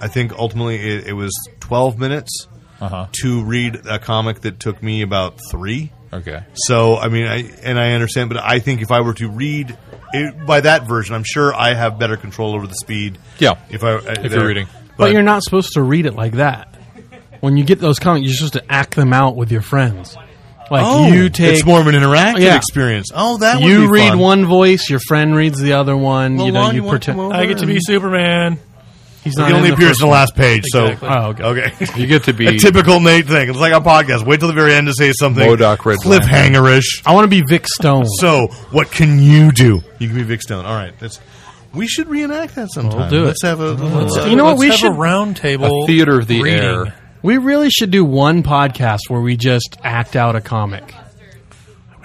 Speaker 4: I think ultimately it, it was twelve minutes
Speaker 3: Uh-huh.
Speaker 4: to read a comic that took me about three.
Speaker 3: Okay.
Speaker 4: So I mean, I and I understand, but I think if I were to read it, by that version, I'm sure I have better control over the speed.
Speaker 3: Yeah.
Speaker 4: If I uh,
Speaker 3: If
Speaker 4: there.
Speaker 3: you're reading.
Speaker 5: But, you're not supposed to read it like that. When you get those comics, you're supposed to act them out with your friends. Like
Speaker 4: oh,
Speaker 5: you take
Speaker 4: it's more of an interactive
Speaker 5: Yeah.
Speaker 4: experience. Oh, that would
Speaker 5: you
Speaker 4: be
Speaker 5: read
Speaker 4: fun.
Speaker 5: one voice, your friend reads the other one.
Speaker 4: Well,
Speaker 5: you know,
Speaker 4: Lon,
Speaker 5: you
Speaker 4: you wanna
Speaker 5: pretend
Speaker 4: come over?
Speaker 6: I get to be Superman.
Speaker 5: he's
Speaker 4: He
Speaker 5: not.
Speaker 4: only
Speaker 5: in the first
Speaker 4: appears in the
Speaker 5: one.
Speaker 4: last page.
Speaker 6: Exactly.
Speaker 4: So
Speaker 5: Oh, okay.
Speaker 4: okay.
Speaker 3: You get to
Speaker 4: A
Speaker 3: be
Speaker 4: typical Nate thing. It's like our podcast. Wait till the very end to say something
Speaker 3: Modoc Red
Speaker 4: cliffhangerish.
Speaker 5: I want to be Vic Stone.
Speaker 4: So, what can you do? You can be Vic Stone. All right, that's. We should reenact that sometime.
Speaker 5: do it.
Speaker 4: Let's have a. uh,
Speaker 6: Let's-
Speaker 5: You know what?
Speaker 6: let's
Speaker 5: We
Speaker 6: have
Speaker 5: should-
Speaker 6: a round table
Speaker 3: a theater of the
Speaker 6: reading.
Speaker 3: air.
Speaker 5: we really should do one podcast where we just act out a comic,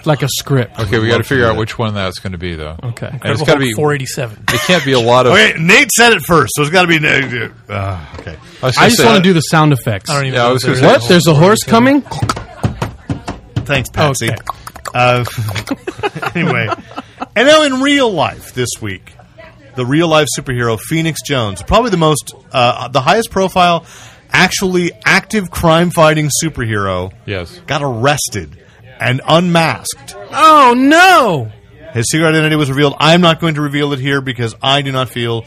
Speaker 5: like a script.
Speaker 3: Okay, we got to figure out which one that's going to be though.
Speaker 5: Okay.
Speaker 3: And it's got
Speaker 6: Incredible
Speaker 3: to
Speaker 6: Hulk
Speaker 3: be.
Speaker 6: 487.
Speaker 3: It can't be a lot of.
Speaker 4: Okay, Nate said it first, so it's got to be. Uh, okay.
Speaker 3: I, was gonna
Speaker 5: I just
Speaker 3: say-
Speaker 5: want to do the sound effects.
Speaker 6: I don't even
Speaker 3: Yeah, I
Speaker 6: know if
Speaker 3: was gonna
Speaker 6: there's
Speaker 3: say-
Speaker 5: What? There's a horse coming.
Speaker 4: Thanks, Patsy.
Speaker 5: Okay.
Speaker 4: Uh, anyway, and now in real life this week, the real life superhero Phoenix Jones, probably the most, uh, the highest profile, actually active crime fighting superhero,
Speaker 3: Yes.
Speaker 4: got arrested and unmasked.
Speaker 5: Oh no!
Speaker 4: His secret identity was revealed. I'm not going to reveal it here because I do not feel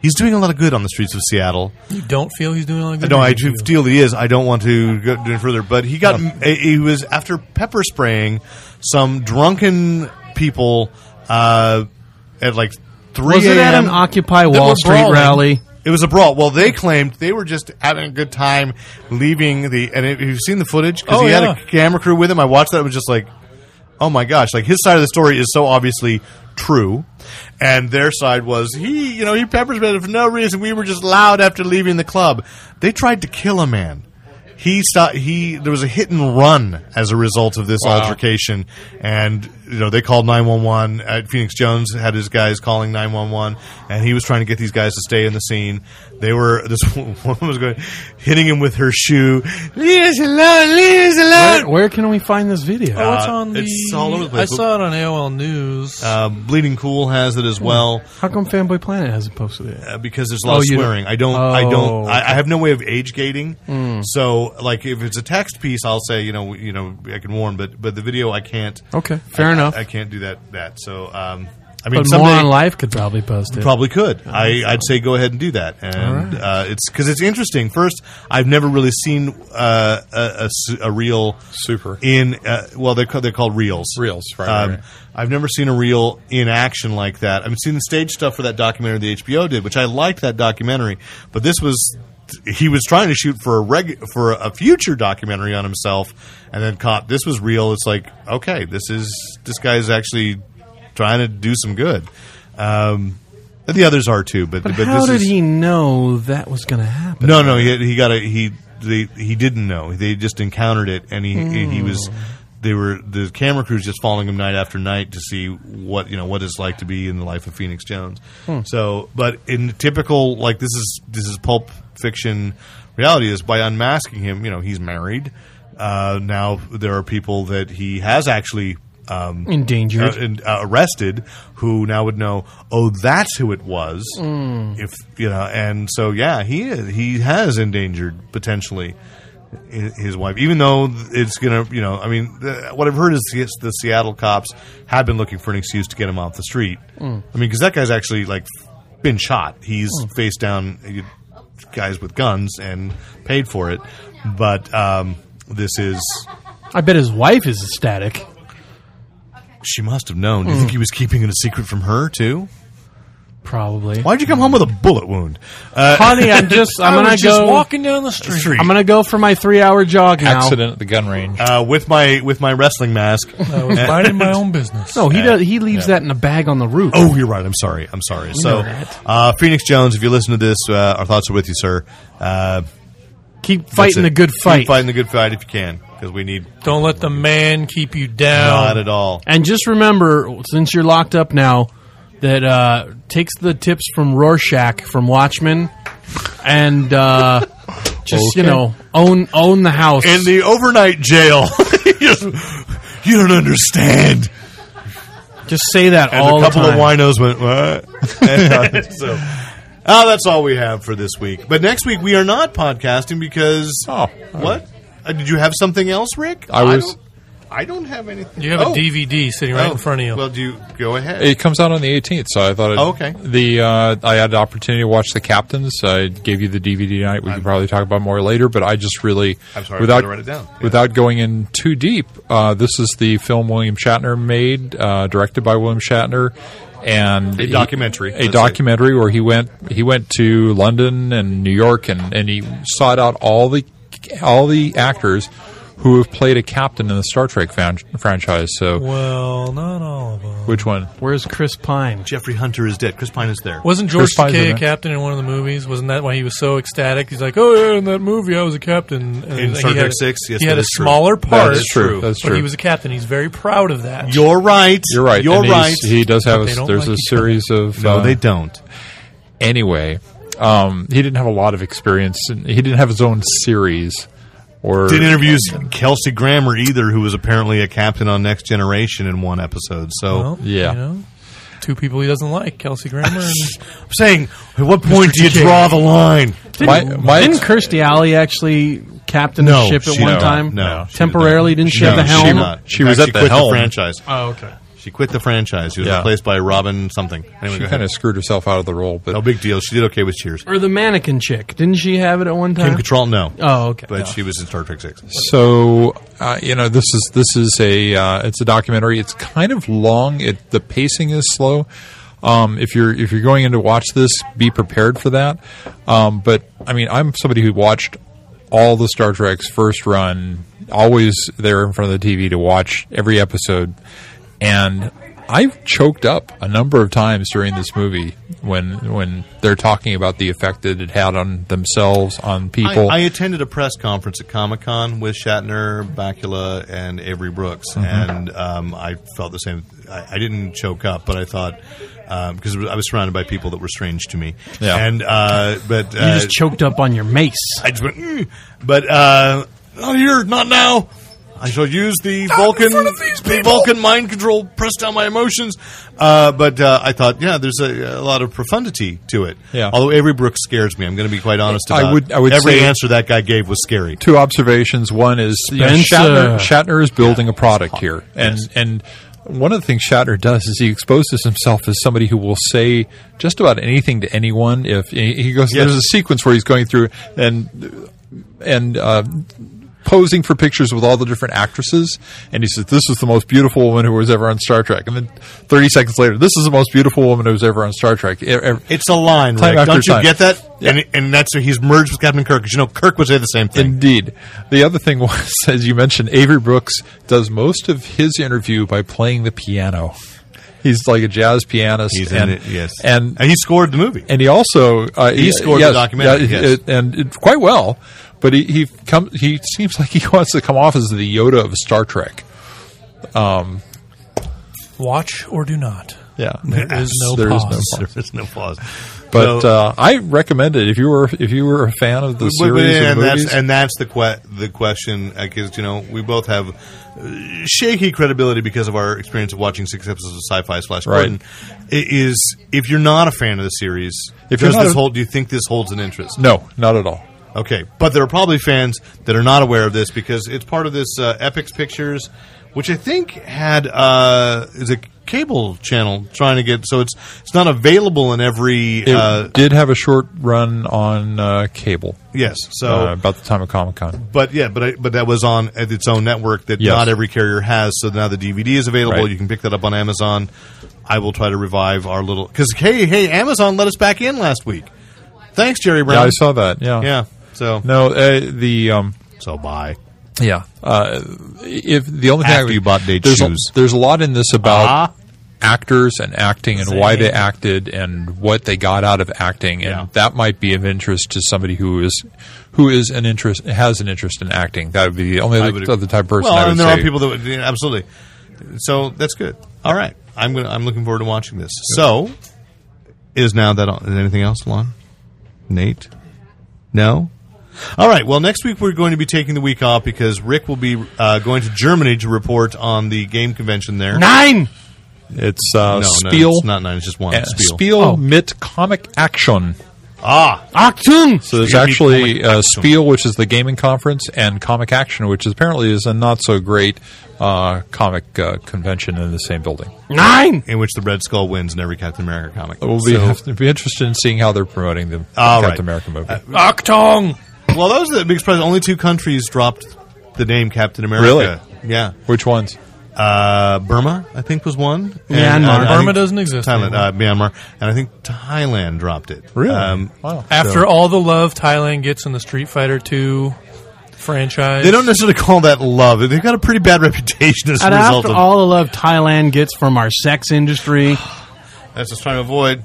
Speaker 4: he's doing a lot of good on the streets of Seattle.
Speaker 6: You don't feel he's doing all good?
Speaker 4: No, I
Speaker 6: You
Speaker 4: do feel he is. I don't want to go any further, but he got he was after pepper spraying some drunken people uh, at like three
Speaker 5: Was it at
Speaker 4: a.m.
Speaker 5: an Occupy
Speaker 4: that were
Speaker 5: Wall Street
Speaker 4: brawling.
Speaker 5: rally?
Speaker 4: It was a brawl. Well, they claimed they were just having a good time leaving the. And if you've seen the footage, because
Speaker 6: Oh,
Speaker 4: he
Speaker 6: yeah.
Speaker 4: had a camera crew with him, I watched that. It was just like, oh my gosh! Like his side of the story is so obviously true, and their side was he. You know, he pepper sprayed it for no reason. We were just loud after leaving the club. They tried to kill a man. He stopped. He there was a hit and run as a result of this altercation, and you know they called nine one one. Uh, Phoenix Jones had his guys calling nine one one, and he was trying to get these guys to stay in the scene. They were this woman was going hitting him with her shoe. Leave us alone! Leave us
Speaker 5: Where,
Speaker 4: alone!
Speaker 5: where can we find this video?
Speaker 6: Oh, it's
Speaker 4: Uh,
Speaker 6: on the.
Speaker 4: it's all over the place.
Speaker 6: I saw it on AOL News.
Speaker 4: Uh, Bleeding Cool has it as well
Speaker 5: How come Fanboy Planet hasn't posted it?
Speaker 4: uh, because there's a lot
Speaker 5: Oh,
Speaker 4: of
Speaker 5: you don't-
Speaker 4: swearing. I don't, I don't,
Speaker 5: Oh, Hmm.
Speaker 4: I, I have no way of age gating. So, like, if it's a text piece, I'll say, you know, you know, I can warn, but but the video, I can't.
Speaker 5: Okay, fair enough.
Speaker 4: I, I can't do that. That so, um, I mean,
Speaker 5: but more
Speaker 4: someday
Speaker 5: on Life could probably post it.
Speaker 4: probably could.
Speaker 3: Uh-huh.
Speaker 4: I, I'd say go ahead and do that, and uh, it's because it's interesting. First, I've never really seen uh, a, a s- a real
Speaker 3: Super.
Speaker 4: in uh, well they're called, they're called reels
Speaker 3: Reels, right,
Speaker 4: um,
Speaker 3: right.
Speaker 4: I've never seen a reel in action like that I've seen the stage stuff for that documentary the HBO did which I liked that documentary but this was he was trying to shoot for a reg for a future documentary on himself and then caught this was real it's like okay this is this guy's actually trying to do some good um, and the others are too but,
Speaker 5: But,
Speaker 4: but,
Speaker 5: how
Speaker 4: this
Speaker 5: did
Speaker 4: is,
Speaker 5: he know that was going to happen?
Speaker 4: no,
Speaker 5: Mm.
Speaker 4: no, he, he got a he. They, he didn't know. They just encountered it, and he he was they were the camera crews just following him night after night to see what you know what it's like to be in the life of Phoenix Jones.
Speaker 5: Hmm.
Speaker 4: So, but in the typical like this is this is pulp fiction reality is by unmasking him. You know, he's married. Uh, now there are people that he has actually um,
Speaker 5: Endangered.
Speaker 4: uh, and, uh, arrested who now would know oh that's who it was if you know and so yeah he is, he has endangered potentially i- his wife even though it's gonna you know i mean uh, what i've heard is the, the seattle cops have been looking for an excuse to get him off the street i mean because that guy's actually like been shot he's face down uh, guys with guns and paid for it but um, this is
Speaker 5: I bet his wife is ecstatic.
Speaker 4: she must have known. Do you think he was keeping it a secret from her too?
Speaker 5: Probably.
Speaker 4: Why'd you come home with a bullet wound? Uh,
Speaker 5: Honey, I'm just. I'm
Speaker 6: I
Speaker 5: gonna
Speaker 6: was just
Speaker 5: go.
Speaker 6: walking down the street.
Speaker 4: Street.
Speaker 5: I'm gonna go for my three hour jog now.
Speaker 3: Accident at the gun range.
Speaker 4: uh, with my with my wrestling mask.
Speaker 6: I was minding my own business.
Speaker 5: No, he does. He leaves that in a bag on the roof.
Speaker 4: oh, you're right. I'm sorry. I'm sorry. So,
Speaker 5: know that.
Speaker 4: uh, Phoenix Jones, if you listen to this, uh, our thoughts are with you, sir. Uh,
Speaker 5: keep
Speaker 4: that's
Speaker 5: fighting
Speaker 4: it.
Speaker 5: the good
Speaker 4: Keep
Speaker 5: fight.
Speaker 4: fighting the good fight if you can, because we need
Speaker 6: Don't let the man keep you down.
Speaker 4: not at all.
Speaker 5: And just remember, since you're locked up now, that uh, takes the tips from Rorschach from Watchmen, and uh, just you
Speaker 3: Okay.
Speaker 5: know own own the house.
Speaker 4: In the overnight jail, you just- you don't understand.
Speaker 5: just say that
Speaker 4: And
Speaker 5: all
Speaker 4: a couple
Speaker 5: the
Speaker 4: of
Speaker 5: time.
Speaker 4: winos went, what? And, so, uh, that's all we have for this week. But next week we are not podcasting because.
Speaker 3: Oh,
Speaker 4: what? Uh, did you have something else, Rick?
Speaker 3: I was-
Speaker 4: don't- I don't, have anything.
Speaker 6: You have
Speaker 4: Oh.
Speaker 6: a DVD sitting right
Speaker 4: Oh.
Speaker 6: in front of you.
Speaker 4: Well, do you go ahead?
Speaker 3: It comes out on the 18th, so I thought. I'd,
Speaker 4: Oh, okay.
Speaker 3: The uh, I had the opportunity to watch the captains. I gave you the DVD night. We could probably talk about more later, but I just really,
Speaker 4: I'm sorry, I
Speaker 3: without
Speaker 4: forgot to write it down. Yeah.
Speaker 3: without going in too deep, uh, this is the film William Shatner made, uh, directed by William Shatner, and
Speaker 4: A
Speaker 3: he-
Speaker 4: documentary.
Speaker 3: a
Speaker 4: That's it.
Speaker 3: documentary where he went he went to London and New York, and and he sought out all the all the actors. Who have played a captain in the Star Trek fran- franchise? So,
Speaker 6: Well, not all of them.
Speaker 3: which one?
Speaker 5: Where's Chris Pine?
Speaker 4: Jeffrey Hunter is dead. Chris Pine is there.
Speaker 6: Wasn't George
Speaker 3: Pine's in
Speaker 6: Takei a
Speaker 3: there.
Speaker 6: captain in one of the movies? Wasn't that why he was so ecstatic? He's like, "Oh yeah, in that movie, I was a captain." And
Speaker 4: In Star
Speaker 6: he
Speaker 4: Trek
Speaker 6: had a-
Speaker 4: Six, yes,
Speaker 6: he had
Speaker 4: that
Speaker 6: a
Speaker 4: is true.
Speaker 6: smaller part.
Speaker 3: That's true. That's
Speaker 6: but
Speaker 3: true.
Speaker 6: he was a captain. He's very proud of that.
Speaker 4: You're right.
Speaker 3: You're right.
Speaker 4: You're
Speaker 3: and he's-
Speaker 4: right.
Speaker 3: He does have. A,
Speaker 6: They don't
Speaker 3: there's
Speaker 6: like
Speaker 3: a
Speaker 6: each other.
Speaker 3: series of.
Speaker 4: no,
Speaker 3: uh,
Speaker 4: they don't.
Speaker 3: anyway, um, he didn't have a lot of experience. and He didn't have his own series. Or
Speaker 4: Did interviews Kelsey Grammer either, who was apparently a captain on Next Generation in one episode. So
Speaker 6: Well,
Speaker 3: Yeah.
Speaker 6: you know, two people he doesn't like: Kelsey Grammer and
Speaker 4: I'm saying, at what point do you draw the line?
Speaker 3: my, my
Speaker 5: Didn't Kirstie Alley actually captain
Speaker 4: No,
Speaker 5: a ship at
Speaker 4: she
Speaker 5: one
Speaker 4: did not.
Speaker 5: time?
Speaker 4: No, she
Speaker 5: temporarily
Speaker 4: did
Speaker 5: didn't
Speaker 4: not.
Speaker 5: she have
Speaker 4: No,
Speaker 5: the
Speaker 4: She,
Speaker 5: helm?
Speaker 4: did not.
Speaker 3: She was
Speaker 4: Actually
Speaker 3: at the
Speaker 4: quit
Speaker 3: helm.
Speaker 4: franchise.
Speaker 5: oh, okay.
Speaker 4: She quit the franchise. She was
Speaker 3: Yeah.
Speaker 4: replaced by Robin something. Anyway,
Speaker 3: she
Speaker 4: go
Speaker 3: kind
Speaker 4: ahead.
Speaker 3: of screwed herself out of the role,
Speaker 4: no
Speaker 3: but
Speaker 4: big deal. She did okay with Cheers.
Speaker 5: Or the mannequin chick? Didn't she have it at one
Speaker 4: Kim
Speaker 5: time?
Speaker 4: Cattrall, no,
Speaker 5: Uh-huh. oh, okay.
Speaker 4: but she was in Star Trek Six.
Speaker 3: so uh, you know this is this is a uh, it's a documentary. It's kind of long. It the pacing is slow. Um, if you're if you're going in to watch this, be prepared for that. Um, but I mean, I'm somebody who watched all the Star Trek's first run, always there in front of the TV to watch every episode, and I've choked up a number of times during this movie when when they're talking about the effect that it had on themselves, on people.
Speaker 4: I, I attended a press conference at Comic Con with Shatner, Bakula, and Avery Brooks,
Speaker 3: Mm-hmm.
Speaker 4: and um, I felt the same. I, I didn't choke up, but I thought because I was surrounded by people that were strange to me.
Speaker 3: Yeah.
Speaker 4: And uh, but
Speaker 5: you
Speaker 4: uh,
Speaker 5: just choked up on your mace.
Speaker 4: I just went, mm. but uh, not here, not now. I shall use the Vulcan, the Vulcan mind control, press down my emotions. Uh, but uh, I thought, yeah, there's a, a lot of profundity to it.
Speaker 3: Yeah.
Speaker 4: Although Avery Brooks scares me, I'm going to be quite honest.
Speaker 3: I
Speaker 4: About
Speaker 3: would- I would say-
Speaker 4: every answer that guy gave was scary.
Speaker 3: two observations. One is you know,
Speaker 5: Spencer.
Speaker 3: Shatner, Shatner is building a product here, and and one of the things Shatner does is he exposes himself as somebody who will say just about anything to anyone. If he he goes,
Speaker 4: Yes.
Speaker 3: there's a sequence where he's going through and and uh, posing for pictures with all the different actresses, and he says, "This is the most beautiful woman who was ever on Star Trek." And then 30 seconds later, "This is the most beautiful woman who was ever on Star Trek." E- e-
Speaker 4: It's a line,
Speaker 3: Time
Speaker 4: Rick.
Speaker 3: after
Speaker 4: Don't you
Speaker 3: time.
Speaker 4: get that? And, and that's he's merged with Captain Kirk because you know Kirk would say the same thing.
Speaker 3: Indeed. The other thing was, as you mentioned, Avery Brooks does most of his interview by playing the piano. He's like a jazz pianist.
Speaker 4: he's
Speaker 3: and,
Speaker 4: in it, yes, Uh,
Speaker 3: And
Speaker 4: he scored the movie.
Speaker 3: and he also uh,
Speaker 4: He scored the documentary,
Speaker 3: yeah,
Speaker 4: yes.
Speaker 3: it- and it, quite well. But he he come he seems like he wants to come off as the Yoda of Star Trek,
Speaker 6: Watch or do not.
Speaker 3: Yeah,
Speaker 6: There is no
Speaker 3: There is
Speaker 6: pause.
Speaker 4: There is no pause.
Speaker 3: But
Speaker 4: So-
Speaker 3: uh, I recommend it if you were if you were a fan of the
Speaker 4: But- but-
Speaker 3: series and
Speaker 4: and
Speaker 3: movies.
Speaker 4: that's and that's the que- the question because you know we both have uh, shaky credibility because of our experience of watching six episodes of sci-fi slash
Speaker 3: Right.
Speaker 4: Gordon. I- Is if you're not a fan of the series,
Speaker 3: If you're
Speaker 4: does
Speaker 3: not
Speaker 4: this
Speaker 3: a-
Speaker 4: hold? Do you think this holds an interest?
Speaker 3: no, not at all.
Speaker 4: Okay, but there are probably fans that are not aware of this because it's part of this uh, Epics Pictures, which I think had uh, is a cable channel trying to get so it's it's not available in every
Speaker 3: It
Speaker 4: uh,
Speaker 3: did have a short run on uh, cable
Speaker 4: yes so
Speaker 3: uh, about the time of Comic Con.
Speaker 4: But yeah, but I, but that was on at its own network that
Speaker 3: Yes.
Speaker 4: not every carrier has. So now the DVD is available.
Speaker 3: Right.
Speaker 4: You can pick that up on Amazon. I will try to revive our little because hey hey Amazon let us back in last week. Thanks Jerry
Speaker 3: Yeah,
Speaker 4: Brown.
Speaker 3: I saw that. Yeah,
Speaker 4: Yeah, so
Speaker 3: No, uh, the um,
Speaker 4: so bye.
Speaker 3: yeah. Uh, if the only thing
Speaker 4: After
Speaker 3: I would-
Speaker 4: you bought Day
Speaker 3: there's
Speaker 4: Shoes.
Speaker 3: A, there's a lot in this about
Speaker 4: Ah.
Speaker 3: actors and acting and why they acted and what they got out of acting, and
Speaker 4: Yeah.
Speaker 3: that might be of interest to somebody who is who is an interest has an interest in acting. That would be the only
Speaker 4: I
Speaker 3: other
Speaker 4: would-
Speaker 3: type of person.
Speaker 4: Well,
Speaker 3: I would
Speaker 4: and there
Speaker 3: say-
Speaker 4: are people that would, yeah, absolutely. So that's good. All right, I'm gonna I'm looking forward to watching this. So is now that all, is anything else, Lon? Nate? No. All right. Well, next week we're going to be taking the week off because Rick will be uh, going to Germany to report on the game convention there.
Speaker 5: Nine.
Speaker 3: It's uh,
Speaker 4: no, no,
Speaker 3: Spiel.
Speaker 4: it's not nine. It's just one.
Speaker 3: Uh,
Speaker 4: Spiel. Oh.
Speaker 3: Spiel, mit Comic Action.
Speaker 4: Ah,
Speaker 5: Achtung.
Speaker 3: So there's
Speaker 4: Spiel mit
Speaker 3: actually
Speaker 4: Comic
Speaker 3: uh,
Speaker 4: Action.
Speaker 3: Spiel, which is the gaming conference, and Comic Action, which is apparently is a not so great uh, comic uh, convention in the same building.
Speaker 5: Nine.
Speaker 4: in which the Red Skull wins in every Captain America comic.
Speaker 3: We'll be,
Speaker 4: So-
Speaker 3: it'll be interested in seeing how they're promoting the
Speaker 4: All
Speaker 3: Captain
Speaker 4: right. Uh,
Speaker 3: America movie.
Speaker 6: Octong.
Speaker 4: well, those are the big surprise. Only two countries dropped the name Captain America. Really? Yeah.
Speaker 3: which ones?
Speaker 4: uh, Burma, I think, was one. uh,
Speaker 5: Myanmar.
Speaker 4: I think
Speaker 6: Burma doesn't exist
Speaker 4: Thailand, uh, Myanmar, and I think Thailand dropped it. Um,
Speaker 3: wow.
Speaker 6: After
Speaker 3: Um, So-
Speaker 6: all the love Thailand gets in the Street Fighter Two franchise,
Speaker 4: they don't necessarily call that love. They've got a pretty bad reputation as a
Speaker 5: And
Speaker 4: result
Speaker 5: after
Speaker 4: of.
Speaker 5: all the love Thailand gets from our sex industry,
Speaker 4: That's just trying to avoid.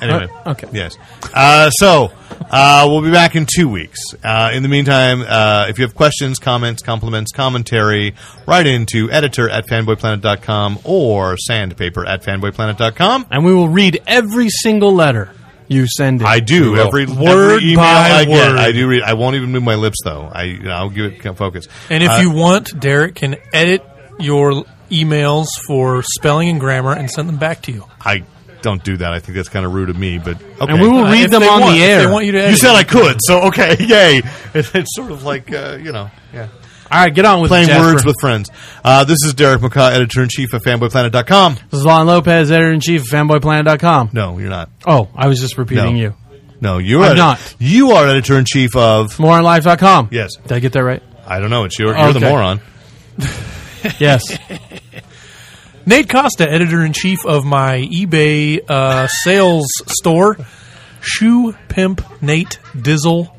Speaker 4: Anyway,
Speaker 5: Uh, okay.
Speaker 4: Yes. Uh, so uh, we'll be back in two weeks. Uh, in the meantime, uh, if you have questions, comments, compliments, commentary, write into editor at fanboyplanet.com or sandpaper at fanboyplanet.com.
Speaker 5: and we will read every single letter you send in.
Speaker 4: I do
Speaker 3: will.
Speaker 4: every
Speaker 6: Word
Speaker 4: every email
Speaker 6: by
Speaker 4: I get.
Speaker 6: word.
Speaker 4: I do read. I won't even move my lips though. I I'll give it focus.
Speaker 6: and if
Speaker 4: Uh,
Speaker 6: you want, Derek can edit your emails for spelling and grammar and send them back to you.
Speaker 4: I don't do that. I think that's kind of rude of me. But okay.
Speaker 5: and we will
Speaker 6: Uh,
Speaker 5: read
Speaker 6: if
Speaker 5: them
Speaker 6: they
Speaker 5: on
Speaker 6: want-
Speaker 5: the
Speaker 6: if
Speaker 5: air.
Speaker 6: they want you to edit.
Speaker 4: you said I could, so okay, yay! It's, it's sort of like uh, you know, yeah.
Speaker 5: All right, get on with it,
Speaker 4: Playing
Speaker 5: Jasper.
Speaker 4: words with friends. Uh, this is Derek McCaw, editor in chief of FanboyPlanet.com.
Speaker 5: This is Lon Lopez, editor in chief of fanboyplanet.com.
Speaker 4: No, you're not.
Speaker 5: Oh, I was just repeating
Speaker 4: No.
Speaker 5: you.
Speaker 4: No, you are
Speaker 5: I'm not.
Speaker 4: You are editor in chief of.
Speaker 5: Moronlife.com.
Speaker 4: Yes.
Speaker 5: Did I get that right?
Speaker 4: I don't know. It's your, you're the
Speaker 5: Okay.
Speaker 4: moron.
Speaker 5: Yes.
Speaker 6: Nate Costa, editor in chief of my eBay uh, sales store, Shoe Pimp Nate Dizzle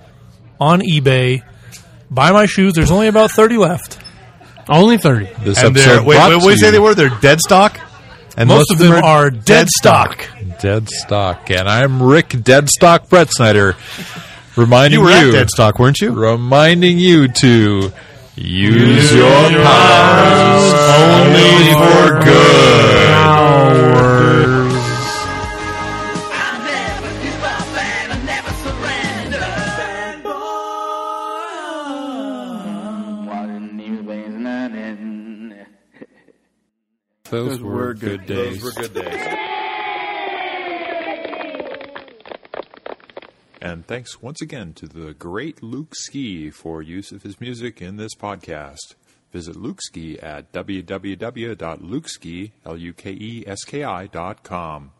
Speaker 6: on eBay. Buy my shoes. There's only about 30 left.
Speaker 5: Only 30.
Speaker 3: this
Speaker 4: And they're
Speaker 3: episode
Speaker 4: wait,
Speaker 3: brought
Speaker 4: wait, what do you
Speaker 3: to
Speaker 4: say they
Speaker 3: you-
Speaker 4: were? They're dead stock. And
Speaker 6: Most, of them are dead stock.
Speaker 3: Dead Stock, and I'm Rick Deadstock Brett Snyder, reminding
Speaker 4: You
Speaker 3: you,
Speaker 4: were at dead stock, weren't you?
Speaker 3: reminding you to use your powers only for good.
Speaker 1: I never give up and I never surrender. Fanboy.
Speaker 7: One you been running.
Speaker 3: Those, were good days.
Speaker 4: good days.
Speaker 3: And thanks once again to the great Luke Ski for use of his music in this podcast. Visit Luke E Ski at www.lukeski.com.